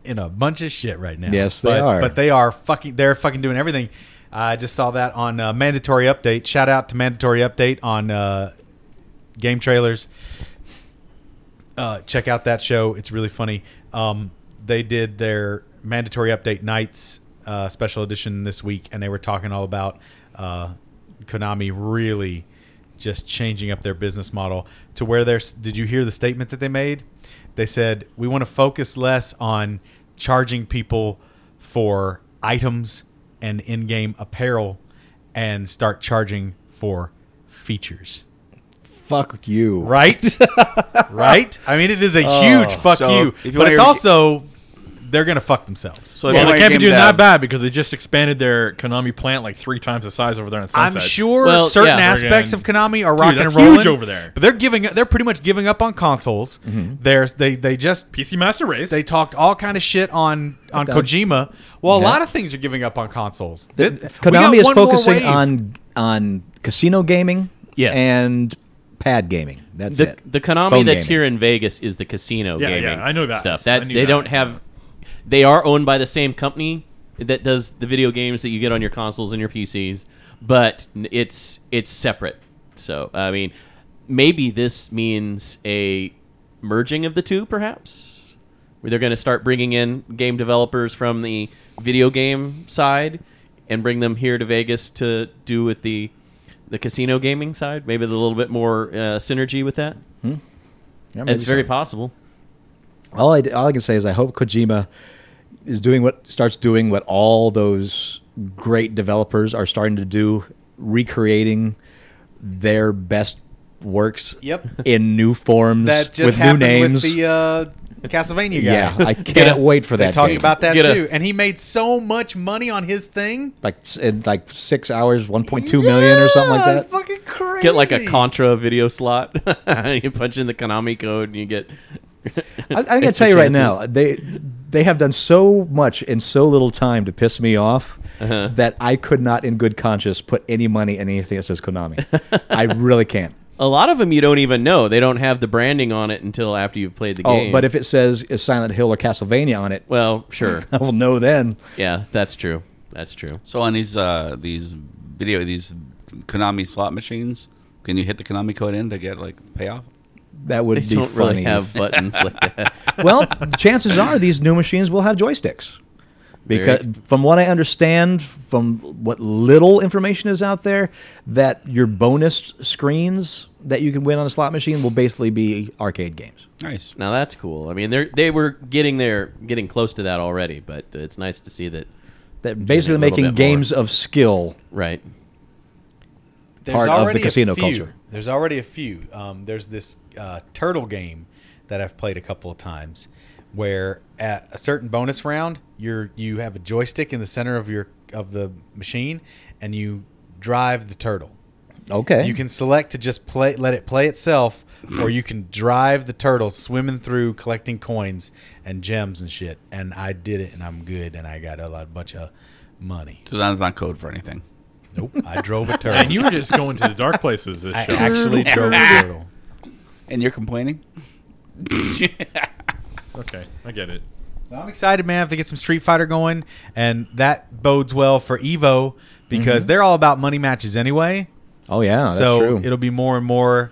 S2: in a bunch of shit right now.
S6: Yes, they
S2: But-
S6: are.
S2: But they are fucking. They're fucking doing everything. I just saw that on uh, mandatory update. Shout out to mandatory update on uh, game trailers. Uh, check out that show; it's really funny. Um, they did their mandatory update nights uh, special edition this week, and they were talking all about uh, Konami really just changing up their business model to where there's. Did you hear the statement that they made? They said we want to focus less on charging people for items and in-game apparel, and start charging for features
S6: Fuck you.
S2: right? right? I mean, it is a huge fuck
S5: So
S2: Oh. you,
S5: if you
S2: but
S5: wanna
S2: it's
S5: hear-
S2: also they're gonna fuck themselves.
S5: So
S4: Well,
S5: if you
S4: they
S5: want
S4: can't be
S5: game
S4: doing
S5: dev-
S4: that bad because they just expanded their Konami plant like three times the size over there on
S2: I'm
S4: Sunset.
S2: sure
S3: Well,
S2: certain
S3: yeah.
S2: aspects of
S4: Friggin-
S2: Konami are rocking
S4: that's
S2: and rolling
S4: huge over there.
S2: but they're giving they're pretty much giving up on consoles. They're they they just
S4: PC Master Race.
S2: they talked all kind of shit on on Kojima. Well, a lot of things are giving up on consoles.
S6: The-
S2: Th- we got
S6: Uh, Konami is
S2: one more
S6: focusing
S2: wave.
S6: on on casino gaming
S3: Yes.
S6: and pad gaming. That's
S3: the,
S6: it.
S3: the Konami
S6: Phone
S3: that's
S6: gaming.
S3: here in Vegas is the casino
S4: Yeah,
S3: gaming.
S4: yeah, I know that.
S3: stuff.
S4: I
S3: That
S4: knew
S3: they
S4: that.
S3: don't have. They are owned by the same company that does the video games that you get on your consoles and your PCs, but n- it's it's separate. So I mean, maybe this means a merging of the two, perhaps, where they're going to start bringing in game developers from the video game side and bring them here to Vegas to do with the the casino gaming side. Maybe a little bit more uh, synergy with that.
S6: Yeah, maybe
S3: It's very
S6: so.
S3: possible.
S6: all I, all I can say is I hope Kojima is doing what starts doing what all those great developers are starting to do, recreating their best works
S2: Yep.
S6: in new forms
S2: That just
S6: with new
S2: happened
S6: names.
S2: with the uh, Castlevania guy.
S6: yeah, I can't wait for that.
S2: They talked
S6: game.
S2: about that
S3: Get a-
S2: too, and he made so much money on his thing.
S6: like s- in like six hours, one point two million or something
S2: Yeah,
S6: like
S2: it's
S6: that.
S2: Fucking crazy.
S3: Get like a Contra video slot. you punch in the Konami code and you get.
S6: I, I'm gonna tell you right now, they they have done so much in so little time to piss me off
S3: Uh-huh.
S6: that I could not, in good conscience, put any money in anything that says Konami. I really can't.
S3: A lot of them you don't even know. They don't have the branding on it until after you've played the
S6: Oh,
S3: game.
S6: but if it says is Silent Hill or Castlevania on it,
S3: well, sure,
S6: I will know then.
S3: yeah, that's true. That's true.
S5: So on these uh, these video these Konami slot machines, can you hit the Konami code in to get like payoff?
S6: That would
S3: They
S6: be
S3: don't
S6: funny.
S3: really have buttons like that.
S6: well, chances are these new machines will have joysticks. Because
S3: Very-
S6: from what I understand, from what little information is out there, that your bonus screens that you can win on a slot machine will basically be arcade games.
S5: Nice.
S3: Now that's cool. I mean, they they were getting there, getting close to that already. But it's nice to see that.
S6: That basically
S3: a little
S6: making
S3: bit more.
S6: games of skill.
S3: Right.
S2: There's
S6: part of the
S2: already a
S6: casino
S2: few.
S6: culture.
S2: There's already a few. Um, there's this uh, turtle game that I've played a couple of times, where at a certain bonus round, you're you have a joystick in the center of your of the machine, and you drive the turtle.
S6: Okay.
S2: You can select to just play, let it play itself, or you can drive the turtle swimming through, collecting coins and gems and shit. And I did it, and I'm good, and I got a lot, bunch of money.
S5: So that's not code for anything.
S2: Nope, I drove a turtle.
S4: and you were just going to the dark places this
S2: I
S4: show.
S2: actually drove a turtle.
S5: And you're complaining?
S4: Okay, I get it.
S2: So I'm excited, man. I have to get some Street Fighter going, and that bodes well for Evo because they're all about money matches anyway.
S6: Mm-hmm. oh yeah, that's
S2: so
S6: true.
S2: it'll be more and more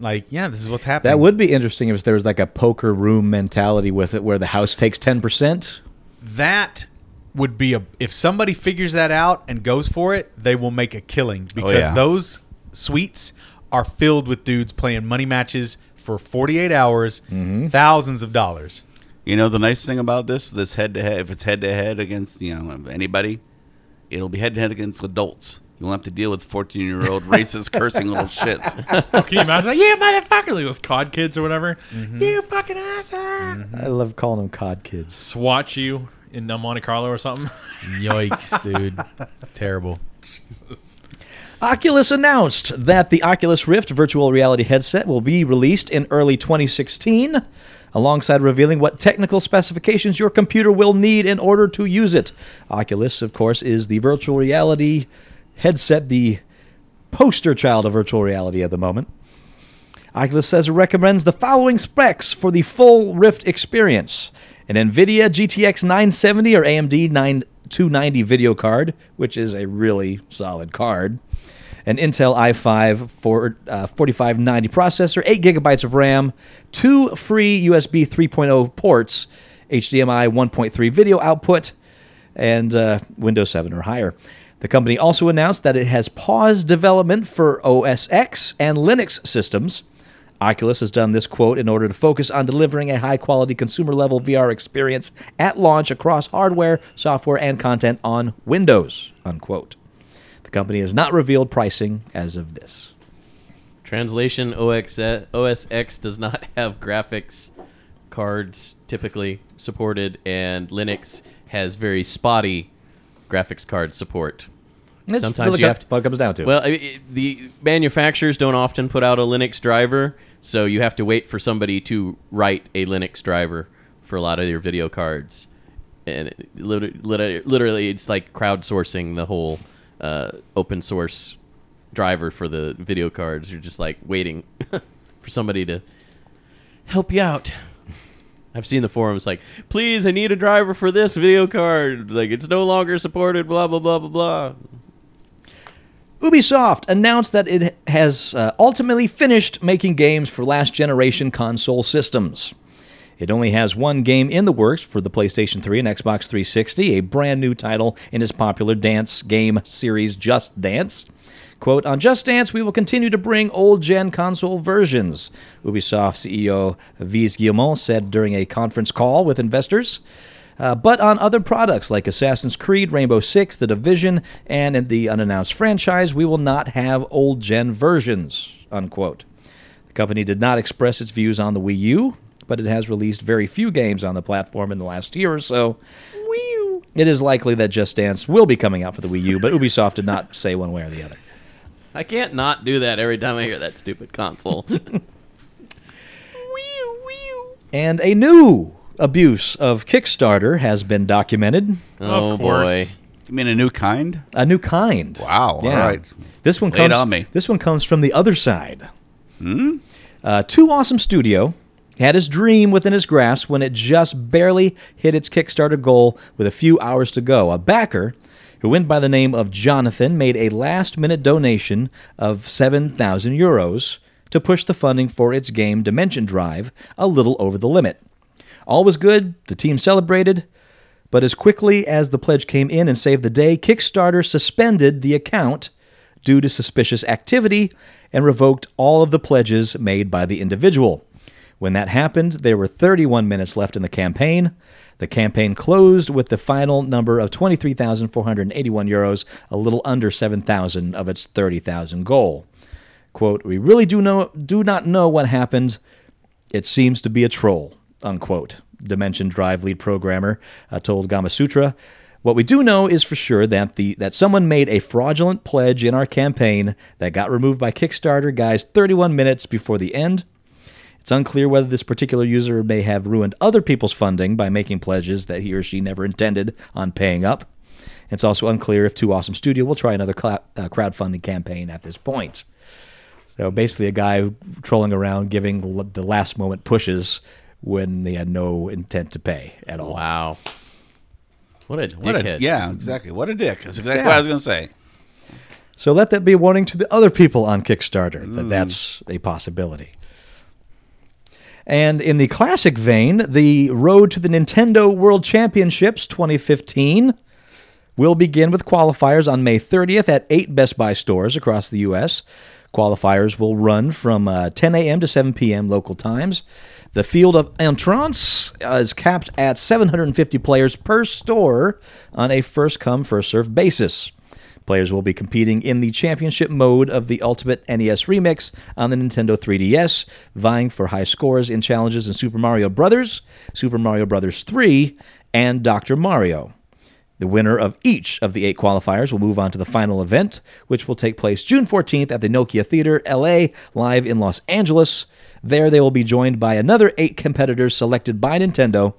S2: like, yeah, this is what's happening.
S6: that would be interesting if there was like a poker room mentality with it, where the house takes ten percent.
S2: that would be a if somebody figures that out and goes for it, they will make a killing
S9: Oh,
S2: because
S5: yeah.
S2: those suites are filled with dudes playing money matches for 48 hours,
S9: Mm-hmm.
S2: thousands of dollars.
S5: You know the nice thing about this, this head to head, if it's head to head against you know anybody, it'll be head to head against adults. You won't have to deal with fourteen year old racist cursing little shits.
S4: Oh, can you imagine? Like, yeah, motherfucker, like those COD kids or whatever.
S2: Mm-hmm.
S4: You fucking asshole.
S6: I love calling them cod kids.
S4: Swat you in uh, Monte Carlo or something.
S2: Yikes, dude. Terrible.
S6: Oculus announced that the Oculus Rift virtual reality headset will be released in early 2016, alongside revealing what technical specifications your computer will need in order to use it. Oculus, of course, is the virtual reality headset, the poster child of virtual reality at the moment. Oculus says it recommends the following specs for the full Rift experience an NVIDIA GTX 970 or AMD 9, 290 video card, which is a really solid card, an Intel i5 for, uh, 4590 processor, 8 gigabytes of RAM, two free USB 3.0 ports, HDMI 1.3 video output, and uh, Windows 7 or higher. The company also announced that it has paused development for OS X and Linux systems. Oculus has done this quote in order to focus on delivering a high quality consumer level VR experience at launch across hardware, software, and content on Windows. Unquote. The company has not revealed pricing as of this.
S3: Translation OX, OSX does not have graphics cards typically supported, and Linux has very spotty graphics card support.
S6: That's
S3: Sometimes
S6: really
S3: you
S6: co-
S3: have to-
S6: what it comes down to.
S3: Well, I- I- the manufacturers don't often put out a Linux driver, so you have to wait for somebody to write a Linux driver for a lot of your video cards. And it, lit- lit- literally, it's like crowdsourcing the whole uh, open source driver for the video cards. You're just like waiting for somebody to help you out. I've seen the forums like, please, I need a driver for this video card. Like, it's no longer supported, blah, blah, blah, blah, blah.
S6: Ubisoft announced that it has uh, ultimately finished making games for last generation console systems. It only has one game in the works for the PlayStation 3 and Xbox 360, a brand new title in its popular dance game series Just Dance. Quote, on Just Dance, we will continue to bring old gen console versions, Ubisoft CEO Yves Guillemot said during a conference call with investors. Uh, but on other products like Assassin's Creed, Rainbow Six, The Division, and in the unannounced franchise, we will not have old gen versions, unquote. The company did not express its views on the Wii U, but it has released very few games on the platform in the last year or so. It is likely that Just Dance will be coming out for the Wii U, but Ubisoft did not say one way or the other.
S3: I can't not do that every time I hear that stupid console.
S6: And a new abuse of Kickstarter has been documented.
S3: oh
S4: Of
S3: boy.
S4: course.
S5: You mean a new kind?
S6: A new kind.
S5: Wow.
S6: Yeah.
S5: All right.
S6: This one
S5: Lay it
S6: comes.
S5: on me. Hmm?
S6: This one comes from the other side. Uh, Two Awesome Studio had his dream within his grasp when it just barely hit its Kickstarter goal with a few hours to go. A backer who went by the name of Jonathan made a last-minute donation of seven thousand euros to push the funding for its game Dimension Drive a little over the limit. All was good. The team celebrated. But as quickly as the pledge came in and saved the day, Kickstarter suspended the account due to suspicious activity and revoked all of the pledges made by the individual. When that happened, there were 31 minutes left in the campaign. The campaign closed with the final number of 23,481 euros, a little under 7,000 of its 30,000 goal. Quote, "We really do know do not know what happened. It seems to be a troll, unquote. Dimension Drive lead programmer uh, told Gamasutra. What we do know is for sure that the that someone made a fraudulent pledge in our campaign that got removed by Kickstarter guys 31 minutes before the end. It's unclear whether this particular user may have ruined other people's funding by making pledges that he or she never intended on paying up. It's also unclear if Two Awesome Studio will try another cla- uh, crowdfunding campaign at this point. So basically, a guy trolling around giving l- the last moment pushes when they had no intent to pay at all.
S3: Wow. What a dickhead.
S5: What a, yeah, exactly. What a dick. That's exactly what I was going to say.
S6: So let that be a warning to the other people on Kickstarter that that's a possibility. And in the classic vein, the road to the Nintendo World Championships 2015 will begin with qualifiers on May 30th at eight Best Buy stores across the U.S. Qualifiers will run from uh, 10 a.m. to 7 p.m. local times. The field of entrants uh, is capped at 750 players per store on a first come, first served basis. Players will be competing in the championship mode of the Ultimate NES Remix on the Nintendo 3DS, vying for high scores in challenges in Super Mario Brothers, Super Mario Brothers 3, and Dr. Mario. The winner of each of the eight qualifiers will move on to the final event, which will take place June 14th at the Nokia Theater, LA, live in Los Angeles. There, they will be joined by another eight competitors selected by Nintendo.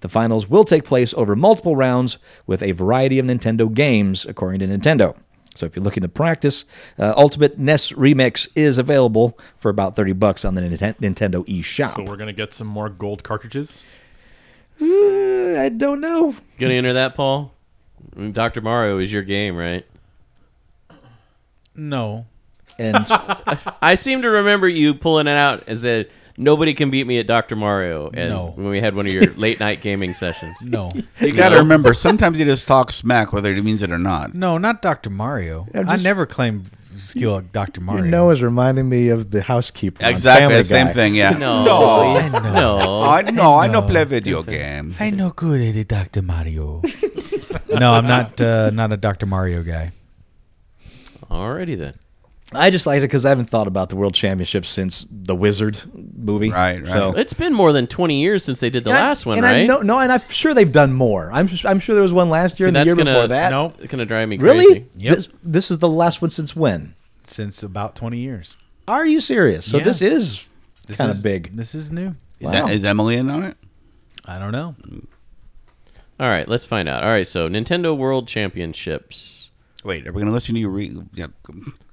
S6: The finals will take place over multiple rounds with a variety of Nintendo games, according to Nintendo. So, if you're looking to practice, uh, Ultimate NES Remix is available for about 30 bucks on the Ninten- Nintendo eShop.
S4: So we're gonna get some more gold cartridges.
S9: Uh,
S6: I don't know.
S3: Gonna enter that, Paul? I mean, Dr. Mario is your game, right?
S2: No.
S6: And
S3: I seem to remember you pulling it out as a nobody can beat me at Dr. Mario and
S2: No.
S3: when we had one of your late night gaming sessions.
S2: No.
S5: You got to remember, sometimes you just talk smack whether it means it or not.
S2: No, not Dr. Mario. I never claimed skill at Dr. Mario.
S9: Your nose reminding me of the housekeeper. on
S5: Exactly.
S9: Family
S5: The same
S9: Guy.
S5: thing. Yeah.
S3: No.
S5: No.
S3: please, No.
S5: I no, I don't play video game.
S2: I no good at it, Dr. Mario. no, I'm not uh, not a Dr. Mario guy.
S3: Alrighty then.
S6: I just liked it because I haven't thought about the World Championship since the Wizard movie.
S5: Right, right.
S6: So
S3: It's been more than 20 years since they did the
S6: And I-
S3: last one,
S6: and
S3: right?
S6: I know, no, and I'm sure they've done more. I'm su- I'm sure there was one last year
S3: See,
S6: and the
S3: that's
S6: year
S3: gonna,
S6: before that.
S3: No, it's gonna drive me crazy.
S6: really?
S2: Yep.
S6: This, this is the last one since when?
S2: Since about 20 years.
S6: Are you serious? So
S2: Yeah.
S6: this is
S2: This
S6: kind of
S2: is-
S6: big.
S2: This is new.
S5: Is, that, is Emily in on it?
S2: I don't know.
S3: All right, let's find out. All right, so Nintendo World Championships.
S5: Wait, are we going to listen to you? Re- yeah.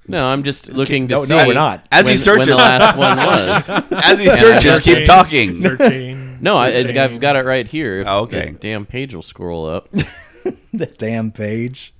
S3: No, I'm just looking to
S6: no,
S3: see.
S6: no, we're not.
S5: As
S3: when,
S5: he searches,
S3: when the last one was.
S5: as he searches, keep talking.
S4: Searching.
S3: No, I, it's- I've got it right here. If
S5: Oh, okay.
S3: The damn page will scroll up.
S6: the damn page.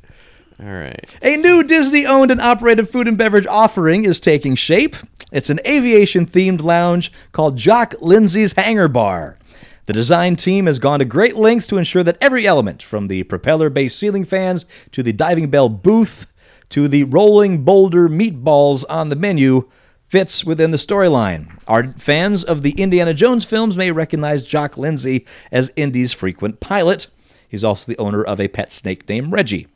S3: All right.
S6: A new Disney owned and operated food and beverage offering is taking shape. It's an aviation themed lounge called Jock Lindsay's Hangar Bar. The design team has gone to great lengths to ensure that every element, from the propeller based ceiling fans to the diving bell booth to the rolling boulder meatballs on the menu, fits within the storyline. Our fans of the Indiana Jones films may recognize Jock Lindsay as Indy's frequent pilot. He's also the owner of a pet snake named Reggie.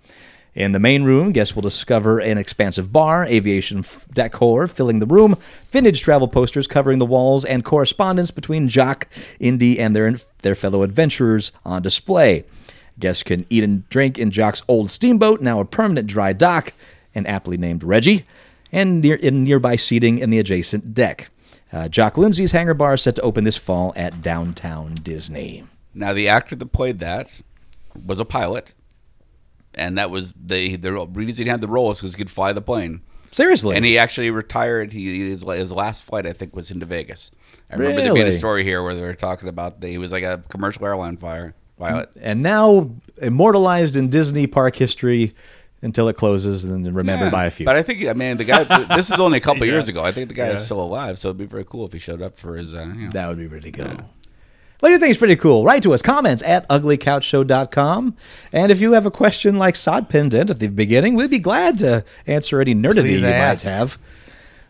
S6: In the main room, guests will discover an expansive bar, aviation f- decor filling the room, vintage travel posters covering the walls, and correspondence between Jock, Indy, and their, their fellow adventurers on display. Guests can eat and drink in Jock's old steamboat, now a permanent dry dock, and aptly named Reggie, and near, in nearby seating in the adjacent deck. Uh, Jock Lindsay's Hangar Bar is set to open this fall at Downtown Disney.
S5: Now, the actor that played that was a pilot, and that was the the reason he had the role is because he could fly the plane.
S6: Seriously.
S5: And he actually retired. He his, his last flight, I think, was into Vegas. I remember they made
S6: Really?
S5: a story here where they were talking about the, he was like a commercial airline fire pilot.
S9: and now immortalized in Disney park history until it closes and then remembered
S5: Yeah.
S9: by a few.
S5: But I think, I mean, the guy. this is only a couple years ago. I think the guy
S4: Yeah.
S5: is still alive, so it'd be very cool if he showed up for his. Uh, you know.
S9: that would be really cool. What do you think is pretty cool? Write to us comments at uglycouchshow.com. And if you have a question like Sod pinned in at the beginning, we'd be glad to answer any nerdity
S2: Please
S9: you
S2: ask.
S9: might have.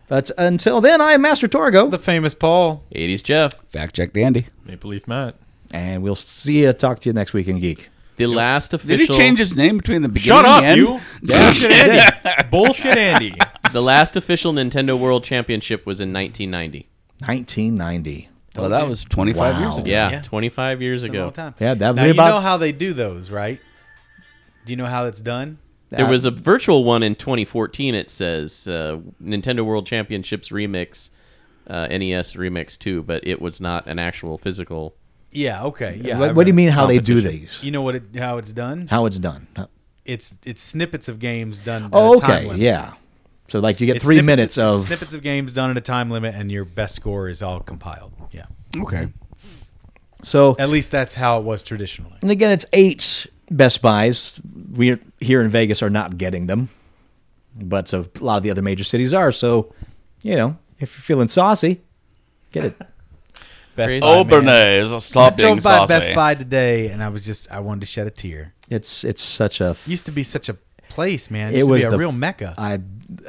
S9: But until then, I am Master Torgo,
S2: The famous Paul.
S3: 80s Jeff.
S5: Fact check, Dandy.
S4: Maple Leaf Matt.
S9: and we'll see you, talk to you next week in Geek.
S3: The last
S5: Did
S3: official
S5: he change his name between the beginning
S4: Shut up,
S5: and the
S4: you.
S5: end?
S4: Bullshit Andy. Bullshit Andy.
S3: the last official Nintendo World Championship was in 1990.
S9: 1990.
S5: Well, that was 25 years ago.
S3: Yeah,
S2: Yeah.
S3: 25 years
S2: A long
S3: ago.
S2: time.
S9: Yeah, that'd
S2: now,
S9: be
S2: you
S9: about-
S2: know how they do those, right? Do you know how it's done?
S3: There was a virtual one in 2014. It says uh, Nintendo World Championships Remix, uh, NES Remix 2, but it was not an actual physical.
S2: Yeah. Okay. Yeah. I
S9: what, what do you
S2: read
S9: mean how they do these?
S2: it. You know what? It, how it's done?
S9: How it's done? How-
S2: It's it's snippets of games done. at
S9: Oh,
S2: a time
S9: okay.
S2: limit.
S9: Yeah. So, like, you get
S2: It's
S9: three
S2: snippets-
S9: minutes
S2: it's
S9: of.
S2: snippets of games done at a time limit, and your best score is all compiled. Yeah.
S5: Okay.
S9: So,
S2: At least that's how it was traditionally.
S9: And again, it's eight Best Buys. We here in Vegas are not getting them, but so a lot of the other major cities are. So, you know, if you're feeling saucy, get it.
S2: Best
S3: Crazy.
S2: Buy,
S5: Oh,
S2: man.
S5: stop
S2: Drove by Best Buy today, and I was just I wanted to shed a tear.
S9: It's it's such a. f-
S2: Used to be such a place, man. It,
S9: It
S2: used
S9: was
S2: to be
S9: the-
S2: a real mecca,
S9: I, uh,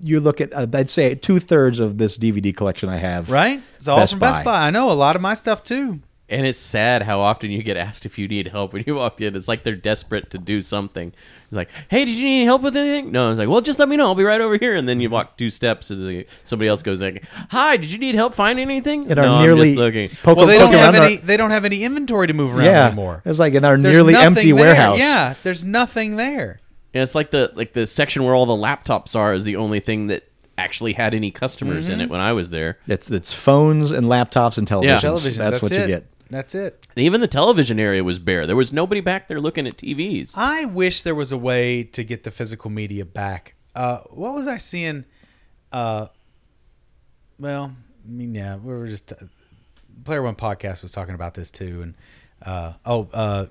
S9: you look at uh, I'd say two thirds of this DVD collection I have.
S2: right? It's all
S9: Best
S2: from Best
S9: Buy.
S2: Buy. I know a lot of my stuff too.
S3: And it's sad how often you get asked if you need help when you walk in. It's like they're desperate to do something. It's like, hey, did you need any help with anything? No, it's like, well, just let me know. I'll be right over here. And then you walk two steps, and the, somebody else goes like, hi, did you need help finding anything?
S9: In
S3: no,
S9: our
S3: I'm
S9: nearly
S3: just looking.
S9: poke-
S2: Well, they
S9: poke
S2: don't have
S9: around our-
S2: any. They don't have any inventory to move around
S9: yeah,
S2: anymore.
S9: It's like in our
S2: There's
S9: nearly
S2: nothing
S9: empty
S2: there.
S9: warehouse.
S2: Yeah, there's nothing there.
S3: And it's like the like the section where all the laptops are is the only thing that actually had any customers in it
S2: Mm-hmm.
S3: when I was there.
S9: it's it's phones and laptops and televisions.
S2: Television.
S9: That's,
S2: That's,
S9: what
S2: it.
S9: you get.
S2: That's it.
S3: And even the television area was bare. There was nobody back there looking at TVs.
S2: I wish there was a way to get the physical media back. Uh, what was I seeing? Uh, well, I mean, yeah, we were just uh, Player One podcast was talking about this too, and uh, oh, uh,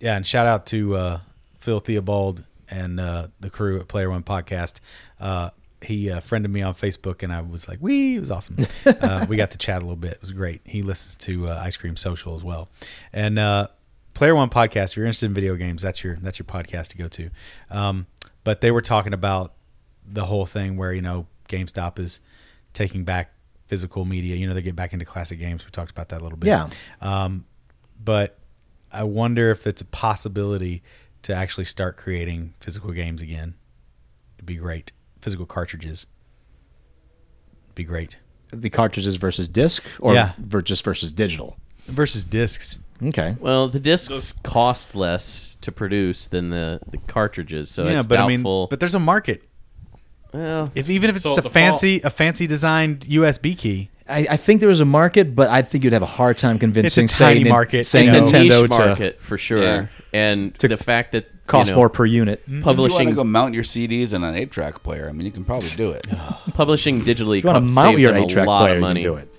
S2: yeah, and shout out to uh, Phil Theobald and uh, the crew at Player One podcast. Uh, he uh, friended me on Facebook, and I was like, "We, it was awesome. uh, we got to chat a little bit. It was great." He listens to uh, Ice Cream Social as well, and uh, Player One podcast. If you're interested in video games, that's your that's your podcast to go to. Um, but they were talking about the whole thing where you know GameStop is taking back physical media. You know, they're getting back into classic games. We talked about that a little bit.
S9: Yeah.
S2: Um, but I wonder if it's a possibility to actually start creating physical games again. It'd be great. Physical cartridges. It'd be great.
S9: The cartridges versus disc, or
S2: Yeah.
S9: ver- just versus digital.
S2: Versus discs.
S9: Okay.
S3: Well, the discs cost less to produce than the, the cartridges, so
S2: yeah,
S3: it's
S2: but I mean,
S3: doubtful.
S2: but there's a market.
S3: well,
S2: If even if it's
S4: So
S2: the,
S4: the
S2: fancy a fancy designed USB key,
S9: I, I think there was a market, but I think you'd have a hard time convincing
S2: It's a tiny
S9: saying Nin-
S2: market.
S9: saying
S2: It's a
S3: it's a
S9: Nintendo
S3: niche
S9: to
S3: market for sure,
S5: Yeah.
S3: and the fact that you
S9: cost
S3: know, Mm.
S9: more per unit.
S5: If you want to
S3: publishing
S5: go mount your CDs in an eight track player, I mean, you can probably do it.
S3: publishing digitally
S9: If you want to
S3: costs-
S9: mount
S3: saves
S9: your
S3: them
S9: eight track
S3: a lot
S9: player,
S3: of money.
S9: you can do it.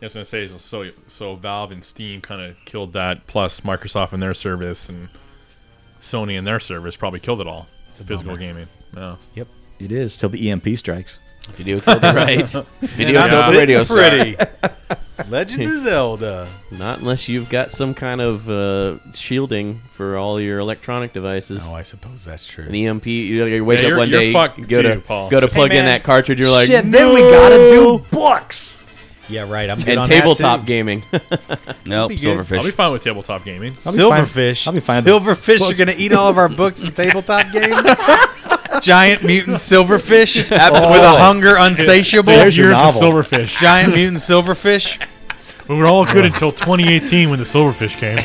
S4: I was gonna say so. So Valve and Steam kind of killed that. Plus Microsoft and their service and Sony and their service probably killed it all.
S2: It's a
S4: physical
S2: bummer.
S4: gaming. Yeah.
S2: Yep.
S9: It is till the EMP strikes.
S5: Video killed the
S3: right?
S5: video killed the radio star.
S2: Pretty. Legend of Zelda.
S3: Not unless you've got some kind of uh, shielding for all your electronic devices.
S2: Oh, I suppose that's true.
S3: An EMP, you, you wake
S4: Yeah,
S3: up
S4: you're-
S3: one
S4: you're
S3: day,
S4: fucked
S3: go to
S4: too, Paul.
S3: go to plug in
S9: man.
S3: that cartridge, you're like, "Mm,
S9: Shit, then we gotta do books.
S2: Yeah, right. I'm good
S3: and
S2: on
S3: tabletop
S2: that
S3: gaming.
S5: Nope,
S2: good.
S4: I'll be
S5: silverfish.
S4: fine with tabletop gaming.
S2: too.
S9: I'll be fine-
S2: Silverfish.
S9: I'll be fine with
S2: Silverfish are gonna eat all of our books and tabletop games. Giant mutant silverfish with a hunger unsatiable.
S9: There's your
S4: Year of the
S9: novel.
S4: Silverfish.
S2: Giant mutant silverfish.
S4: We were all good until 2018 when the Silverfish came.